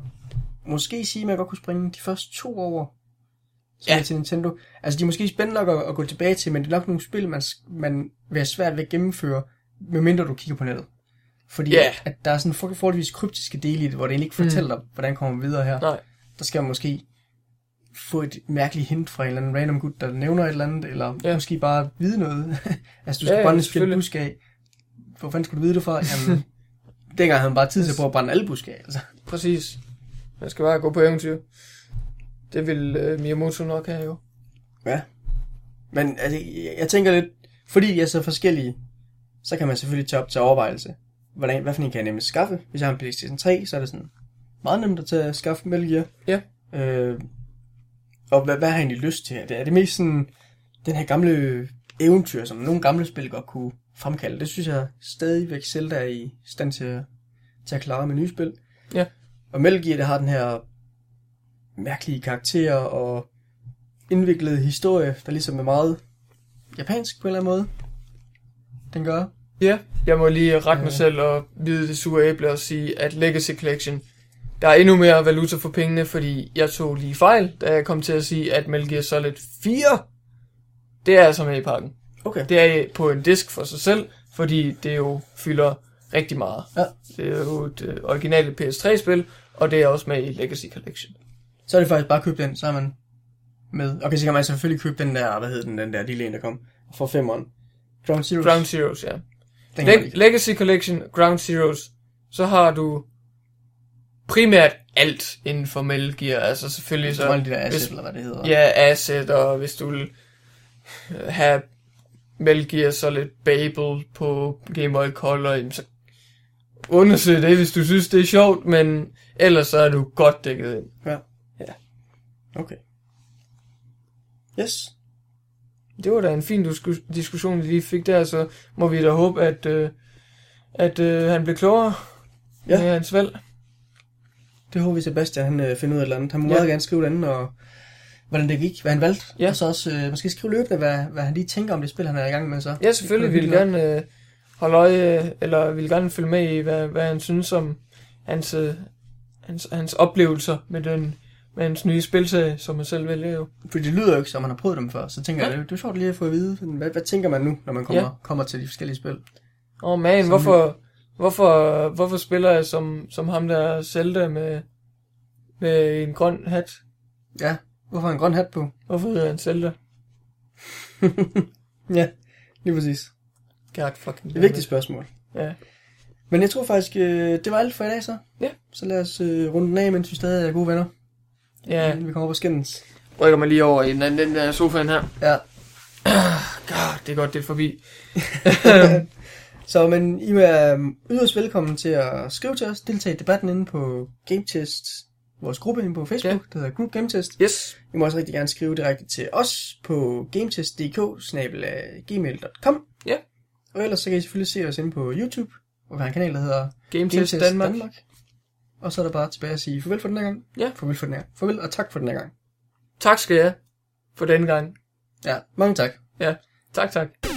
[SPEAKER 1] måske sige, at man godt kunne springe de første to over. som
[SPEAKER 2] Ja.
[SPEAKER 1] er til Nintendo. Altså, de er måske spændende nok at, at gå tilbage til, men det er nok nogle spil, man, s- man vil have svært ved at gennemføre, medmindre du kigger på nettet. Fordi
[SPEAKER 2] Ja.
[SPEAKER 1] at der er sådan for- forholdsvis kryptiske dele i det, hvor det egentlig ikke
[SPEAKER 2] Mm.
[SPEAKER 1] fortæller dig, hvordan kommer vi videre her.
[SPEAKER 2] Nej.
[SPEAKER 1] Der skal man måske få et mærkeligt hint fra en eller anden random gut, der nævner et eller andet, eller
[SPEAKER 2] Ja.
[SPEAKER 1] ja. måske bare vide noget. altså, du
[SPEAKER 2] Ja,
[SPEAKER 1] skal
[SPEAKER 2] ja,
[SPEAKER 1] ja, brænde et specielt
[SPEAKER 2] selvfølgelig.
[SPEAKER 1] busk af. Hvor fanden skulle du vide det fra? Jamen, dengang havde man bare tid til at prøve at brænde alle buske af. Altså.
[SPEAKER 2] Præcis. Man skal bare gå på eventyr. Det vil øh, Miyamoto nok have jo.
[SPEAKER 1] Ja. Men altså, jeg, jeg tænker lidt, fordi jeg er så forskellige, så kan man selvfølgelig tage op til overvejelse. Hvordan, hvad for en kan jeg nemlig skaffe? Hvis jeg har en PlayStation 3, så er det sådan meget nemt at tage at skaffe Metal Gear.
[SPEAKER 2] Ja.
[SPEAKER 1] Øh, og hvad, hvad har jeg egentlig lyst til her? Det er det mest sådan, den her gamle eventyr, som nogle gamle spil godt kunne fremkalde. Det synes jeg stadigvæk selv der er i stand til, at- til at klare med nye spil.
[SPEAKER 2] Ja.
[SPEAKER 1] Og Metal Gear, det har den her mærkelige karakterer og indviklet historie, der ligesom er meget japansk på en eller anden måde. Den gør.
[SPEAKER 2] Ja, jeg må lige rette mig
[SPEAKER 1] Øh.
[SPEAKER 2] selv og vide det sure æble og sige, at Legacy Collection, der er endnu mere valuta for pengene, fordi jeg tog lige fejl, da jeg kom til at sige, at Metal Gear Solid 4, det er altså med i pakken.
[SPEAKER 1] Okay.
[SPEAKER 2] Det er på en disk for sig selv, fordi det jo fylder rigtig meget.
[SPEAKER 1] Ja.
[SPEAKER 2] Det er jo et øh, originale PS3-spil, og det er også med i Legacy Collection.
[SPEAKER 1] Så er det faktisk bare at købe den, så er man med. Okay, så kan man selvfølgelig købe den der, hvad hed den, den der lille en, der kom for femmeren. Ground Zero.
[SPEAKER 2] Ground Zeroes, ja.
[SPEAKER 1] den kan man
[SPEAKER 2] Leg-
[SPEAKER 1] ikke.
[SPEAKER 2] Legacy Collection, Ground Zeroes, så har du primært alt inden for Metal Gear. Altså selvfølgelig
[SPEAKER 1] Så var
[SPEAKER 2] så,
[SPEAKER 1] det de der asset,
[SPEAKER 2] hvis-
[SPEAKER 1] eller hvad det hedder.
[SPEAKER 2] ja, Asset, og hvis du vil øh, have Metal Gear så lidt Babel på Game Boy Color, jamen, så undersøg det, hvis du synes, det er sjovt, men ellers så er du godt dækket ind.
[SPEAKER 1] Okay. Yes.
[SPEAKER 2] Det var da en fin disku- diskussion, vi lige fik der, så må vi da håbe, at, øh, at øh, han blev klogere
[SPEAKER 1] Ja.
[SPEAKER 2] ja. med hans valg.
[SPEAKER 1] Det håber vi Sebastian, han øh, finder ud af et eller andet. Han må
[SPEAKER 2] Ja.
[SPEAKER 1] meget gerne skrive den, og hvordan det gik, hvad han valgte.
[SPEAKER 2] Ja.
[SPEAKER 1] Og så også øh, måske skrive løbende, hvad, hvad han lige tænker om det spil, han er i gang med så.
[SPEAKER 2] Ja, selvfølgelig
[SPEAKER 1] Det
[SPEAKER 2] ville
[SPEAKER 1] kunne
[SPEAKER 2] gerne øh, holde øje, eller ville gerne følge med i, hvad, hvad han synes om hans, øh, hans, hans oplevelser med, den, med hans nye spilserie, som han selv vælger jo.
[SPEAKER 1] Fordi det lyder jo ikke, som han har prøvet dem før. Så tænker
[SPEAKER 2] Nej.
[SPEAKER 1] jeg, det er sjovt lige at få at vide, sådan, hvad, hvad tænker man nu, når man kommer,
[SPEAKER 2] Ja.
[SPEAKER 1] kommer til de forskellige spil?
[SPEAKER 2] Åh oh, man,
[SPEAKER 1] Som-
[SPEAKER 2] hvorfor, hvorfor, hvorfor spiller jeg som, som ham der Zelda med, med en grøn hat?
[SPEAKER 1] Ja, hvorfor har han grøn hat på?
[SPEAKER 2] Hvorfor hedder han Zelda?
[SPEAKER 1] ja, lige præcis.
[SPEAKER 2] God fucking
[SPEAKER 1] Det er et vigtigt spørgsmål.
[SPEAKER 2] Ja.
[SPEAKER 1] Men jeg tror faktisk, øh, det var alt for i dag så.
[SPEAKER 2] Ja.
[SPEAKER 1] Så lad os øh, runde den af, mens vi stadig er gode venner.
[SPEAKER 2] Ja,
[SPEAKER 1] Inden Vi kommer op og skændes.
[SPEAKER 2] rykker mig lige over i den, den, den der sofaen her.
[SPEAKER 1] Ja.
[SPEAKER 2] God, det er godt, det er forbi.
[SPEAKER 1] Så men I er øhm, yderst velkommen til at skrive til os, deltage i debatten inde på GameTest, vores gruppe inde på Facebook, ja. der hedder Group GameTest.
[SPEAKER 2] Yes.
[SPEAKER 1] I må også rigtig gerne skrive direkte til os på gametest.dk-gmail.com
[SPEAKER 2] Ja.
[SPEAKER 1] Og ellers så kan I selvfølgelig se os inde på YouTube, og vi har en kanal, der hedder
[SPEAKER 2] Game Test
[SPEAKER 1] GameTest
[SPEAKER 2] Danmark.
[SPEAKER 1] Danmark. Danmark. Og så er der bare tilbage at sige farvel for den her gang.
[SPEAKER 2] Ja.
[SPEAKER 1] Farvel for den her. Farvel og tak for den her gang.
[SPEAKER 2] Tak skal jeg for denne gang.
[SPEAKER 1] Ja, mange tak.
[SPEAKER 2] Tak, tak.